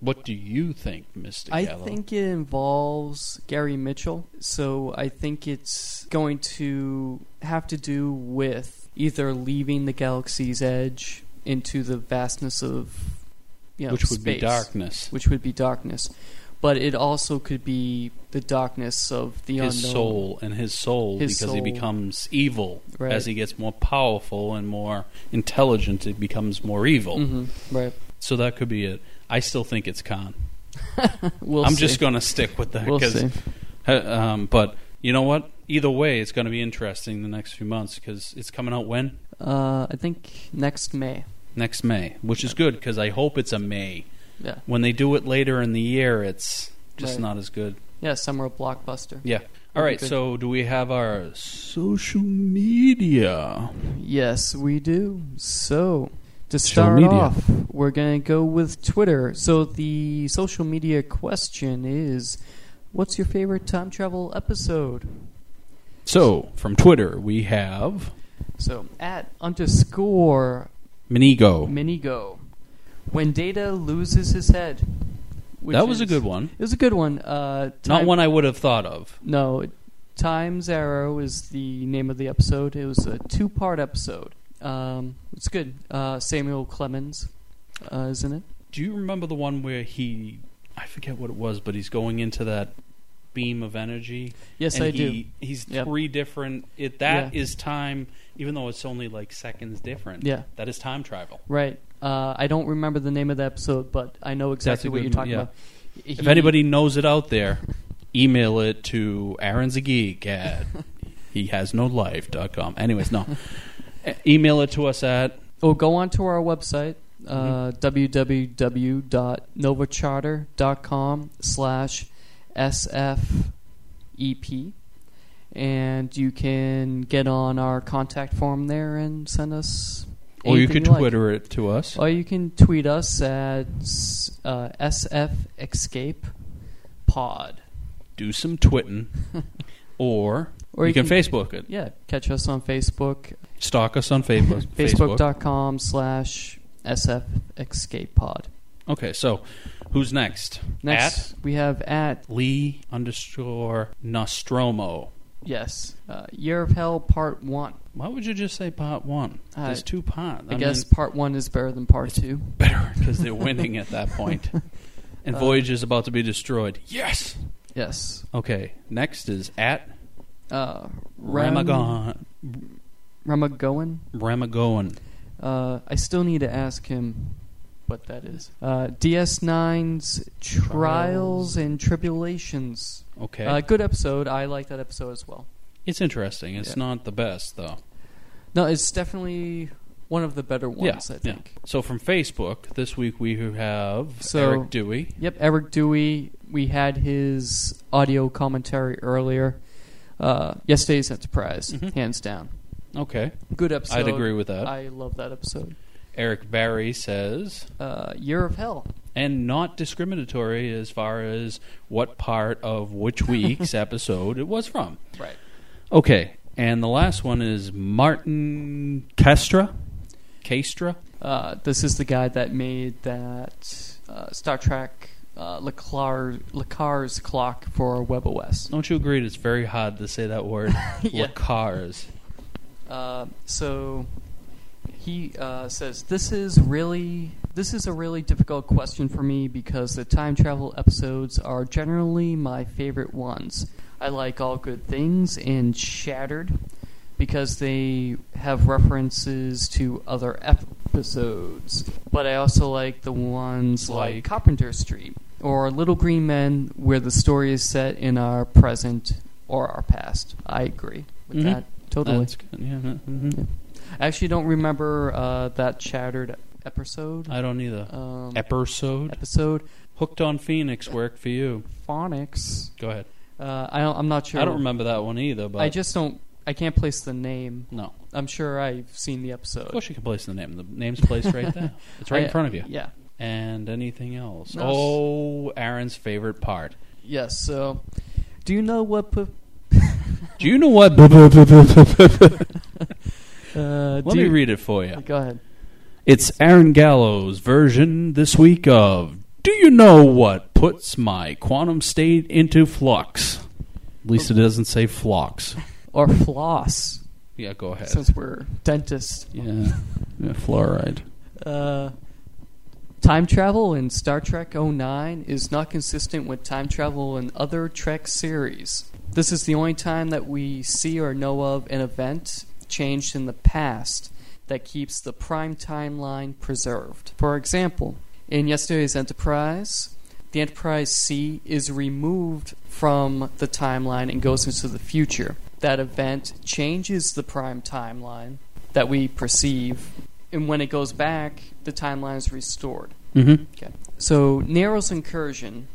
[SPEAKER 2] What do you think, Mr.
[SPEAKER 3] I
[SPEAKER 2] Gallo?
[SPEAKER 3] think it involves Gary Mitchell. So I think it's going to have to do with either leaving the galaxy's edge into the vastness of you know
[SPEAKER 2] Which would be
[SPEAKER 3] space,
[SPEAKER 2] darkness.
[SPEAKER 3] which would be darkness. But it also could be the darkness of the
[SPEAKER 2] His
[SPEAKER 3] unknown.
[SPEAKER 2] soul and his soul
[SPEAKER 3] His
[SPEAKER 2] because he
[SPEAKER 3] soul.
[SPEAKER 2] becomes evil.
[SPEAKER 3] Right.
[SPEAKER 2] As he gets more powerful and more intelligent, it becomes more evil.
[SPEAKER 3] Mhm, right.
[SPEAKER 2] So that could be it. I still think it's Khan.
[SPEAKER 3] We'll
[SPEAKER 2] I'm
[SPEAKER 3] see.
[SPEAKER 2] just going to stick with that
[SPEAKER 3] We'll
[SPEAKER 2] because
[SPEAKER 3] see.
[SPEAKER 2] Uh, Um, but you know what? Either way, it's going to be interesting the next few months because it's coming out when
[SPEAKER 3] Uh, I think next May.
[SPEAKER 2] next May, which is good because I hope it's a May.
[SPEAKER 3] Yeah.
[SPEAKER 2] When they do it later in the year, it's just
[SPEAKER 3] Right.
[SPEAKER 2] not as good.
[SPEAKER 3] Yeah, summer blockbuster.
[SPEAKER 2] Yeah. All right.
[SPEAKER 3] Okay.
[SPEAKER 2] So, do we have our social media?
[SPEAKER 3] Yes, we do. So, to
[SPEAKER 2] Social
[SPEAKER 3] start
[SPEAKER 2] media.
[SPEAKER 3] off, we're going to go with Twitter. So, the social media question is what's your favorite time travel episode?
[SPEAKER 2] So, from Twitter, we have
[SPEAKER 3] So, at underscore
[SPEAKER 2] Minigo.
[SPEAKER 3] Minigo, when Data loses his head. which
[SPEAKER 2] That was a
[SPEAKER 3] is-
[SPEAKER 2] good one.
[SPEAKER 3] It was a good one. Uh,
[SPEAKER 2] Not
[SPEAKER 3] time-
[SPEAKER 2] one I would have thought of.
[SPEAKER 3] No, Time's Arrow is the name of the episode. It was a two part episode. Um, it's good. Uh, Samuel Clemens, uh, isn't it?
[SPEAKER 2] Do you remember the one where he? I forget what it was, but he's going into that beam of energy.
[SPEAKER 3] Yes,
[SPEAKER 2] and
[SPEAKER 3] I do.
[SPEAKER 2] he, He's
[SPEAKER 3] Yep.
[SPEAKER 2] three different. It that is
[SPEAKER 3] Yeah.
[SPEAKER 2] time, even though it's only like seconds different.
[SPEAKER 3] Yeah,
[SPEAKER 2] that is time travel.
[SPEAKER 3] right. Uh, I don't remember the name of the episode, but I know exactly what
[SPEAKER 2] good
[SPEAKER 3] you're
[SPEAKER 2] one,
[SPEAKER 3] talking
[SPEAKER 2] yeah.
[SPEAKER 3] about.
[SPEAKER 2] if anybody knows it out there, email it to Aaron's a geek at he has no life dot com. Anyways, no, E- email it to us at
[SPEAKER 3] oh, go on to our website, uh,
[SPEAKER 2] Mm-hmm.
[SPEAKER 3] www.novacharter.com slash sfep, and you can get on our contact form there and send us.
[SPEAKER 2] or you
[SPEAKER 3] anything
[SPEAKER 2] could
[SPEAKER 3] like.
[SPEAKER 2] Twitter it to us.
[SPEAKER 3] Or you can tweet us at uh, sf escape pod.
[SPEAKER 2] Do some twitting. Or,
[SPEAKER 3] Or
[SPEAKER 2] you,
[SPEAKER 3] you
[SPEAKER 2] can,
[SPEAKER 3] can-
[SPEAKER 2] Facebook it.
[SPEAKER 3] Yeah, catch us on Facebook,
[SPEAKER 2] Stalk us on Facebook. Facebook.
[SPEAKER 3] facebook.com slash SF Escape Pod.
[SPEAKER 2] Okay, so who's next?
[SPEAKER 3] Next, we have at,
[SPEAKER 2] At Lee underscore Nostromo.
[SPEAKER 3] yes, uh, Year of Hell Part 1.
[SPEAKER 2] Why would you just say part one?
[SPEAKER 3] I-
[SPEAKER 2] There's two parts.
[SPEAKER 3] I, guess Part 1 is better than Part 2.
[SPEAKER 2] better because they're winning at that point.
[SPEAKER 3] Uh,
[SPEAKER 2] And Voyage is about to be destroyed. Yes.
[SPEAKER 3] Yes.
[SPEAKER 2] Okay. Next is at
[SPEAKER 3] Uh, Ram-
[SPEAKER 2] Ramagon
[SPEAKER 3] Ramagoan?
[SPEAKER 2] Ramagoan.
[SPEAKER 3] Uh, I still need to ask him what that is. Uh, DS9's Trials and Tribulations.
[SPEAKER 2] Okay.
[SPEAKER 3] Uh, good episode. I like that episode as well.
[SPEAKER 2] it's interesting. It's
[SPEAKER 3] yeah.
[SPEAKER 2] not the best though.
[SPEAKER 3] No, it's definitely one of the better ones, I think.
[SPEAKER 2] So from Facebook this week we have
[SPEAKER 3] So-
[SPEAKER 2] Eric Dewey.
[SPEAKER 3] Yep, Eric Dewey. We had his audio commentary earlier. Uh, yesterday's Enterprise,
[SPEAKER 2] Mhm.
[SPEAKER 3] hands down.
[SPEAKER 2] Okay.
[SPEAKER 3] Good episode.
[SPEAKER 2] I'd agree with that.
[SPEAKER 3] I love that episode.
[SPEAKER 2] Eric Barry says
[SPEAKER 3] Uh, Year of Hell.
[SPEAKER 2] and not discriminatory as far as what part of which week's episode it was from.
[SPEAKER 3] Right.
[SPEAKER 2] Okay, and the last one is Martin Kestra. Kestra.
[SPEAKER 3] Uh, this is the guy that made that uh, Star Trek uh, Lacar, Lacar's clock for WebOS.
[SPEAKER 2] Don't you agree? It's very hard to say that word.
[SPEAKER 3] Yeah.
[SPEAKER 2] Lacars.
[SPEAKER 3] Uh, so he uh, says, "This is really this is a really difficult question for me because the time travel episodes are generally my favorite ones. I like all good things and Shattered because they have references to other episodes, but I also like the ones like,
[SPEAKER 2] Like?
[SPEAKER 3] Carpenter Street or Little Green Men, where the story is set in our present or our past. I agree with
[SPEAKER 2] Mhm.
[SPEAKER 3] that totally.
[SPEAKER 2] That's good. Yeah, mhm.
[SPEAKER 3] Yeah. I actually don't remember uh, that chattered episode.
[SPEAKER 2] I don't either.
[SPEAKER 3] Um,
[SPEAKER 2] episode.
[SPEAKER 3] episode
[SPEAKER 2] Hooked on Phoenix worked for you.
[SPEAKER 3] phonics.
[SPEAKER 2] Go ahead.
[SPEAKER 3] Uh, I don't, I'm not sure.
[SPEAKER 2] I don't remember that one either, but
[SPEAKER 3] I just don't. I can't place the name.
[SPEAKER 2] no.
[SPEAKER 3] I'm sure I've seen the
[SPEAKER 2] Of
[SPEAKER 3] episode.
[SPEAKER 2] course, you can place the name. The name's placed right there. It's right in
[SPEAKER 3] I-
[SPEAKER 2] front of you.
[SPEAKER 3] Yeah.
[SPEAKER 2] And anything else?
[SPEAKER 3] No.
[SPEAKER 2] Oh, Aaron's favorite part.
[SPEAKER 3] Yes. so, do you know what? Pu-
[SPEAKER 2] Do you know what?
[SPEAKER 3] uh,
[SPEAKER 2] Let
[SPEAKER 3] do
[SPEAKER 2] me
[SPEAKER 3] you-
[SPEAKER 2] read it for you.
[SPEAKER 3] Go ahead.
[SPEAKER 2] It's Aaron Gallo's version this week of Do You Know What Puts My Quantum State into Flux? At least it doesn't say flux.
[SPEAKER 3] Or floss,
[SPEAKER 2] Yeah, go ahead.
[SPEAKER 3] since we're dentists.
[SPEAKER 2] yeah. yeah, fluoride.
[SPEAKER 3] Uh, time travel in Star Trek 09 is not consistent with time travel in other Trek series. This is the only time that we see or know of an event changed in the past that keeps the prime timeline preserved. For example, in yesterday's Enterprise, the Enterprise C is removed from the timeline and goes into the future. That event changes the prime timeline that we perceive, and when it goes back, the timeline is restored.
[SPEAKER 2] Mm-hmm.
[SPEAKER 3] Okay. So Nero's incursion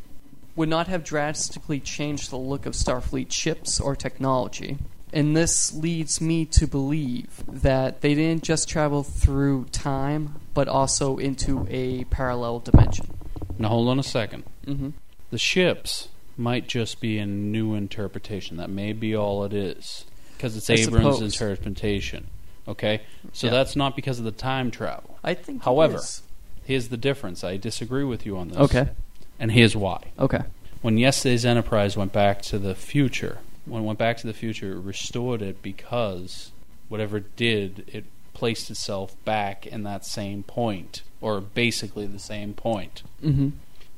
[SPEAKER 3] would not have drastically changed the look of Starfleet ships or technology. And this leads me to believe that they didn't just travel through time, but also into a parallel dimension.
[SPEAKER 2] Now, hold on a second.
[SPEAKER 3] hmm
[SPEAKER 2] The ships might just be a new interpretation. That may be all it is. Because it's
[SPEAKER 3] I
[SPEAKER 2] Abrams'
[SPEAKER 3] suppose.
[SPEAKER 2] interpretation. Okay? So
[SPEAKER 3] Yeah.
[SPEAKER 2] that's not because of the time travel.
[SPEAKER 3] I think. it
[SPEAKER 2] However,
[SPEAKER 3] is.
[SPEAKER 2] Here's the difference. I disagree with you on this.
[SPEAKER 3] Okay.
[SPEAKER 2] And here's why.
[SPEAKER 3] Okay.
[SPEAKER 2] when yesterday's Enterprise went back to the future, when it went back to the future, it restored it because whatever it did, it placed itself back in that same point, or basically the same point.
[SPEAKER 3] hmm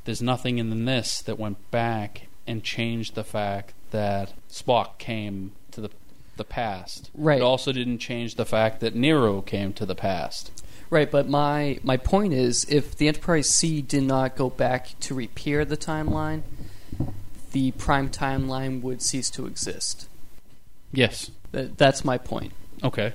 [SPEAKER 2] There's nothing in this that went back and changed the fact that Spock came to the the past.
[SPEAKER 3] Right.
[SPEAKER 2] It also didn't change the fact that Nero came to the past.
[SPEAKER 3] Right, but my my point is, if the Enterprise C did not go back to repair the timeline, the prime timeline would cease to exist.
[SPEAKER 2] Yes.
[SPEAKER 3] That, that's my point.
[SPEAKER 2] Okay.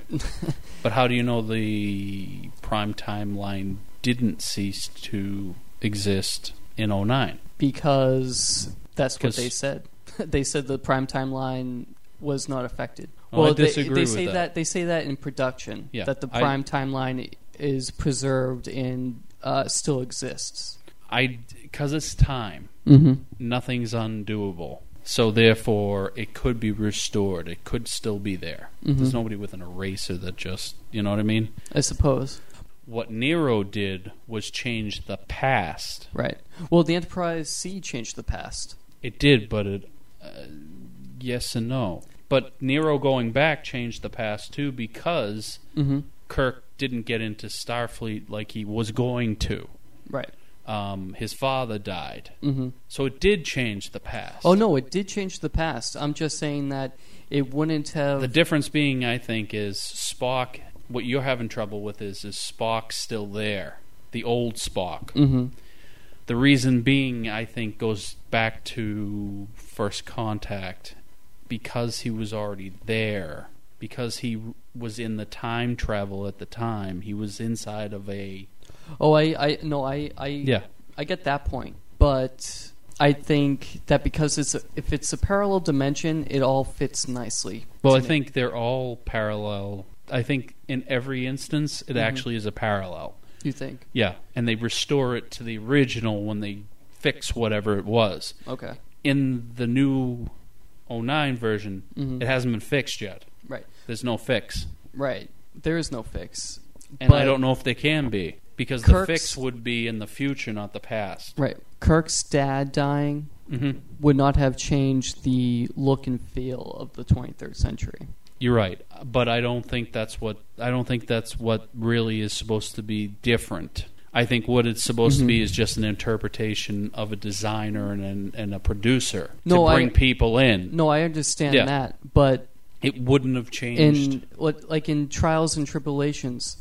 [SPEAKER 2] but how do you know the prime timeline didn't cease to exist in 09?
[SPEAKER 3] because that's what
[SPEAKER 2] 'Cause-
[SPEAKER 3] they said. they said the prime timeline was not affected.
[SPEAKER 2] Oh, I
[SPEAKER 3] they,
[SPEAKER 2] disagree
[SPEAKER 3] they
[SPEAKER 2] with
[SPEAKER 3] say
[SPEAKER 2] that.
[SPEAKER 3] They say that in production
[SPEAKER 2] Yeah,
[SPEAKER 3] that the
[SPEAKER 2] I-
[SPEAKER 3] prime timeline is preserved and uh, still exists.
[SPEAKER 2] I cuz it's time.
[SPEAKER 3] Mm-hmm.
[SPEAKER 2] Nothing's undoable. So therefore, it could be restored. It could still be there.
[SPEAKER 3] Mhm.
[SPEAKER 2] There's nobody with an eraser that just, you know what I mean?
[SPEAKER 3] I suppose.
[SPEAKER 2] What Nero did was change the past.
[SPEAKER 3] Right. Well, the Enterprise C changed the past.
[SPEAKER 2] It did, but it, uh, yes and no. But Nero going back changed the past too because
[SPEAKER 3] Mm-hmm.
[SPEAKER 2] Kirk didn't get into Starfleet like he was going to.
[SPEAKER 3] Right.
[SPEAKER 2] Um, his father died,
[SPEAKER 3] Mm-hmm.
[SPEAKER 2] so it did change the past.
[SPEAKER 3] Oh no, it did change the past. I'm just saying that it wouldn't have.
[SPEAKER 2] The difference being, I think, is Spock. What you're having trouble with is is Spock still there? The old Spock.
[SPEAKER 3] mm-hmm.
[SPEAKER 2] The reason being, I think, goes back to first contact because he was already there. Because he was in the time travel at the time, he was inside of a
[SPEAKER 3] Oh, I, I, no, I, I,
[SPEAKER 2] Yeah.
[SPEAKER 3] I get that point, but I think that because it's a, if it's a parallel dimension, it all fits nicely.
[SPEAKER 2] Well, I
[SPEAKER 3] to me.
[SPEAKER 2] think they're all parallel. I think in every instance, it
[SPEAKER 3] Mhm.
[SPEAKER 2] actually is a parallel.
[SPEAKER 3] you think
[SPEAKER 2] Yeah, and they restore it to the original when they fix whatever it was.
[SPEAKER 3] okay,
[SPEAKER 2] In the new 09 version,
[SPEAKER 3] Mhm.
[SPEAKER 2] it hasn't been fixed yet.
[SPEAKER 3] right,
[SPEAKER 2] There's no fix.
[SPEAKER 3] right. There is no fix,
[SPEAKER 2] And
[SPEAKER 3] But-
[SPEAKER 2] I don't know if they can be because
[SPEAKER 3] Kirk's-
[SPEAKER 2] the fix would be in the future, not the past.
[SPEAKER 3] right? Kirk's dad dying
[SPEAKER 2] hmm
[SPEAKER 3] would not have changed the look and feel of the 23rd century.
[SPEAKER 2] You're right, but I don't think that's what I don't think that's what really is supposed to be different. I think what it's supposed to be
[SPEAKER 3] Mm-hmm.
[SPEAKER 2] is just an interpretation of a designer and and, and a producer
[SPEAKER 3] No,
[SPEAKER 2] to
[SPEAKER 3] I-
[SPEAKER 2] bring people in.
[SPEAKER 3] No, I understand
[SPEAKER 2] Yeah.
[SPEAKER 3] that, but
[SPEAKER 2] It wouldn't have changed.
[SPEAKER 3] in what like in Trials and Tribulations,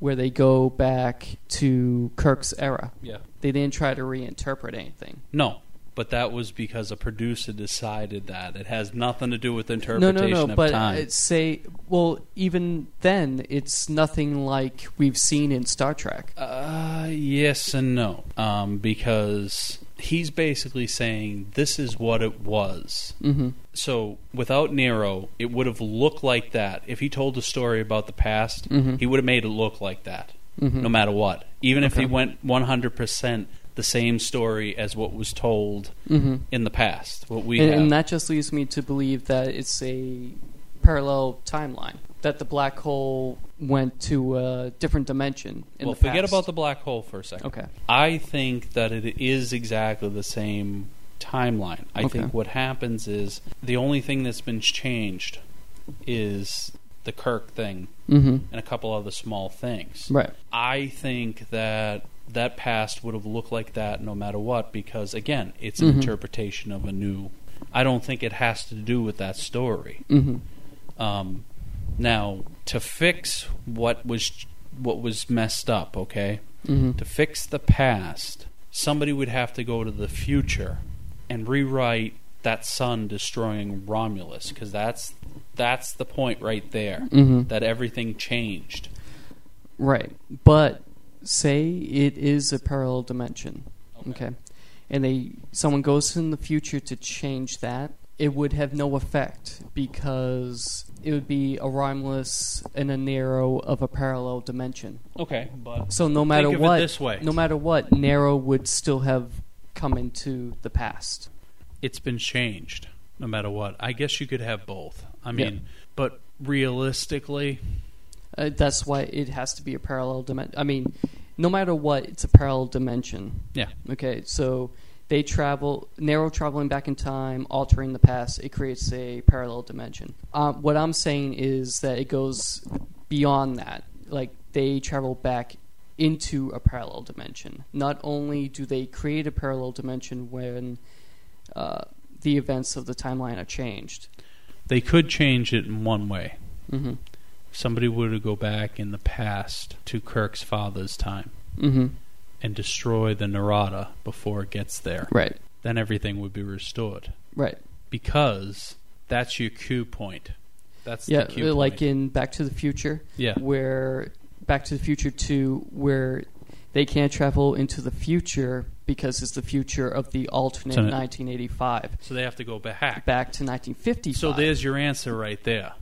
[SPEAKER 3] where they go back to Kirk's era.
[SPEAKER 2] yeah.
[SPEAKER 3] They didn't try to reinterpret anything.
[SPEAKER 2] No, but that was because a producer decided that it has nothing to do with
[SPEAKER 3] No,
[SPEAKER 2] interpretation
[SPEAKER 3] no, no.
[SPEAKER 2] of
[SPEAKER 3] But
[SPEAKER 2] time.
[SPEAKER 3] uh, say, well, even then, it's nothing like we've seen in Star Trek.
[SPEAKER 2] Uh, yes and no, um, because he's basically saying this is what it was.
[SPEAKER 3] hmm
[SPEAKER 2] Mm-hmm. So without Nero, it would have looked like that. If he told a story about the past,
[SPEAKER 3] Mhm.
[SPEAKER 2] he would have made it look like that,
[SPEAKER 3] Mhm.
[SPEAKER 2] no matter what. Even if he
[SPEAKER 3] Okay.
[SPEAKER 2] went 100% the same story as what was told in the past, what we
[SPEAKER 3] And,
[SPEAKER 2] have.
[SPEAKER 3] and that just leads me to believe that it's a parallel timeline that the black hole went to a different dimension. In
[SPEAKER 2] well,
[SPEAKER 3] the
[SPEAKER 2] forget
[SPEAKER 3] past.
[SPEAKER 2] about the black hole for a second.
[SPEAKER 3] Okay.
[SPEAKER 2] I think that it is exactly the same timeline. I
[SPEAKER 3] Okay.
[SPEAKER 2] think what happens is the only thing that's been changed is the Kirk thing
[SPEAKER 3] Mm-hmm.
[SPEAKER 2] and a couple other small things.
[SPEAKER 3] Right.
[SPEAKER 2] I think that that past would have looked like that no matter what because again, it's
[SPEAKER 3] Mhm.
[SPEAKER 2] an interpretation of a new. I don't think it has to do with that story.
[SPEAKER 3] Mm-hmm.
[SPEAKER 2] Um, now to fix what was what was messed up, okay?
[SPEAKER 3] Mm-hmm.
[SPEAKER 2] to fix the past, somebody would have to go to the future and rewrite that sun destroying Romulus because that's that's the point right there
[SPEAKER 3] Mhm.
[SPEAKER 2] that everything changed.
[SPEAKER 3] Right. But say it is a parallel dimension. Okay. And they someone goes in the future to change that, it would have no effect because it would be a rhymeless and a narrow of a parallel dimension.
[SPEAKER 2] Okay, but
[SPEAKER 3] So no matter
[SPEAKER 2] Think of it
[SPEAKER 3] what
[SPEAKER 2] this way.
[SPEAKER 3] no matter what, narrow would still have come into the past.
[SPEAKER 2] it's been changed no matter what. I guess you could have both. I
[SPEAKER 3] Yeah.
[SPEAKER 2] mean, but realistically,
[SPEAKER 3] Uh, that's why it has to be a parallel dimension. I mean, no matter what, it's a parallel dimension.
[SPEAKER 2] yeah.
[SPEAKER 3] Okay, so they travel, narrow traveling back in time, altering the past. It creates a parallel dimension. Um, what I'm saying is that it goes beyond that. Like they travel back into a parallel dimension. Not only do they create a parallel dimension when uh, the events of the timeline are changed.
[SPEAKER 2] They could change it in one way.
[SPEAKER 3] Mm-hmm.
[SPEAKER 2] Somebody were to go back in the past to Kirk's father's time
[SPEAKER 3] Mm-hmm.
[SPEAKER 2] and destroy the Narada before it gets there.
[SPEAKER 3] Right.
[SPEAKER 2] then everything would be restored
[SPEAKER 3] Right.
[SPEAKER 2] because that's your cue point. That's
[SPEAKER 3] Yeah.
[SPEAKER 2] the cue
[SPEAKER 3] Like
[SPEAKER 2] point.
[SPEAKER 3] in Back to the Future.
[SPEAKER 2] yeah,
[SPEAKER 3] where Back to the Future 2, where they can't travel into the future because it's the future of the alternate
[SPEAKER 2] Alternate.
[SPEAKER 3] 1985
[SPEAKER 2] so they have to go back.
[SPEAKER 3] back to 1955.
[SPEAKER 2] So there's your answer right there.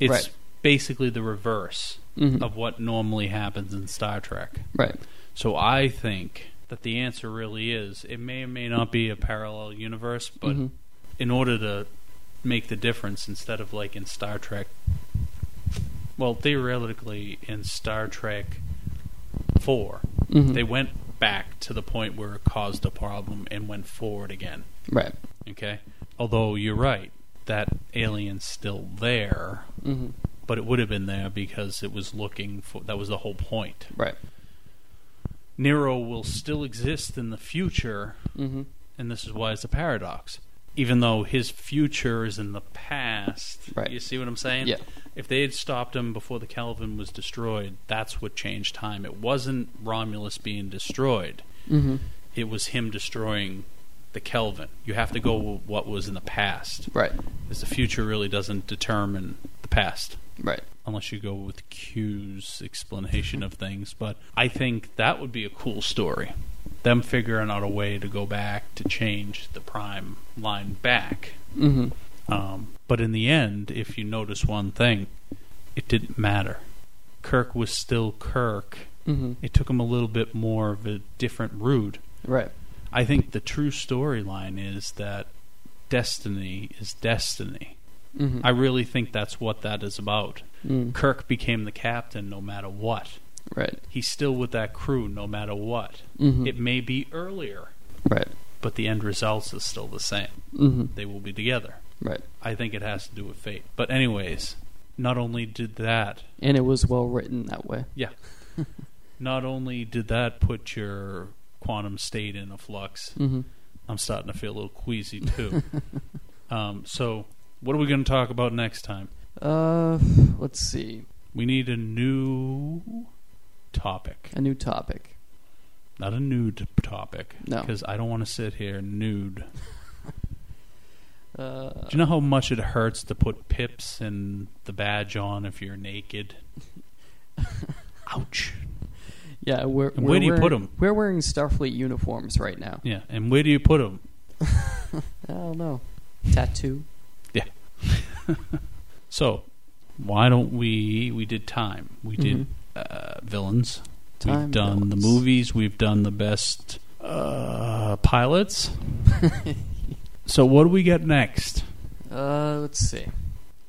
[SPEAKER 2] It's
[SPEAKER 3] Right.
[SPEAKER 2] basically the reverse
[SPEAKER 3] Mhm.
[SPEAKER 2] of what normally happens in Star Trek.
[SPEAKER 3] right,
[SPEAKER 2] So I think that the answer really is it may or may not be a parallel universe, but
[SPEAKER 3] Mhm.
[SPEAKER 2] in order to make the difference instead of like in Star Trek. Well, theoretically, in Star Trek 4,
[SPEAKER 3] Mhm.
[SPEAKER 2] they went back to the point where it caused a problem and went forward again.
[SPEAKER 3] Right.
[SPEAKER 2] Okay? Although you're right, that alien's still there,
[SPEAKER 3] hmm
[SPEAKER 2] but it would have been there because it was looking for that was the whole point.
[SPEAKER 3] Right.
[SPEAKER 2] Nero will still exist in the future,
[SPEAKER 3] hmm
[SPEAKER 2] and this is why it's a paradox. Even though his future is in the past,
[SPEAKER 3] Right.
[SPEAKER 2] you see what I'm saying?
[SPEAKER 3] Yeah.
[SPEAKER 2] If they had stopped him before the Calvin was destroyed, that's what changed time. It wasn't Romulus being destroyed;
[SPEAKER 3] hmm
[SPEAKER 2] it was him destroying the Kelvin. You have to go with what was in the past,
[SPEAKER 3] Right.
[SPEAKER 2] because the future really doesn't determine the past
[SPEAKER 3] Right.
[SPEAKER 2] unless you go with Q's explanation of things. But I think that would be a cool story. Them figuring out a way to go back to change the prime line back.
[SPEAKER 3] hmm
[SPEAKER 2] Um, but in the end, if you notice one thing, it didn't matter. Kirk was still Kirk.
[SPEAKER 3] hmm
[SPEAKER 2] It took him a little bit more of a different route.
[SPEAKER 3] Right.
[SPEAKER 2] I think the true storyline is that destiny is destiny.
[SPEAKER 3] hmm
[SPEAKER 2] I really think that's what that is about.
[SPEAKER 3] mm
[SPEAKER 2] Kirk became the captain no matter what.
[SPEAKER 3] Right.
[SPEAKER 2] He's still with that crew no matter what.
[SPEAKER 3] hmm
[SPEAKER 2] It may be earlier,
[SPEAKER 3] Right.
[SPEAKER 2] but the end result is still the same.
[SPEAKER 3] hmm
[SPEAKER 2] They will be together.
[SPEAKER 3] Right.
[SPEAKER 2] I think it has to do with fate. But, anyways, not only did that,
[SPEAKER 3] And it was well written that way.
[SPEAKER 2] yeah, not only did that put your quantum state in a flux,
[SPEAKER 3] hmm
[SPEAKER 2] I'm starting to feel a little queasy too. um, so, what are we going to talk about next time?
[SPEAKER 3] Uh, let's see.
[SPEAKER 2] We need a new topic.
[SPEAKER 3] A new topic.
[SPEAKER 2] Not a nude topic.
[SPEAKER 3] No.
[SPEAKER 2] Because I don't want to sit here nude.
[SPEAKER 3] Uh,
[SPEAKER 2] Do you know how much it hurts to put pips and the badge on if you're naked? Ouch.
[SPEAKER 3] yeah. We're,
[SPEAKER 2] And
[SPEAKER 3] we're
[SPEAKER 2] where do you
[SPEAKER 3] wearing,
[SPEAKER 2] put 'em?
[SPEAKER 3] We're wearing Starfleet uniforms right now.
[SPEAKER 2] Yeah. And where do you put them?
[SPEAKER 3] I don't know. Tattoo.
[SPEAKER 2] So, why don't we? We did time. We
[SPEAKER 3] Mhm.
[SPEAKER 2] did uh, villains.
[SPEAKER 3] Time
[SPEAKER 2] we've done
[SPEAKER 3] villains.
[SPEAKER 2] the movies. We've done the best uh, pilots. so, what do we get next?
[SPEAKER 3] Uh, let's see.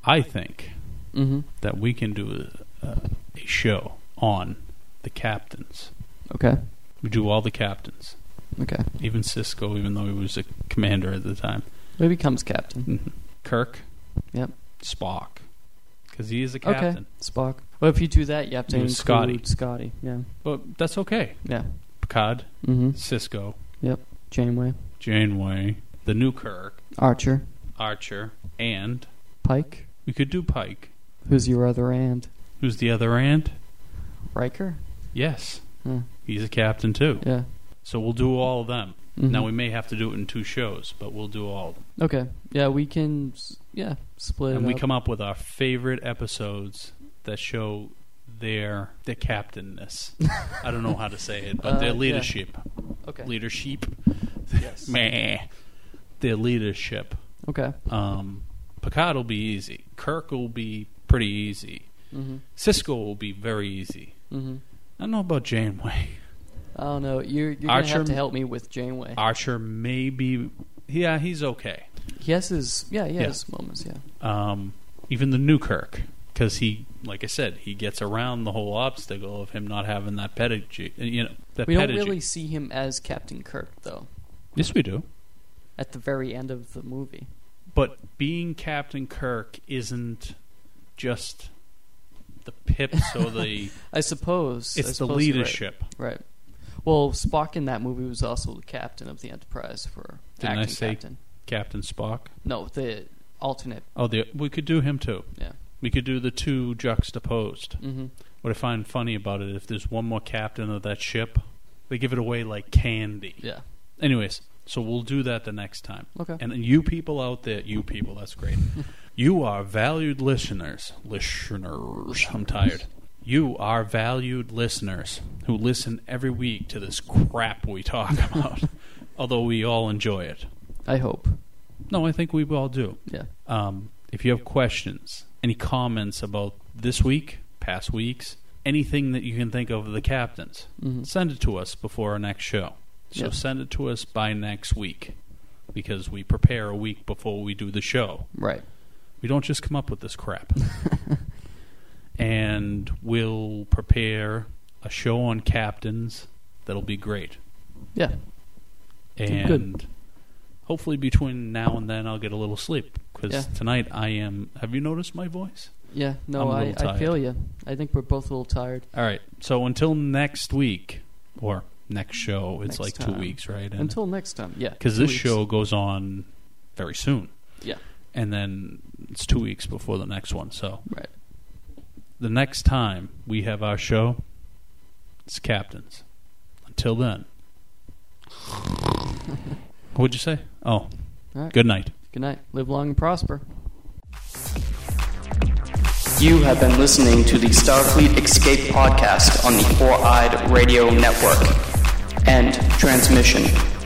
[SPEAKER 2] I think
[SPEAKER 3] hmm
[SPEAKER 2] that we can do a, a, a show on the captains.
[SPEAKER 3] Okay.
[SPEAKER 2] We do all the captains,
[SPEAKER 3] Okay.
[SPEAKER 2] even Cisco, even though he was a commander at the time.
[SPEAKER 3] Who becomes captain?
[SPEAKER 2] Kirk.
[SPEAKER 3] Yep.
[SPEAKER 2] Spock, because he is a
[SPEAKER 3] Okay.
[SPEAKER 2] captain.
[SPEAKER 3] Spock. Well, if you do that, you have to
[SPEAKER 2] It
[SPEAKER 3] include
[SPEAKER 2] was Scotty.
[SPEAKER 3] Scotty. Yeah.
[SPEAKER 2] But that's okay.
[SPEAKER 3] Yeah.
[SPEAKER 2] Picard,
[SPEAKER 3] Mm-hmm.
[SPEAKER 2] Cisco,
[SPEAKER 3] Janeway.
[SPEAKER 2] Janeway, the new Kirk,
[SPEAKER 3] Archer.
[SPEAKER 2] Archer, and
[SPEAKER 3] Pike.
[SPEAKER 2] we could do Pike.
[SPEAKER 3] Who's your other and?
[SPEAKER 2] Who's the other and?
[SPEAKER 3] Riker?
[SPEAKER 2] Yes,
[SPEAKER 3] Hmm.
[SPEAKER 2] he's a captain too.
[SPEAKER 3] Yeah.
[SPEAKER 2] So we'll do all of them.
[SPEAKER 3] Mhm.
[SPEAKER 2] Now we may have to do it in two shows, but we'll do all of them.
[SPEAKER 3] Okay. Yeah, we can. s- Yeah, split.
[SPEAKER 2] and
[SPEAKER 3] it
[SPEAKER 2] we
[SPEAKER 3] up.
[SPEAKER 2] come up with our favorite episodes that show their their captainness. I don't know how to say it, but
[SPEAKER 3] Uh,
[SPEAKER 2] their
[SPEAKER 3] yeah.
[SPEAKER 2] leadership,
[SPEAKER 3] Okay.
[SPEAKER 2] leadership,
[SPEAKER 3] Yes.
[SPEAKER 2] meh, their leadership.
[SPEAKER 3] Okay.
[SPEAKER 2] Um, Picard will be easy. Kirk will be pretty easy.
[SPEAKER 3] Mm-hmm.
[SPEAKER 2] Cisco will be very easy.
[SPEAKER 3] Mm-hmm.
[SPEAKER 2] I don't know about Janeway.
[SPEAKER 3] I don't know. You're, you're gonna
[SPEAKER 2] Archer-
[SPEAKER 3] have to help me with Janeway.
[SPEAKER 2] Archer may be. Yeah, he's okay.
[SPEAKER 3] He has his. Yeah, he
[SPEAKER 2] Yeah.
[SPEAKER 3] has moments. Yeah.
[SPEAKER 2] um, even the new Kirk, because he, like I said, he gets around the whole obstacle of him not having that pedigree. You know, that
[SPEAKER 3] We don't
[SPEAKER 2] pedigree.
[SPEAKER 3] really see him as Captain Kirk though.
[SPEAKER 2] Yes, we do.
[SPEAKER 3] At the very end of the movie.
[SPEAKER 2] But being Captain Kirk isn't just the pips or the.
[SPEAKER 3] I suppose. I
[SPEAKER 2] it's the
[SPEAKER 3] suppose you're right.
[SPEAKER 2] leadership.
[SPEAKER 3] Right. Well, Spock in that movie was also the captain of the Enterprise for
[SPEAKER 2] Didn't I
[SPEAKER 3] acting
[SPEAKER 2] say-
[SPEAKER 3] captain.
[SPEAKER 2] Captain Spock.
[SPEAKER 3] No, the alternate.
[SPEAKER 2] Oh, the, we could do him too.
[SPEAKER 3] Yeah.
[SPEAKER 2] We could do the two juxtaposed.
[SPEAKER 3] hmm
[SPEAKER 2] What I find funny about it, if there's one more captain of that ship, they give it away like candy.
[SPEAKER 3] Yeah.
[SPEAKER 2] Anyways, so we'll do that the next time.
[SPEAKER 3] Okay.
[SPEAKER 2] And you people out there, you people, that's great. you are valued listeners. Listeners, I'm tired. You are valued listeners who listen every week to this crap we talk about, although we all enjoy it.
[SPEAKER 3] I hope.
[SPEAKER 2] No, I think we all do.
[SPEAKER 3] Yeah.
[SPEAKER 2] Um, if you have questions, any comments about this week, past weeks, anything that you can think of the captains,
[SPEAKER 3] Mhm.
[SPEAKER 2] send it to us before our next show. So
[SPEAKER 3] Yes.
[SPEAKER 2] send it to us by next week. because we prepare a week before we do the show.
[SPEAKER 3] Right.
[SPEAKER 2] We don't just come up with this crap. and we'll prepare a show on captains that'll be great.
[SPEAKER 3] Yeah.
[SPEAKER 2] And
[SPEAKER 3] Good.
[SPEAKER 2] hopefully between now and then I'll get a little sleep because
[SPEAKER 3] Yeah.
[SPEAKER 2] tonight I am. Have you noticed my voice?
[SPEAKER 3] Yeah.
[SPEAKER 2] I'm
[SPEAKER 3] No,
[SPEAKER 2] a
[SPEAKER 3] I,
[SPEAKER 2] little
[SPEAKER 3] I feel you. I think we're both a little tired.
[SPEAKER 2] All right. So until next week or next show,
[SPEAKER 3] Next
[SPEAKER 2] it's like two
[SPEAKER 3] time.
[SPEAKER 2] weeks, right? And-
[SPEAKER 3] Until next time. Yeah.
[SPEAKER 2] because
[SPEAKER 3] two
[SPEAKER 2] this
[SPEAKER 3] weeks.
[SPEAKER 2] show goes on very soon.
[SPEAKER 3] Yeah.
[SPEAKER 2] and then it's two weeks before the next one. So
[SPEAKER 3] Right.
[SPEAKER 2] the next time we have our show, it's captains. Until then, what'd you say? Oh,
[SPEAKER 3] All right.
[SPEAKER 2] good night.
[SPEAKER 3] Good night. Live long and prosper.
[SPEAKER 1] You have been listening to the Starfleet Escape podcast on the Four Eyed Radio Network. End transmission.